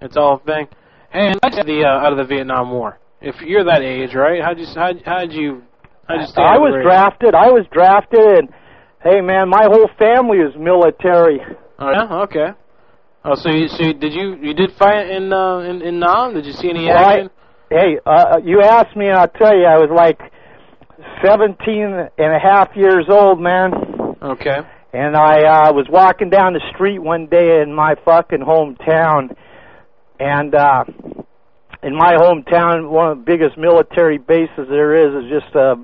S2: it's all a thing. Hey, and how'd you get the uh, out of the Vietnam War? If you're that age, right? How'd you how'd, how'd you how'd you stay out
S10: I
S2: of
S10: was
S2: the race?
S10: drafted. I was drafted, and hey, man, my whole family is military.
S2: Oh, yeah, okay. Oh, so you so you, did you you did fight in uh, in in Nam? Did you see any
S10: Well, I-
S2: action?
S10: Hey, uh, you asked me, and I'll tell you, I was like 17 and a half years old, man.
S2: Okay.
S10: And I uh, was walking down the street one day in my fucking hometown, and uh, in my hometown, one of the biggest military bases there is is just a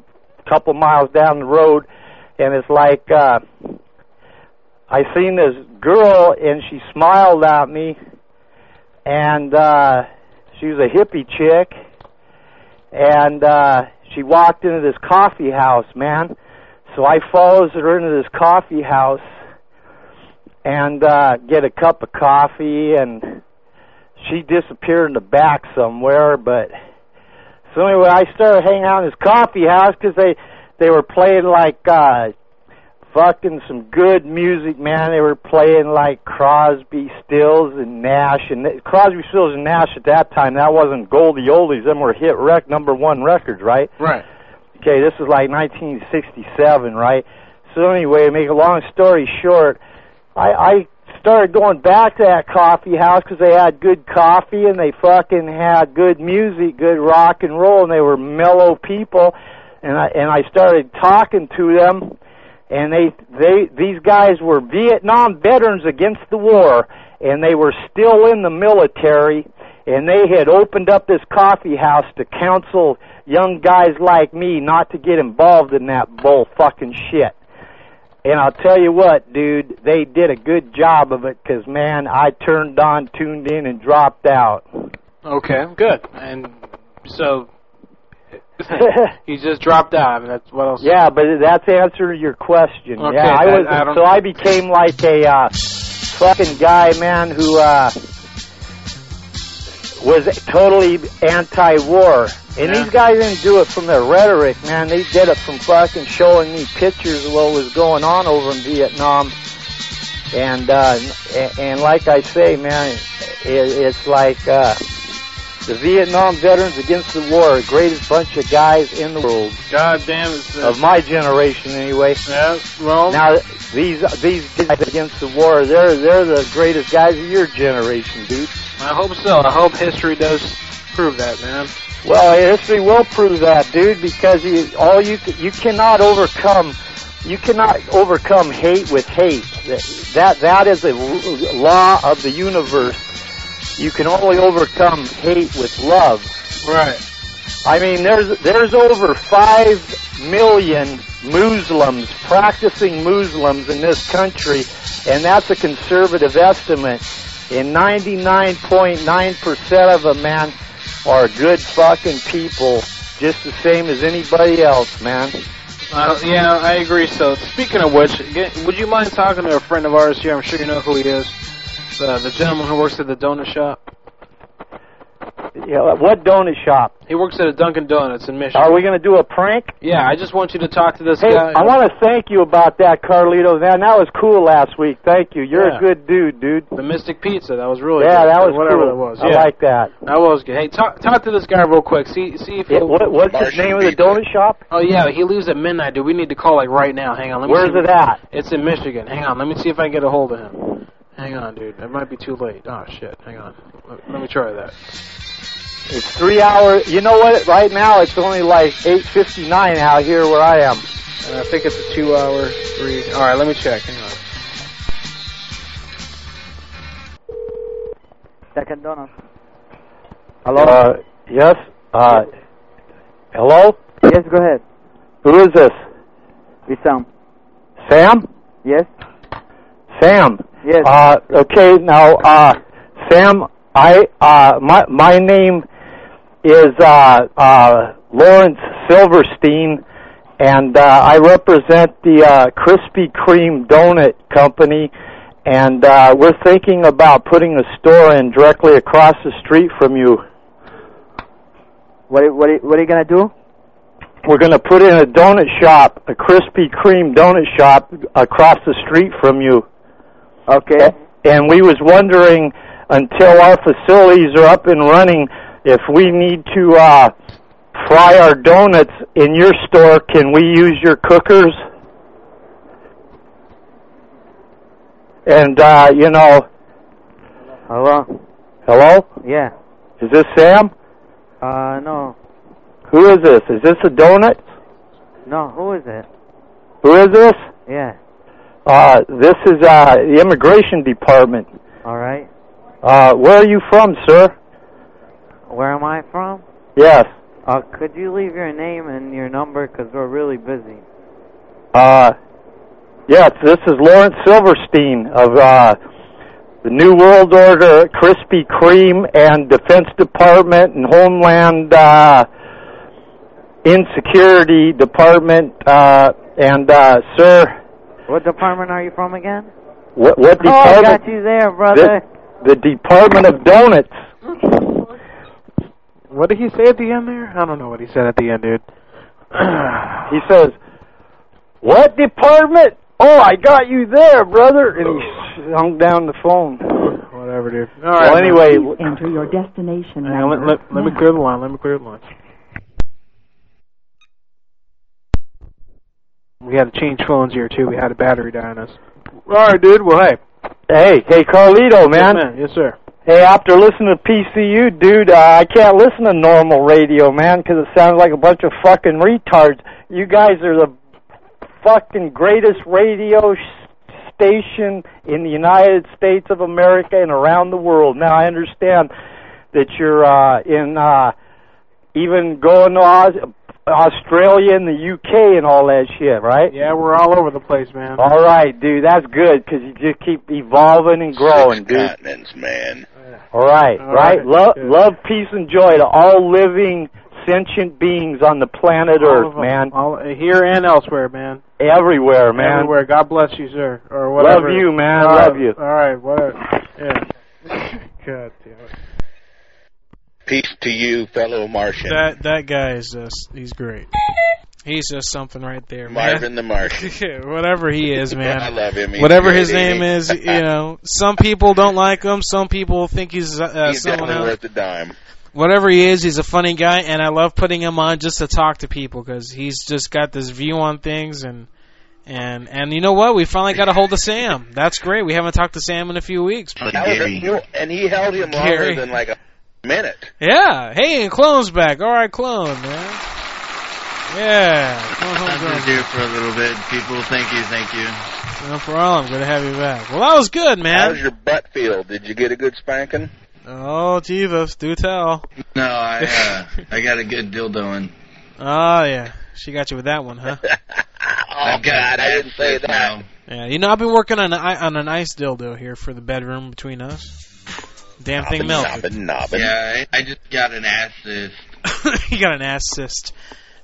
S10: couple miles down the road, and it's like uh, I seen this girl, and she smiled at me, and uh, she was a hippie chick, and uh, she walked into this coffee house, man. So I follows her into this coffee house and uh get a cup of coffee and she disappeared in the back somewhere but so anyway I started hanging out in this coffee house cuz they they were playing like uh fucking some good music man they were playing like Crosby Stills and Nash and th- Crosby Stills and Nash at that time that wasn't Goldie Oldies them were hit rec number 1 records right
S2: Right.
S10: Okay, this is like 1967, right? So anyway, to make a long story short, I, I started going back to that coffee house because they had good coffee and they fucking had good music, good rock and roll, and they were mellow people. And I and I started talking to them, and they they these guys were Vietnam veterans against the war, and they were still in the military, and they had opened up this coffee house to counsel young guys like me not to get involved in that bull fucking shit. And I'll tell you what, dude, they did a good job of it because man, I turned on, tuned in, and dropped out.
S2: Okay, good. And so you just dropped out. I mean, that's what else?
S10: Yeah, but that's answering your question.
S2: Okay,
S10: yeah, I
S2: that-
S10: was
S2: I don't-
S10: so I became like a uh, fucking guy, man, who uh, was totally anti-war. And
S2: Yeah.
S10: these guys didn't do it from their rhetoric, man. They did it from fucking showing me pictures of what was going on over in Vietnam. And uh, and, and like I say, man, it, it's like uh, the Vietnam veterans against the war, greatest bunch of guys in the world
S2: God damn it's uh,
S10: of my generation anyway.
S2: Yeah, well.
S10: Now these these guys against the war, they're they're the greatest guys of your generation, dude.
S4: I hope so. I hope history does prove that, man.
S10: Well, history will prove that, dude, because you, all you you cannot overcome you cannot overcome hate with hate. That that, that is a l- law of the universe. You can only overcome hate with love.
S4: Right.
S10: I mean, there's there's over five million Muslims practicing Muslims in this country, and that's a conservative estimate. And 99.9% of them, man, are good fucking people, just the same as anybody else, man.
S4: Uh, yeah, I agree. So, speaking of which, get, would you mind talking to a friend of ours here? I'm sure you know who he is. Uh, the gentleman who works at the donut shop.
S10: Yeah, what donut shop?
S4: He works at a Dunkin' Donuts in Michigan.
S10: Are we going to do a prank?
S4: Yeah, I just want you to talk to this
S10: Hey,
S4: guy.
S10: I want to thank you about that, Carlito. Man, that was cool last week. Thank you. You're
S4: Yeah.
S10: a good dude, dude.
S4: the Mystic Pizza. That was really
S10: yeah,
S4: good,
S10: that
S4: or
S10: was
S4: whatever
S10: cool.
S4: that was.
S10: I
S4: yeah,
S10: like that.
S4: that was good. Hey, talk talk to this guy real quick. See see if
S10: Yeah,
S4: he'll-
S10: what- what's his Martian name of the pizza. donut shop?
S4: Oh yeah, he leaves at midnight. Dude, we need to call like right now. Hang on. Let me
S10: Where's
S4: see-
S10: it at?
S4: It's in Michigan. Hang on. Let me see if I can get a hold of him. Hang on, dude. It might be too late. Oh shit. Hang on. Let, let me try that.
S10: It's three hours. You know what? Right now, it's only like 8.59 out here where I am.
S4: And Uh, I think it's a two-hour three. All right, let me check. Hang on.
S9: Second donut.
S10: Hello? Uh, yes? Uh, hello?
S9: Yes, go ahead.
S10: Who is this?
S9: Wissam.
S10: Sam?
S9: Yes?
S10: Sam.
S9: Yes.
S10: Uh, okay, now, uh, Sam, I, uh, my, my name is, uh, uh, Lawrence Silverstein, and, uh, I represent the, uh, Krispy Kreme Donut Company, and, uh, we're thinking about putting a store in directly across the street from you.
S9: What, what, what are you going to do?
S10: We're gonna put in a donut shop, a Krispy Kreme donut shop across the street from you.
S9: Okay.
S10: and we was wondering until our facilities are up and running if we need to uh fry our donuts in your store can we use your cookers and uh you know
S9: Hello?
S10: hello
S9: Yeah.
S10: is this sam
S9: Uh, no.
S10: who is this is this a donut
S9: No, who is it?
S10: who is this
S9: Yeah.
S10: uh this is uh the immigration department
S9: All right.
S10: uh where are you from sir
S9: Where am I from?
S10: yes
S9: Uh, could you leave your name and your number because we're really busy?
S10: Uh, yes, this is Lawrence Silverstein of uh, the New World Order, Krispy Kreme, and Defense Department and Homeland uh, Insecurity Department. Uh, and uh, sir,
S9: What department are you from again?
S10: what, what
S9: Oh, I
S10: department?
S9: got you there, brother.
S10: the Department of Donuts.
S4: What did he say at the end there? I don't know what he said at the end, dude.
S10: he says, "What department? Oh, I got you there, brother." And he hung down the phone.
S4: Whatever, dude. All right.
S10: Well, anyway,
S15: Please enter your destination
S4: Hang on,
S15: number.
S4: let, let, let me
S15: now.
S4: clear the line. Let me clear the line. We had to change phones here too. We had a battery die on us. All right, dude. Well, hey,
S10: hey, hey, Carlito,
S4: Yes,
S10: man.
S4: man. Yes, sir.
S10: Hey, after listening to PCU, dude, uh, I can't listen to normal radio, man, because it sounds like a bunch of fucking retards. You guys are the fucking greatest radio sh- station in the United States of America and around the world. Now I understand that you're uh, in uh, even going to Aus- Australia and the UK and all that shit, right?
S4: Yeah, we're all over the place, man.
S10: All right, dude, that's good because you just keep evolving and growing, dude.
S5: continents, man.
S10: All right,
S5: All
S10: right.
S5: right,
S10: Love,
S5: good.
S10: love, peace, and joy to all living sentient beings on the planet
S4: All of
S10: Earth,
S4: them.
S10: man.
S4: All, uh, here and elsewhere, man.
S10: Everywhere, man.
S4: Everywhere. God bless you, sir, or whatever.
S10: Love you, man.
S4: All right,
S10: Love you.
S4: All right, whatever. Yeah. God damn it.
S5: Peace to you, fellow Martian.
S26: That that guy is just he's great. He's just something right there, man.
S5: Marvin the Martian.
S26: Whatever he is, man.
S5: I love him. He's
S26: Whatever his
S5: great, ain't
S26: name
S5: he?
S26: is, you know, some people don't like him. Some people think he's uh,
S5: He's
S26: someone
S5: definitely
S26: else.
S5: worth a dime.
S26: Whatever he is, he's a funny guy, and I love putting him on just to talk to people because he's just got this view on things, and
S4: And and you know what? We finally got a hold of Sam. That's great. We haven't talked to Sam in a few weeks.
S6: That was a- you- and he held him longer
S4: Gary.
S6: than like a minute.
S4: Yeah. Hey, and Clone's back. All right, Clone, man. Yeah. Clone, Clone,
S5: I'm
S4: Clone.
S5: just here for a little bit. People, thank you, thank you.
S4: No problem. Good to have you back. Well, that was good, man.
S6: How's your butt feel? Did you get a good spanking?
S4: Oh, Jesus. Do tell.
S5: No, I uh, I got a good dildo in.
S4: Oh, yeah. She got you with that one, huh?
S6: Oh God, I didn't say that.
S4: yeah. You know, I've been working on, a, on an ice dildo here for the bedroom between us. Damn thing melted.
S5: Yeah, I, I just got an assist.
S4: you got an assist.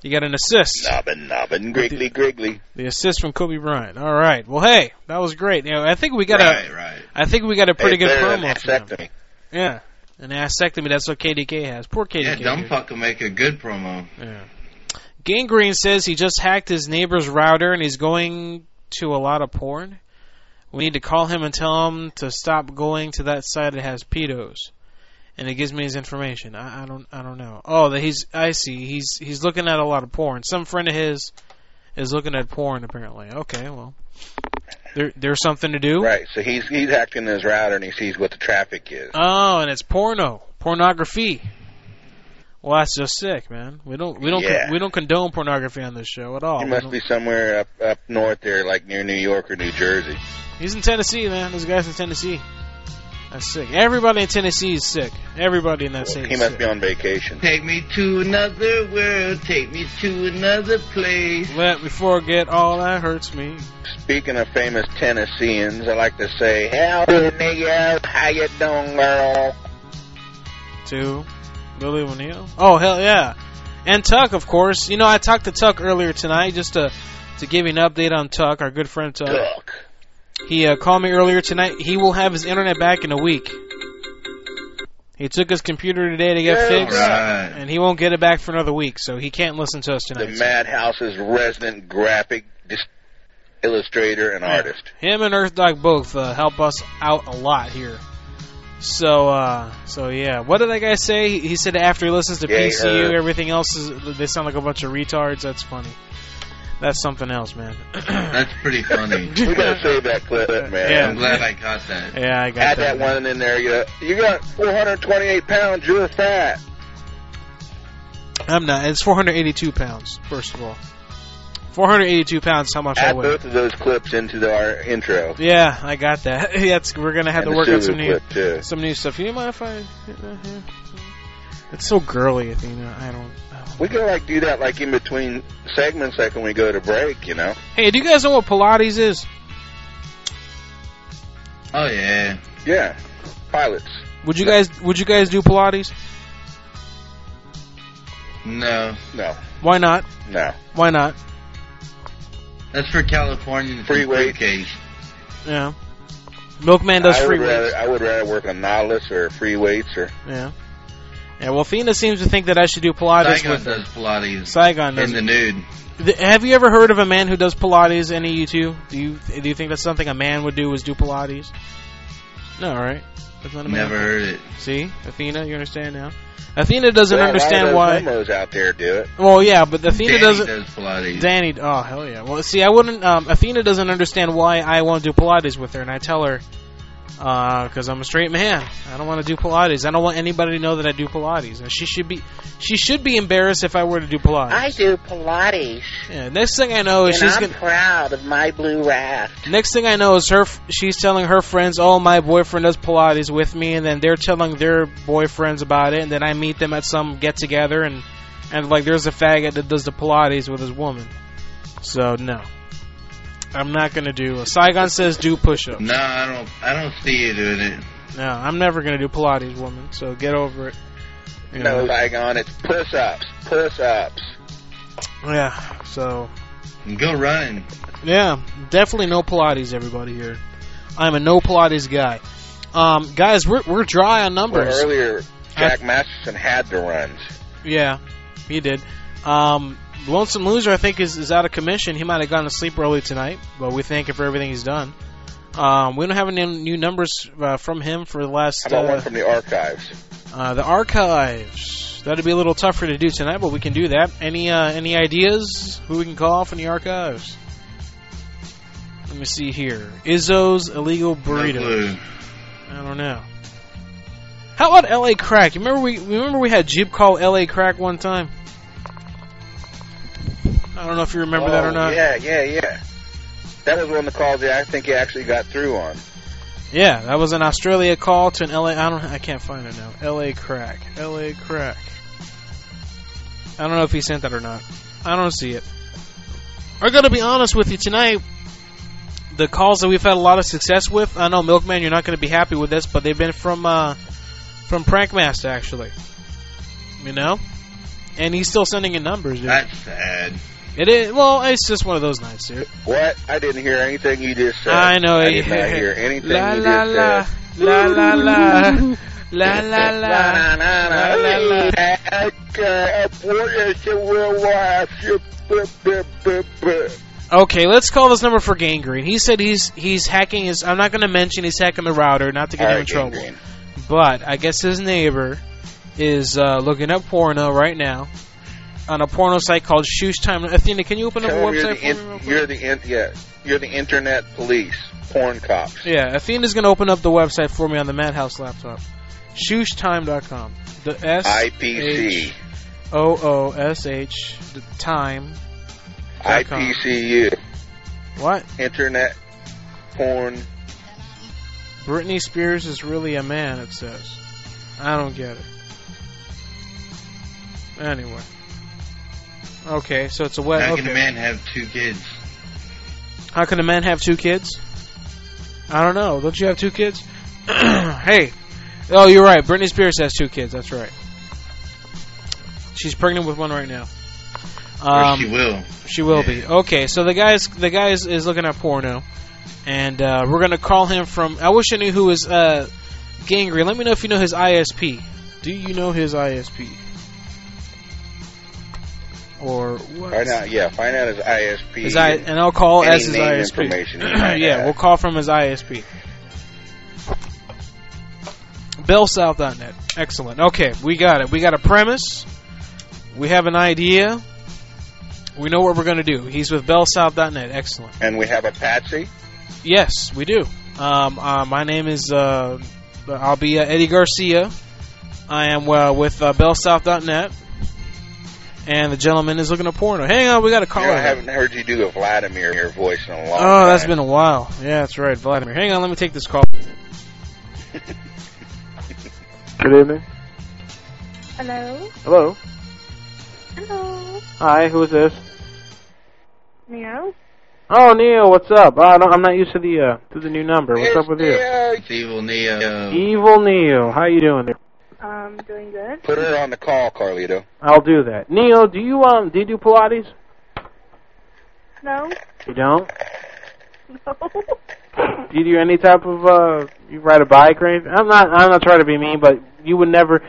S4: You got an assist.
S6: Nobbin, nobbin, griggly, griggly.
S4: The assist from Kobe Bryant. All right. Well, hey, that was great. You know, I think we got a.
S5: Right, right.
S4: I think we got a pretty
S5: Hey,
S4: good
S5: better than
S4: promo. for them. Yeah, an asectomy. That's what KDK has. Poor KDK.
S5: Yeah, dumb
S4: dude.
S5: fuck will make a good promo.
S4: Yeah. Gangrene says he just hacked his neighbor's router and he's going to a lot of porn. We need to call him and tell him to stop going to that site that has pedos. And it gives me his information. I, I don't I don't know. Oh, that he's I see. He's he's looking at a lot of porn. Some friend of his is looking at porn apparently. Okay, well. There there's something to do.
S6: Right. So he's he's hacking his router and he sees what the traffic is.
S4: Oh, and it's porno, pornography. Well, that's just sick, man. We don't we don't con-
S6: Yeah.
S4: we don't condone pornography on this show at all.
S6: He
S4: We
S6: must
S4: don't-
S6: be somewhere up up north there, like near New York or New Jersey.
S4: He's in Tennessee, man. This guy's in Tennessee. That's sick. Everybody in Tennessee is sick. Everybody in that state
S6: He
S4: is
S6: must
S4: sick.
S6: be on vacation.
S5: Take me to another world. Take me to another place.
S4: Let me forget all that hurts me.
S6: Speaking of famous Tennesseans, I like to say, "Howdy, nigga, how you doing, girl?"
S4: To Billy O'Neill. Oh hell yeah, and Tuck, of course. You know, I talked to Tuck earlier tonight just to to give you an update on Tuck, our good friend Tuck.
S6: Tuck.
S4: He uh, called me earlier tonight. He will have his internet back in a week. He took his computer today to get
S6: Yeah,
S4: fixed,
S6: right.
S4: and he won't get it back for another week, so he can't listen to us
S6: The
S4: tonight.
S6: Madhouse's resident graphic dis- illustrator and artist.
S4: Him and Earth Dog both uh, help us out a lot here. So, uh, so yeah. What did that guy say? He, he said after he listens to
S6: Yeah, he
S4: PCU,
S6: heard.
S4: everything else is they sound like a bunch of retards. That's funny. That's something else, man.
S5: That's pretty funny.
S6: we gotta save that clip, man.
S4: Yeah.
S5: I'm glad I caught that.
S4: yeah, I got
S6: Add
S4: that.
S6: that one in there. You got, you got 428 pounds. You're fat.
S4: I'm not. It's 482 pounds. First of all, 482 pounds. is How much I
S6: Add
S4: weigh?
S6: both of those clips into the, our intro.
S4: Yeah, I got that. That's we're gonna have to
S6: And the
S4: work on
S6: Sulu
S4: some new
S6: clip, too.
S4: some new stuff. You mind if I? It's so girly, Athena. I don't.
S6: We could like do that like in between segments, like when we go to break. You know,
S4: Hey, do you guys know what Pilates is?
S5: Oh yeah.
S6: yeah, pilots.
S4: Would you guys Would you guys do Pilates?
S5: No,
S6: No,
S4: Why not?
S6: no.
S4: Why not?
S5: that's for Californian
S6: Free weight.
S5: case.
S4: Yeah. Milkman does
S6: I
S4: free
S6: would
S4: weights.
S6: rather, I would rather work on Nautilus or free weights or
S4: Yeah. Yeah. Well, Athena seems to think that I should do Pilates
S5: Saigon
S4: with her.
S5: does Pilates
S4: Saigon does.
S5: in the nude.
S4: Th- Have you ever heard of a man who does Pilates? Any of you two? Do you Do you think that's something a man would do? Is do Pilates? No, right? That's not a man.
S5: Never heard it.
S4: See, Athena, you understand now. Athena doesn't
S6: Well,
S4: understand
S6: a lot
S4: why.
S6: of those homos out there do it.
S4: Well, yeah, but Athena
S5: Danny
S4: doesn't.
S5: does Pilates.
S4: Danny, oh hell yeah. Well, see, I wouldn't. Um, Athena doesn't understand why I won't do Pilates with her, and I tell her because I'm a straight man. I don't want to do Pilates. I don't want anybody to know that I do Pilates, and she should be she should be embarrassed if I were to do Pilates.
S27: do Pilates,
S4: yeah, next thing I know, is she's gonna.
S27: proud of my blue raft.
S4: Next thing I know is her. f- She's telling her friends, "Oh, my boyfriend does Pilates with me," and then they're telling their boyfriends about it, and then I meet them at some get together, and and like there's a faggot that does the Pilates with his woman. So no, I'm not gonna do. Saigon says do push-ups.
S5: No, I don't. I don't see you doing it.
S4: No, I'm never gonna do Pilates, woman. So get over it. You
S6: No,
S4: know.
S6: Saigon, it's push ups, push ups.
S4: Yeah. So
S5: Go running.
S4: Yeah, definitely no Pilates, everybody here. I'm a no Pilates guy. Um, guys, we're we're dry on
S6: Well,
S4: numbers.
S6: earlier, Jack Masterson had the runs.
S4: Yeah, he did. Um, Lonesome Loser, I think, is, is out of commission. He might have gone to sleep early tonight, but we thank him for everything he's done. Um, we don't have any new numbers uh, from him for the last
S6: How about one
S4: uh,
S6: from the archives?
S4: uh, the archives. That'd be a little tougher to do tonight, but we can do that. Any uh, any ideas who we can call from the archives? Let me see here. Izzo's illegal burrito. I don't know. How about L.A. Crack? You remember we remember we had Jeep call L.A. Crack one time. I don't know if you remember that or
S5: Oh,
S4: not.
S5: Yeah, yeah, yeah. That was one of the calls that I think you actually got through on.
S4: Yeah, that was an Australia call to an LA. I don't. I can't find it now. LA crack. LA crack. I don't know if he sent that or not. I don't see it. I gotta be honest with you tonight. The calls that we've had a lot of success with. I know Milkman, you're not gonna be happy with this, but they've been from uh, from Prankmaster actually. You know, and he's still sending in numbers, dude.
S5: That's sad.
S4: It is. Well, it's just one of those nights, dude.
S5: What? I didn't hear anything you just said.
S4: I know.
S5: I did not hear anything
S4: La
S5: you
S4: la
S5: just
S4: la
S5: said.
S4: la la la la la
S5: La,
S4: la.
S5: na,
S4: La,
S5: na,
S4: la, la.
S5: At, uh, at what is the real life? You bu- bu- bu- bu-
S4: Okay, let's call this number for Gangrene. He said he's he's hacking his. I'm not going to mention he's hacking the router, not to get him in
S5: Alright,
S4: trouble.
S5: Gangrene.
S4: But I guess his neighbor is uh, looking up porno right now on a porno site called Shoosh Time. Athena, can you open up a
S5: Tell 'em
S4: website for me?
S5: you're the, in, you're the in, yeah, you're the internet police, porn cops.
S4: Yeah, Athena's going to open up the website for me on the Madhouse laptop. ShooshTime.com. The S
S5: IPC.
S4: H O O S H the time.
S5: IPCU.
S4: What?
S5: Internet porn.
S4: Britney Spears is really a man, it says. I don't get it. Anyway. Okay, so it's a web.
S28: How
S4: okay.
S28: can a man have two kids?
S4: How can a man have two kids? I don't know. Don't you have two kids? hey. Oh, you're right. Britney Spears has two kids. That's right. She's pregnant with one right now.
S28: or
S4: Um,
S28: she will.
S4: She will be. Okay, so the guy's the guy is, is looking at porno, and uh, we're gonna call him from. I wish I knew who is uh, Gangrene. Let me know if you know his ISP. Do you know his ISP? Or what?
S5: Find out, yeah, find out his ISP.
S4: His I, and I'll call
S5: Any
S4: as his
S5: name
S4: ISP.
S5: information you might
S4: yeah,
S5: have.
S4: we'll call from his ISP. BellSouth.net. Excellent. Okay, we got it. We got a premise. We have an idea. We know what we're going to do. He's with BellSouth.net. Excellent.
S5: And we have a patsy.
S4: Yes, we do. Um, uh, my name is uh, I'll be uh, Eddie Garcia. I am uh, with uh, BellSouth.net, and the gentleman is looking at porno. Hang on, we got a
S5: You
S4: caller.
S5: know, I haven't heard you do a Vladimir your voice in a long
S4: Oh,
S5: time.
S4: that's been a while. Yeah, that's right, Vladimir. Hang on, let me take this call.
S29: Good evening.
S8: Hello?
S29: Hello.
S8: Hello?
S29: Hi, who is this?
S8: Neo?
S14: Oh, Neo, what's up? Uh, I don't, I'm not used to the uh, to the new number. What's up with
S28: It's evil Neo.
S14: you? Evil Neo, how you doing there?
S8: Um, doing good?
S5: Put her on the call, Carlito.
S14: I'll do that. Neo, do you um do you do Pilates?
S8: No?
S14: You don't?
S8: No?
S14: Do you do any type of uh you ride a bike or anything? I'm not I'm not trying to be mean, but you would never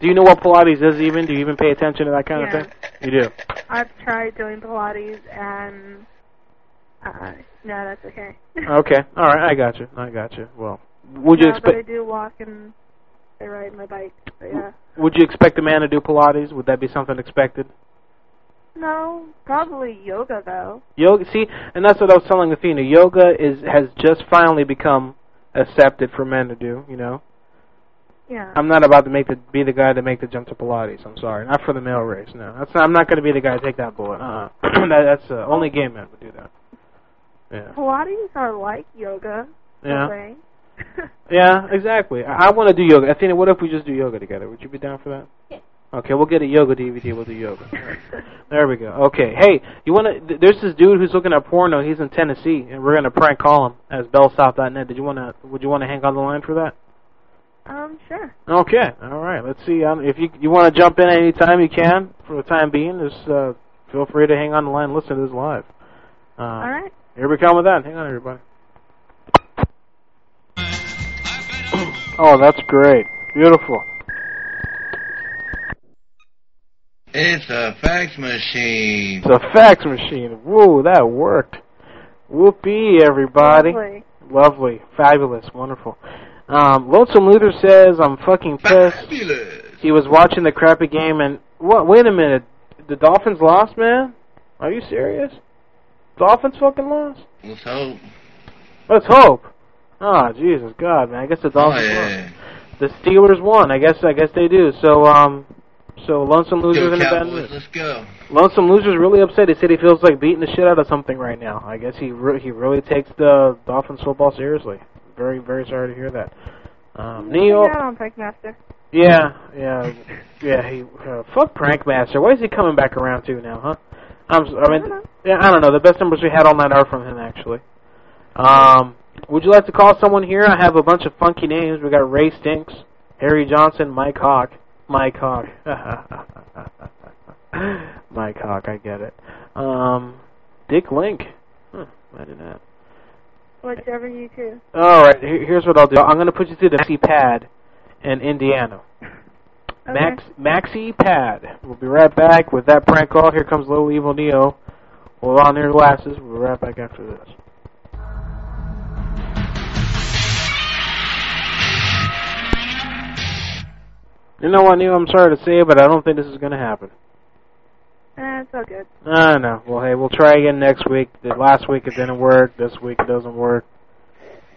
S14: do you know what Pilates is even? Do you even pay attention to that kind
S8: Yeah.
S14: of thing? You do.
S8: I've tried doing Pilates and, uh, no, that's okay.
S14: Okay. All right, I got you. I got you. Well, would you
S8: no, but I
S14: expect
S8: do walk and I ride my bike, but yeah.
S14: would you expect a man to do Pilates? Would that be something expected?
S8: No, probably yoga though.
S14: Yoga, see, and that's what I was telling Athena. Yoga is has just finally become accepted for men to do. You know,
S8: Yeah.
S14: I'm not about to make the be the guy to make the jump to Pilates. I'm sorry, not for the male race. No, that's not, I'm not going to be the guy to take that bullet. Uh, uh that, that's uh, only gay men would do that. Yeah,
S8: Pilates are like yoga. in a
S14: Yeah.
S8: way.
S14: yeah, exactly. I, I want to do yoga. Athena, what if we just do yoga together? Would you be down for that? Okay, we'll get a yoga DVD. We'll do yoga. There we go. Okay. Hey, you want to? Th- there's this dude who's looking at porno. He's in Tennessee, and we're gonna prank call him as bellsouth.net. Did you want to? Would you want to hang on the line for that?
S8: um, sure.
S14: Okay. All right. Let's see. Um, if you you want to jump in any time you can for the time being, just uh, feel free to hang on the line. and Listen to this live. Uh,
S8: All right.
S14: Here we come with that. Hang on, everybody. Oh, that's great. Beautiful.
S28: It's a fax machine.
S14: It's a fax machine. Whoa, that worked. Whoopee, everybody.
S28: Lovely.
S14: Lovely. Fabulous. Wonderful. Um, Lonesome Luther says, I'm fucking pissed. He was watching the crappy game and, what, wait a minute. The Dolphins lost, man? Are you serious? Dolphins fucking lost?
S28: Let's hope.
S4: Let's hope.
S14: Ah,
S4: Oh, Jesus God, man. I guess the Dolphins won. The Steelers won. I guess I guess they do. So um so Lonesome Loser's in the bad
S9: Let's go.
S4: Lonesome Loser's really upset. He said he feels like beating the shit out of something right now. I guess he re- he really takes the Dolphins football seriously. Very, very sorry to hear that. Um, Neil.
S8: I don't think master.
S4: Yeah, yeah, yeah. He uh, fuck Prankmaster. What is he coming back around to now, huh? I'm, si mean, yeah, I don't know. The best numbers we had all night are from him, actually. Um, would you like to call someone here? I have a bunch of funky names. We got Ray Stinks, Harry Johnson, Mike Hawk, Mike Hawk, Mike Hawk. I get it. Um, Dick Link. Huh, I did not.
S8: Whichever you choose.
S4: All right, here, here's what I'll do. I'm going to put you through the maxi pad in Indiana. Max Maxi Pad. We'll be right back with that prank call. Here comes Little Evil Neo. Well, on their glasses. We'll be right back after this. You know what, Neo? I'm sorry to say, but I don't think this is going to happen.
S8: Eh, it's all good.
S4: I don't know. Well, hey, we'll try again next week. The last week it didn't work. This week it doesn't work.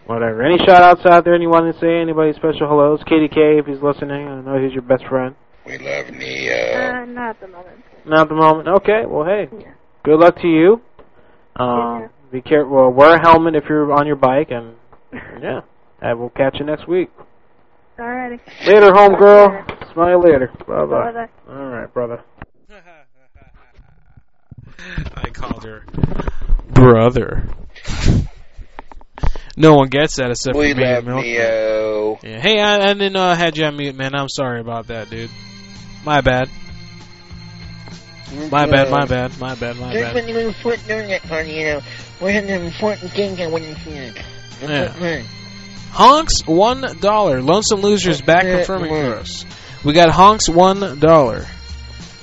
S4: Whatever. Any shout outs out there? Anyone to say? Anybody special hellos? KDK, if he's listening, I know he's your best friend.
S5: We love Neo.
S8: Uh, not at the moment.
S4: Not at the moment. Okay, well, hey. Good luck to you. Um, Be careful. Well, wear a helmet if you're on your bike, and yeah. And we'll catch you next week.
S8: Alrighty.
S4: Later, homegirl. Smile later. Bye bye.
S8: Bye-bye.
S4: All right, brother.
S2: I called her brother. No one gets that except
S5: We
S2: for me.
S5: love
S2: and Milk.
S5: Neo.
S2: Yeah. Hey, I, I didn't know I had you on mute, man. I'm sorry about that, dude. My bad. My bad, my bad, my bad, my
S5: There's
S2: bad.
S5: been an important thing on you know. One of the important things I want to hear.
S2: Yeah. Honks, one dollar. Lonesome Loser's back confirming for us. We got Honks, one dollar.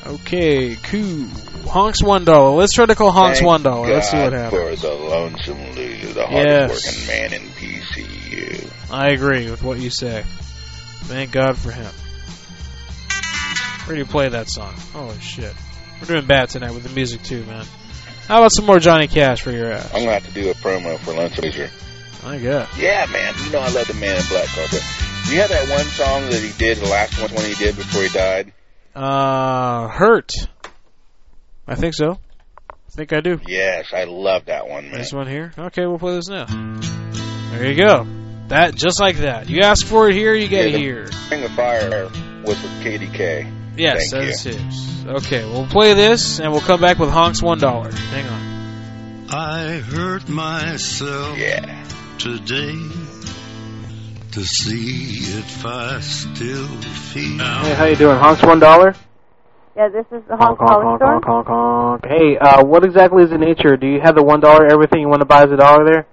S2: Okay, cool. Honks, one dollar. Let's try to call Honks,
S5: Thank
S2: one dollar. Let's see what
S5: God
S2: happens.
S5: For the lonesome loser, the
S2: Yes.
S5: hardest working man in PCU.
S2: I agree with what you say. Thank God for him. Where do you play that song? Holy shit. We're doing bad tonight with the music too, man. How about some more Johnny Cash for your ass?
S5: I'm gonna have to do a promo for lonesome loser.
S2: I guess.
S5: Yeah, man. You know I love the man in black. Okay. You have that one song that he did, the last one he did before he died.
S2: Uh, Hurt. I think so. I think I do.
S5: Yes, I love that one, man.
S2: This one here? Okay, we'll play this now. There you go. That, just like that. You ask for it here, you get
S5: Yeah,
S2: it
S5: the
S2: here.
S5: Ring of Fire was with KDK.
S2: Yes,
S5: Thank
S2: that's his. Okay, we'll play this and we'll come back with Honks $1. Hang on.
S10: I hurt myself today to see if I still feel.
S4: Hey, how you doing? Honks one dollar?
S24: Yeah, this is the
S4: Honk,
S24: Honk
S4: honk,
S24: Dollar
S4: honk,
S24: Store.
S4: honk, honk, honk. Hey, uh, what exactly is the nature? Do you have the one dollar? Everything you want to buy is a dollar there?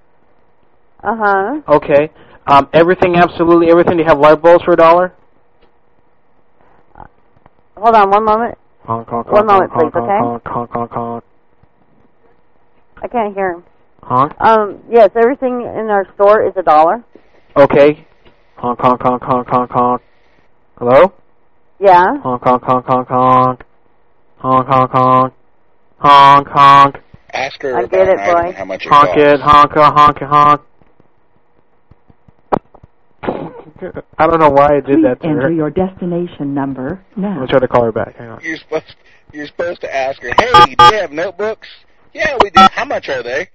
S24: Uh huh.
S4: Okay. Um, everything, absolutely everything. Do you have light bulbs for a dollar?
S24: Hold on one moment.
S4: Honk, honk,
S24: One
S4: honk,
S24: moment,
S4: honk,
S24: please,
S4: honk, honk, honk, honk,
S24: I can't hear him.
S4: honk, honk.
S24: Um, yes, everything in our store is a dollar.
S4: Okay. Honk, honk, honk, honk, honk, honk. Hello?
S24: Yeah.
S4: Honk, honk, honk, honk, honk. Honk, honk, honk. Honk, honk.
S5: Ask her
S24: I
S5: about
S24: get it,
S5: an item,
S24: boy.
S5: how much it
S4: Honk
S5: costs.
S4: it, honk, uh, honk, honk. I don't know why I did that to
S15: Enter
S4: her.
S15: your destination number
S4: I'm
S15: now.
S4: going to try to call her back. Hang on.
S5: You're supposed you're supposed to ask her, Hey, do you have notebooks? Yeah, we do. How much are they?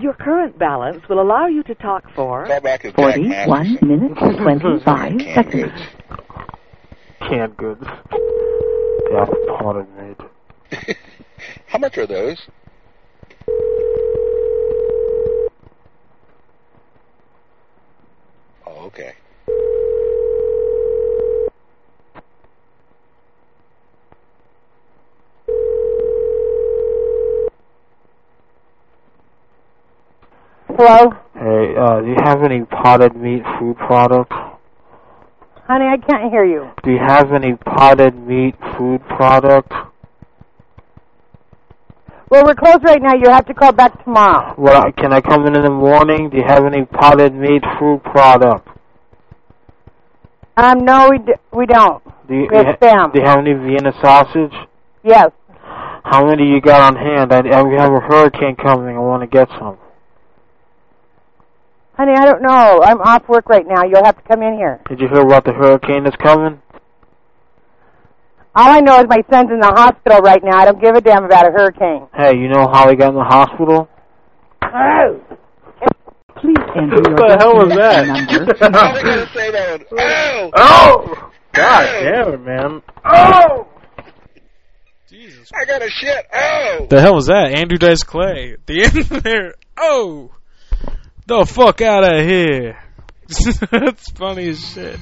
S17: Your current balance will allow you to talk for
S5: Call back and
S17: forty one minutes twenty
S15: Twenty-five seconds.
S4: Canned goods.
S30: Yeah, pardon me.
S5: How much are those? Oh, okay.
S4: Hello? Hey, uh, do you have any potted meat food products?
S17: Honey, I can't hear you.
S4: Do you have any potted meat food products?
S17: Well, we're closed right now. You have to call back tomorrow.
S4: Well, can I come in in the morning? Do you have any potted meat food products?
S17: Um, no, we d- we don't.
S4: Do you,
S17: We have
S4: you ha-
S17: spam.
S4: do you have any Vienna sausage?
S17: Yes.
S4: How many you got on hand? I, I we have a hurricane coming. I want to get some.
S17: Honey, I don't know. I'm off work right now. You'll have to come in here.
S2: Did you hear about the hurricane that's coming?
S17: All I know is my son's in the hospital right now. I don't give a damn about a hurricane.
S2: Hey, you know how he got in the hospital?
S17: Oh.
S31: Please enter your
S2: What the hell was
S31: destination
S2: that?
S31: number.
S2: Oh! Oh! God damn it, man.
S6: Oh! I got a shit. Oh!
S4: The hell was that? Andrew Dice
S5: Oh!
S4: Clay. At the end there. Oh! The fuck out of here. That's funny as shit.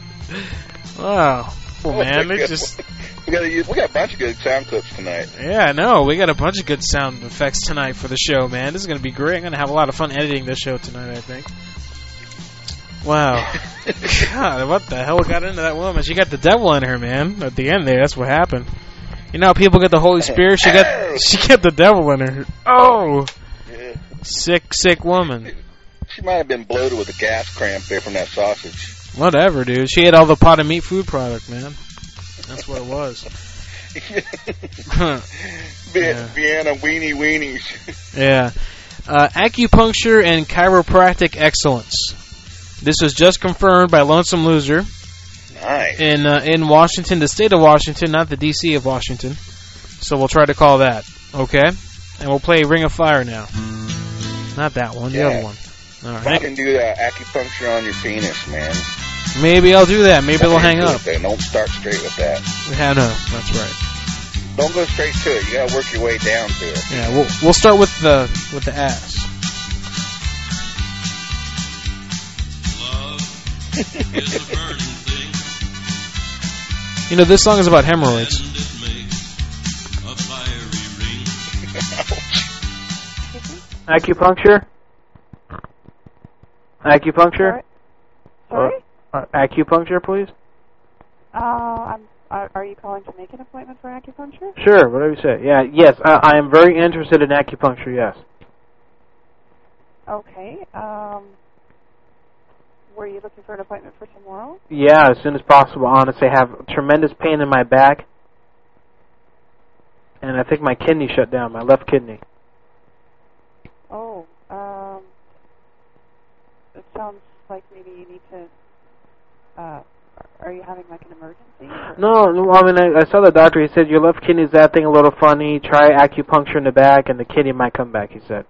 S4: Wow. Well,
S6: Oh,
S4: man,
S6: my
S4: they
S6: God.
S4: just.
S6: We got, a, we got a bunch of good sound clips tonight.
S4: Yeah, I know. We got a bunch of good sound effects tonight for the show, man. This is going to be great. I'm going to have a lot of fun editing this show tonight, I think. Wow. God, what the hell got into that woman? She got the devil in her, man. At the end there, that's what happened. You know how people get the Holy Spirit? She got she got the devil in her. Oh!
S6: Yeah.
S4: Sick, sick woman.
S6: She might have been bloated with a gas cramp there from that sausage.
S4: Whatever, dude. She ate all the pot of meat food product, man. That's what it was.
S6: Vien- Vienna weenie weenies.
S4: Yeah. Uh, acupuncture and chiropractic excellence. This was just confirmed by Lonesome Loser
S6: nice.
S4: in uh, in Washington, the state of Washington, not the D.C. of Washington. So we'll try to call that, okay? And we'll play Ring of Fire now. Not that one, the other
S6: Yeah.
S4: one. All
S6: I
S4: right.
S6: can do uh, acupuncture on your penis, man.
S4: Maybe I'll do that. Maybe
S6: Don't
S4: it'll hang
S6: do it
S4: up.
S6: there. Don't start straight with that.
S4: Yeah, no, that's right.
S6: Don't go straight to it. You gotta work your way down to it.
S4: Yeah, we'll we'll start with the with the ass. You know, this song is about hemorrhoids.
S2: Acupuncture? Acupuncture? Sorry? Uh, acupuncture, please?
S8: Uh, I'm, are, are you calling to make an appointment for acupuncture?
S2: Sure, whatever you say. Yeah, yes, I, I am very interested in acupuncture, yes.
S8: Okay. Um, were you looking for an appointment for tomorrow?
S2: Yeah, as soon as possible. Honestly, I have tremendous pain in my back. And I think my kidney shut down, my left kidney.
S8: Oh, um, it sounds like maybe you need to. Uh, are you having like an emergency? or-
S2: No, no, I mean, I, I saw the doctor. He said, your left kidney's that thing a little funny. Try acupuncture in the back, and the kidney might come back, he said.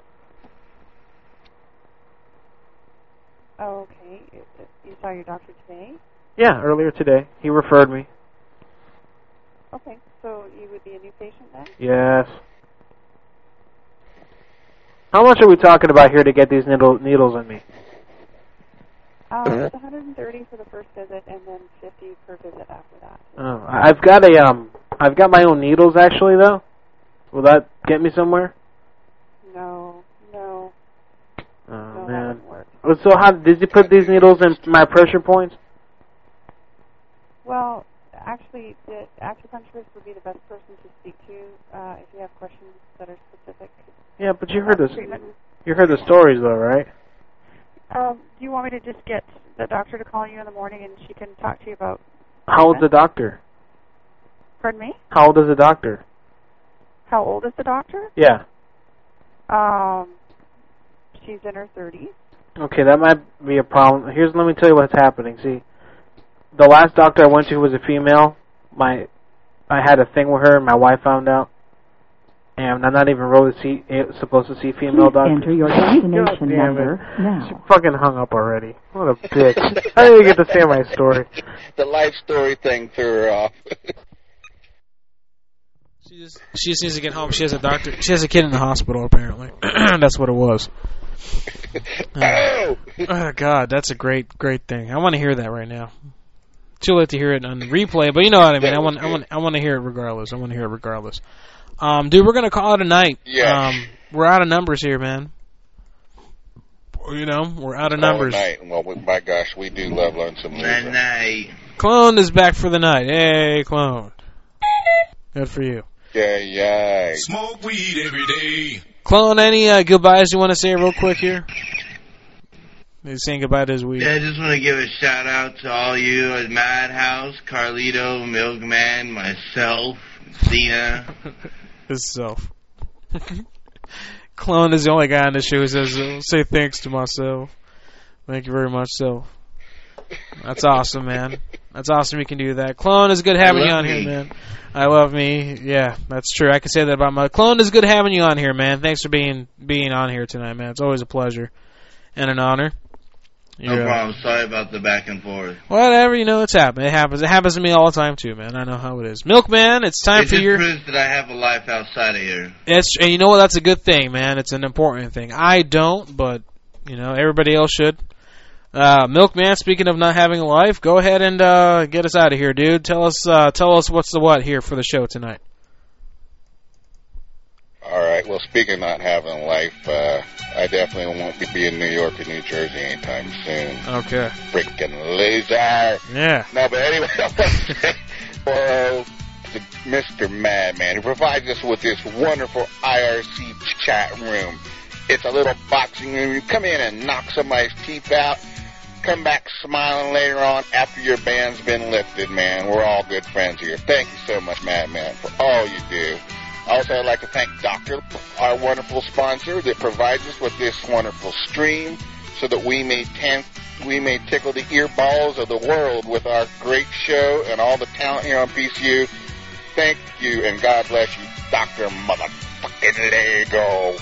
S8: Oh, okay. You- You saw your doctor today.
S2: Yeah, earlier today. He referred me.
S8: Okay, so you would be a new patient then.
S2: Yes. How much are we talking about here to get these needle, needles in me?
S8: Um,
S2: Mhm.
S8: it's 130 for the first visit, and then 50 per visit after that.
S2: Oh, I- I've got a um, I've got my own needles actually though. Will that get me somewhere?
S8: No, no.
S2: Oh man. Well, So how did you put these needles in my pressure points?
S8: Well, actually, the acupuncturist would be the best person to speak to uh, if you have questions that are specific.
S2: Yeah, but you heard
S8: about
S2: this.
S8: treatment.
S2: You heard the stories though, right?
S8: Um, do you want me to just get the doctor to call you in the morning and she can talk to you about?
S2: How old's the doctor?
S8: Pardon me.
S2: How old is the doctor?
S8: How old is the doctor?
S2: Yeah.
S8: Um, she's in her 30s.
S2: Okay, that might be a problem. Here's let me tell you what's happening. See, the last doctor I went to was a female. My I had a thing with her, and my wife found out. And I'm not even really see, eh, supposed to see female
S31: Please
S2: doctors.
S31: enter your
S2: God damn
S31: destination
S2: it.
S31: number
S2: She
S31: now.
S2: fucking hung up already. What a bitch. I didn't even get to say my story.
S6: The life story thing threw her off.
S4: She just needs to get home. She has a doctor. She has a kid in the hospital apparently. that's what it was.
S6: oh!
S4: Oh God, that's a great, great thing. I want to hear that right now. Too late to hear it on replay, but you know what I mean. I want, I want, I want to hear it regardless. I want to hear it regardless. Um, dude, we're gonna call it a night.
S6: Yeah.
S4: Um, we're out of numbers here, man. You know, we're out of numbers.
S6: All night. Well, we, my gosh, we do love Lonesome Loser.
S4: Cloned is back for the night. Hey, cloned. Good for you.
S6: Yeah, yeah.
S15: Smoke weed every day.
S4: Clone, any uh, goodbyes you want to say real quick here? He's saying goodbye to his weed.
S5: Yeah, I just want to give a shout out to all you at Madhouse, Carlito, Milkman, myself, Zena.
S4: His self. "Oh, Clone is the only guy on the show who says, "Say thanks to myself." Thank you very much, Sylph. That's awesome, man. That's awesome you can do that. Clone is good having
S2: I
S4: you
S2: love
S4: on
S2: me.
S4: here, man. I love me. Yeah, that's true. I can say that about my clone is good having you on here, man. Thanks for being being on here tonight, man. It's always a pleasure and an honor.
S5: No
S4: You're, uh,
S5: problem. Sorry about the back and forth.
S4: Whatever, you know, it's happened. It happens. It happens to me all the time too, man. I know how it is. Milkman, it's time
S5: it
S4: for
S5: just
S4: your
S5: proves that I have a life outside of here.
S4: It's and you know what? That's a good thing, man. It's an important thing. I don't, but you know everybody else should. Uh, Milkman, speaking of not having a life, go ahead and uh, get us out of here, dude. Tell us, uh, tell us what's the what here for the show tonight.
S6: All right. Well, speaking of not having a life, uh, I definitely won't be in New York or New Jersey anytime soon.
S4: Okay.
S6: Freaking loser.
S4: Yeah.
S6: No, but anyway, well, the Mr. Madman, who provides us with this wonderful IRC chat room. It's a little boxing room. You come in and knock somebody's teeth out. Come back smiling later on after your ban's been lifted, man. We're all good friends here. Thank you so much, Madman, for all you do. Also, I'd like to thank Dr. Lip, our wonderful sponsor that provides us with this wonderful stream so that we may tan- we may tickle the ear balls of the world with our great show and all the talent here on PCU. Thank you and God bless you, Dr. Motherfucking Lego.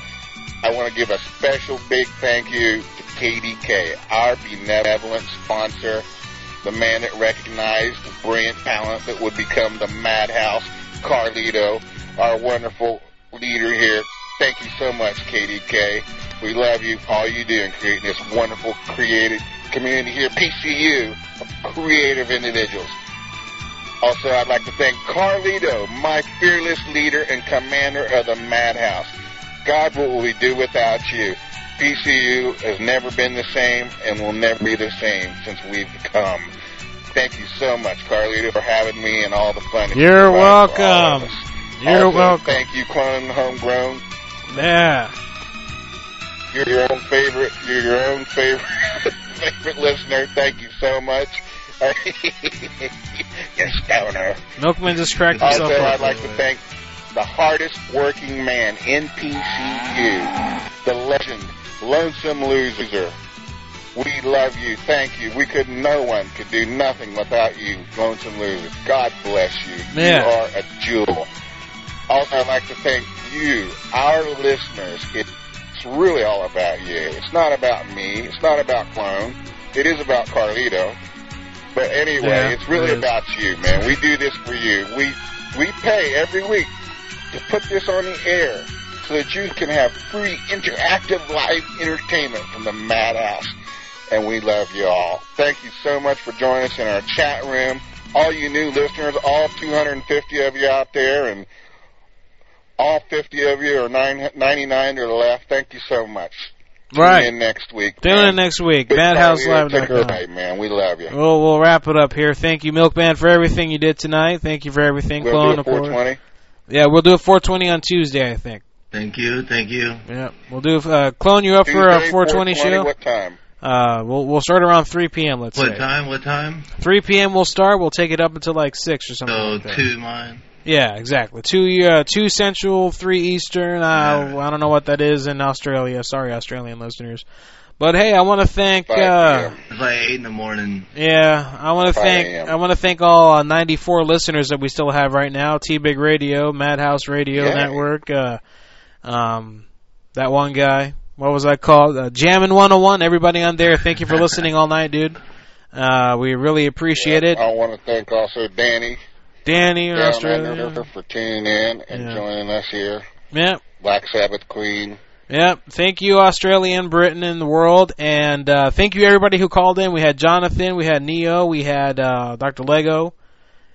S6: I want to give a special big thank you to KDK, our benevolent sponsor, the man that recognized the brilliant talent that would become the Madhouse, Carlito, our wonderful leader here. Thank you so much, KDK. We love you, for all you do in creating this wonderful, creative community here, PCU, of creative individuals. Also, I'd like to thank Carlito, my fearless leader and commander of the Madhouse. God, what will we do without you? PCU has never been the same and will never be the same since we've become. Thank you so much, Carlito, for having me and all the fun. that you
S4: You're
S6: provide for all of
S4: welcome.
S6: us.
S4: You're
S6: Also,
S4: welcome.
S6: Thank you, Clone Homegrown.
S4: Yeah.
S6: You're your own favorite. You're your own favorite favorite listener. Thank you so much. yes, Governor.
S4: Milkman just cracked
S6: Also,
S4: himself up.
S6: I'd like to thank the hardest working man in PCU, the legend, Lonesome Loser. We love you. Thank you. We could. No one could do nothing without you, Lonesome Loser. God bless you.
S4: Man.
S6: You are a jewel. Also, I'd like to thank you, our listeners. It's really all about you. It's not about me. It's not about Clone. It is about Carlito. But anyway,
S13: Yeah,
S6: it's really
S13: it is.
S6: about you, man. We do this for you. We we pay every week to put this on the air so that you can have free interactive live entertainment from the Madhouse. And we love you all. Thank you so much for joining us in our chat room. All you new listeners, all 250 of you out there, and all 50 of you, or nine, 99 to the left, thank you so much.
S4: Right.
S6: Tune in next week.
S4: Tune
S6: man.
S4: in next week.
S6: Big
S4: Madhouse
S6: party.
S4: Live.
S6: Take her away, man. We love you.
S4: Well, we'll wrap it up here. Thank you, Milkman, for everything you did tonight. Thank you for everything,
S6: We'll
S4: Clone.
S6: do a
S4: of course.
S6: 420.
S4: Yeah, we'll do a 420 on Tuesday, I think.
S5: Thank you. Thank you.
S4: Yeah, we'll do. Uh, clone you up for a
S5: Tuesday,
S4: 420 show.
S6: What time?
S4: Uh, we'll we'll start around 3 p.m. Let's
S5: What
S4: say.
S5: time? What time?
S4: 3 p.m. we'll start. We'll take it up until like six or something.
S5: So
S4: like that.
S5: Oh, two mine.
S4: Yeah, exactly. Two uh, two central, three eastern. Uh, I don't know what that is in Australia. Sorry, Australian listeners. But hey, I want to thank. Uh,
S5: It's like eight in the morning.
S4: yeah, I want to
S5: 5
S4: thank.
S5: a.m..
S4: I want to thank all uh, 94 listeners that we still have right now. T Big Radio, Madhouse Radio
S5: Yeah.
S4: Network. Uh, um, that one guy. What was I called? Uh, Jammin' 101. Everybody on there. Thank you for listening all night, dude. Uh, we really appreciate it.
S6: I want to thank also Danny
S4: Danny in
S6: down
S4: Australia.
S6: under for tuning in and
S4: Yeah.
S6: joining us here.
S4: Yeah.
S6: Black Sabbath Queen.
S4: Yep. Thank you, Australia and Britain and the world. And uh, thank you, everybody who called in. We had Jonathan, we had Neo, we had uh, Dr. Lego,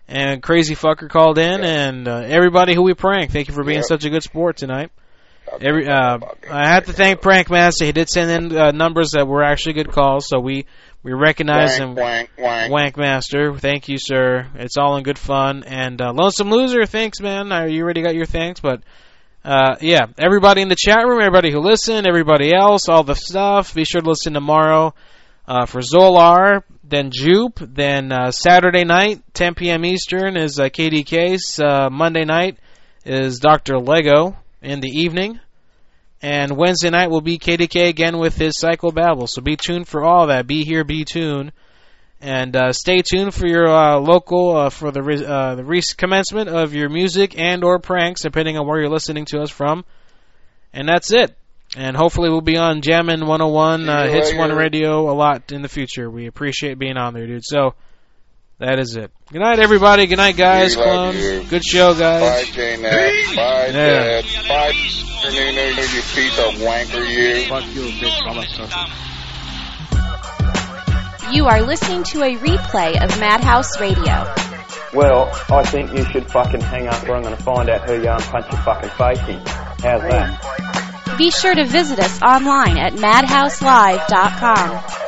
S4: and Crazy Fucker called in, and uh, everybody who we pranked. Thank you for being
S6: Yep.
S4: such a good sport tonight. Every uh, I have to thank Prank Master. He did send in uh, numbers that were actually good calls, so we we recognize him.
S6: Wank, wank, wank.
S4: Wank Master, thank you, sir. It's all in good fun. And uh, Lonesome Loser, thanks, man. Uh, You already got your thanks, but uh, yeah, everybody in the chat room, everybody who listened, everybody else, all the stuff. Be sure to listen tomorrow uh, for Zolar, then Jupe, then uh, Saturday night, 10 p.m. Eastern is uh, KDK's. Uh, Monday night is Dr. Lego in the evening. And Wednesday night will be KDK again with his Psycho Babble. So be tuned for all that. Be here, be tuned. And uh, stay tuned for your uh, local uh, for the re- uh, the recommencement of your music and or pranks, depending on where you're listening to us from. And that's it. And hopefully we'll be on Jammin' 101 uh,
S2: See you
S4: Hits One
S2: later.
S4: Radio a lot in the future. We appreciate being on there, dude. So that is it. Good night, everybody. Good night, guys.
S6: We love
S4: Clones.
S6: you.
S4: Good show,
S6: Bye,
S4: guys.
S6: J Nat. Bye,
S4: Yeah.
S6: Dad. Bye, Nino, you piece of wanker, you. Fuck you, bitch.
S1: You are listening to a replay of Madhouse Radio.
S13: Well, I think you should fucking hang up or I'm going to find out who you are and punch your fucking face in. How's that?
S1: Be sure to visit us online at madhouselive.com.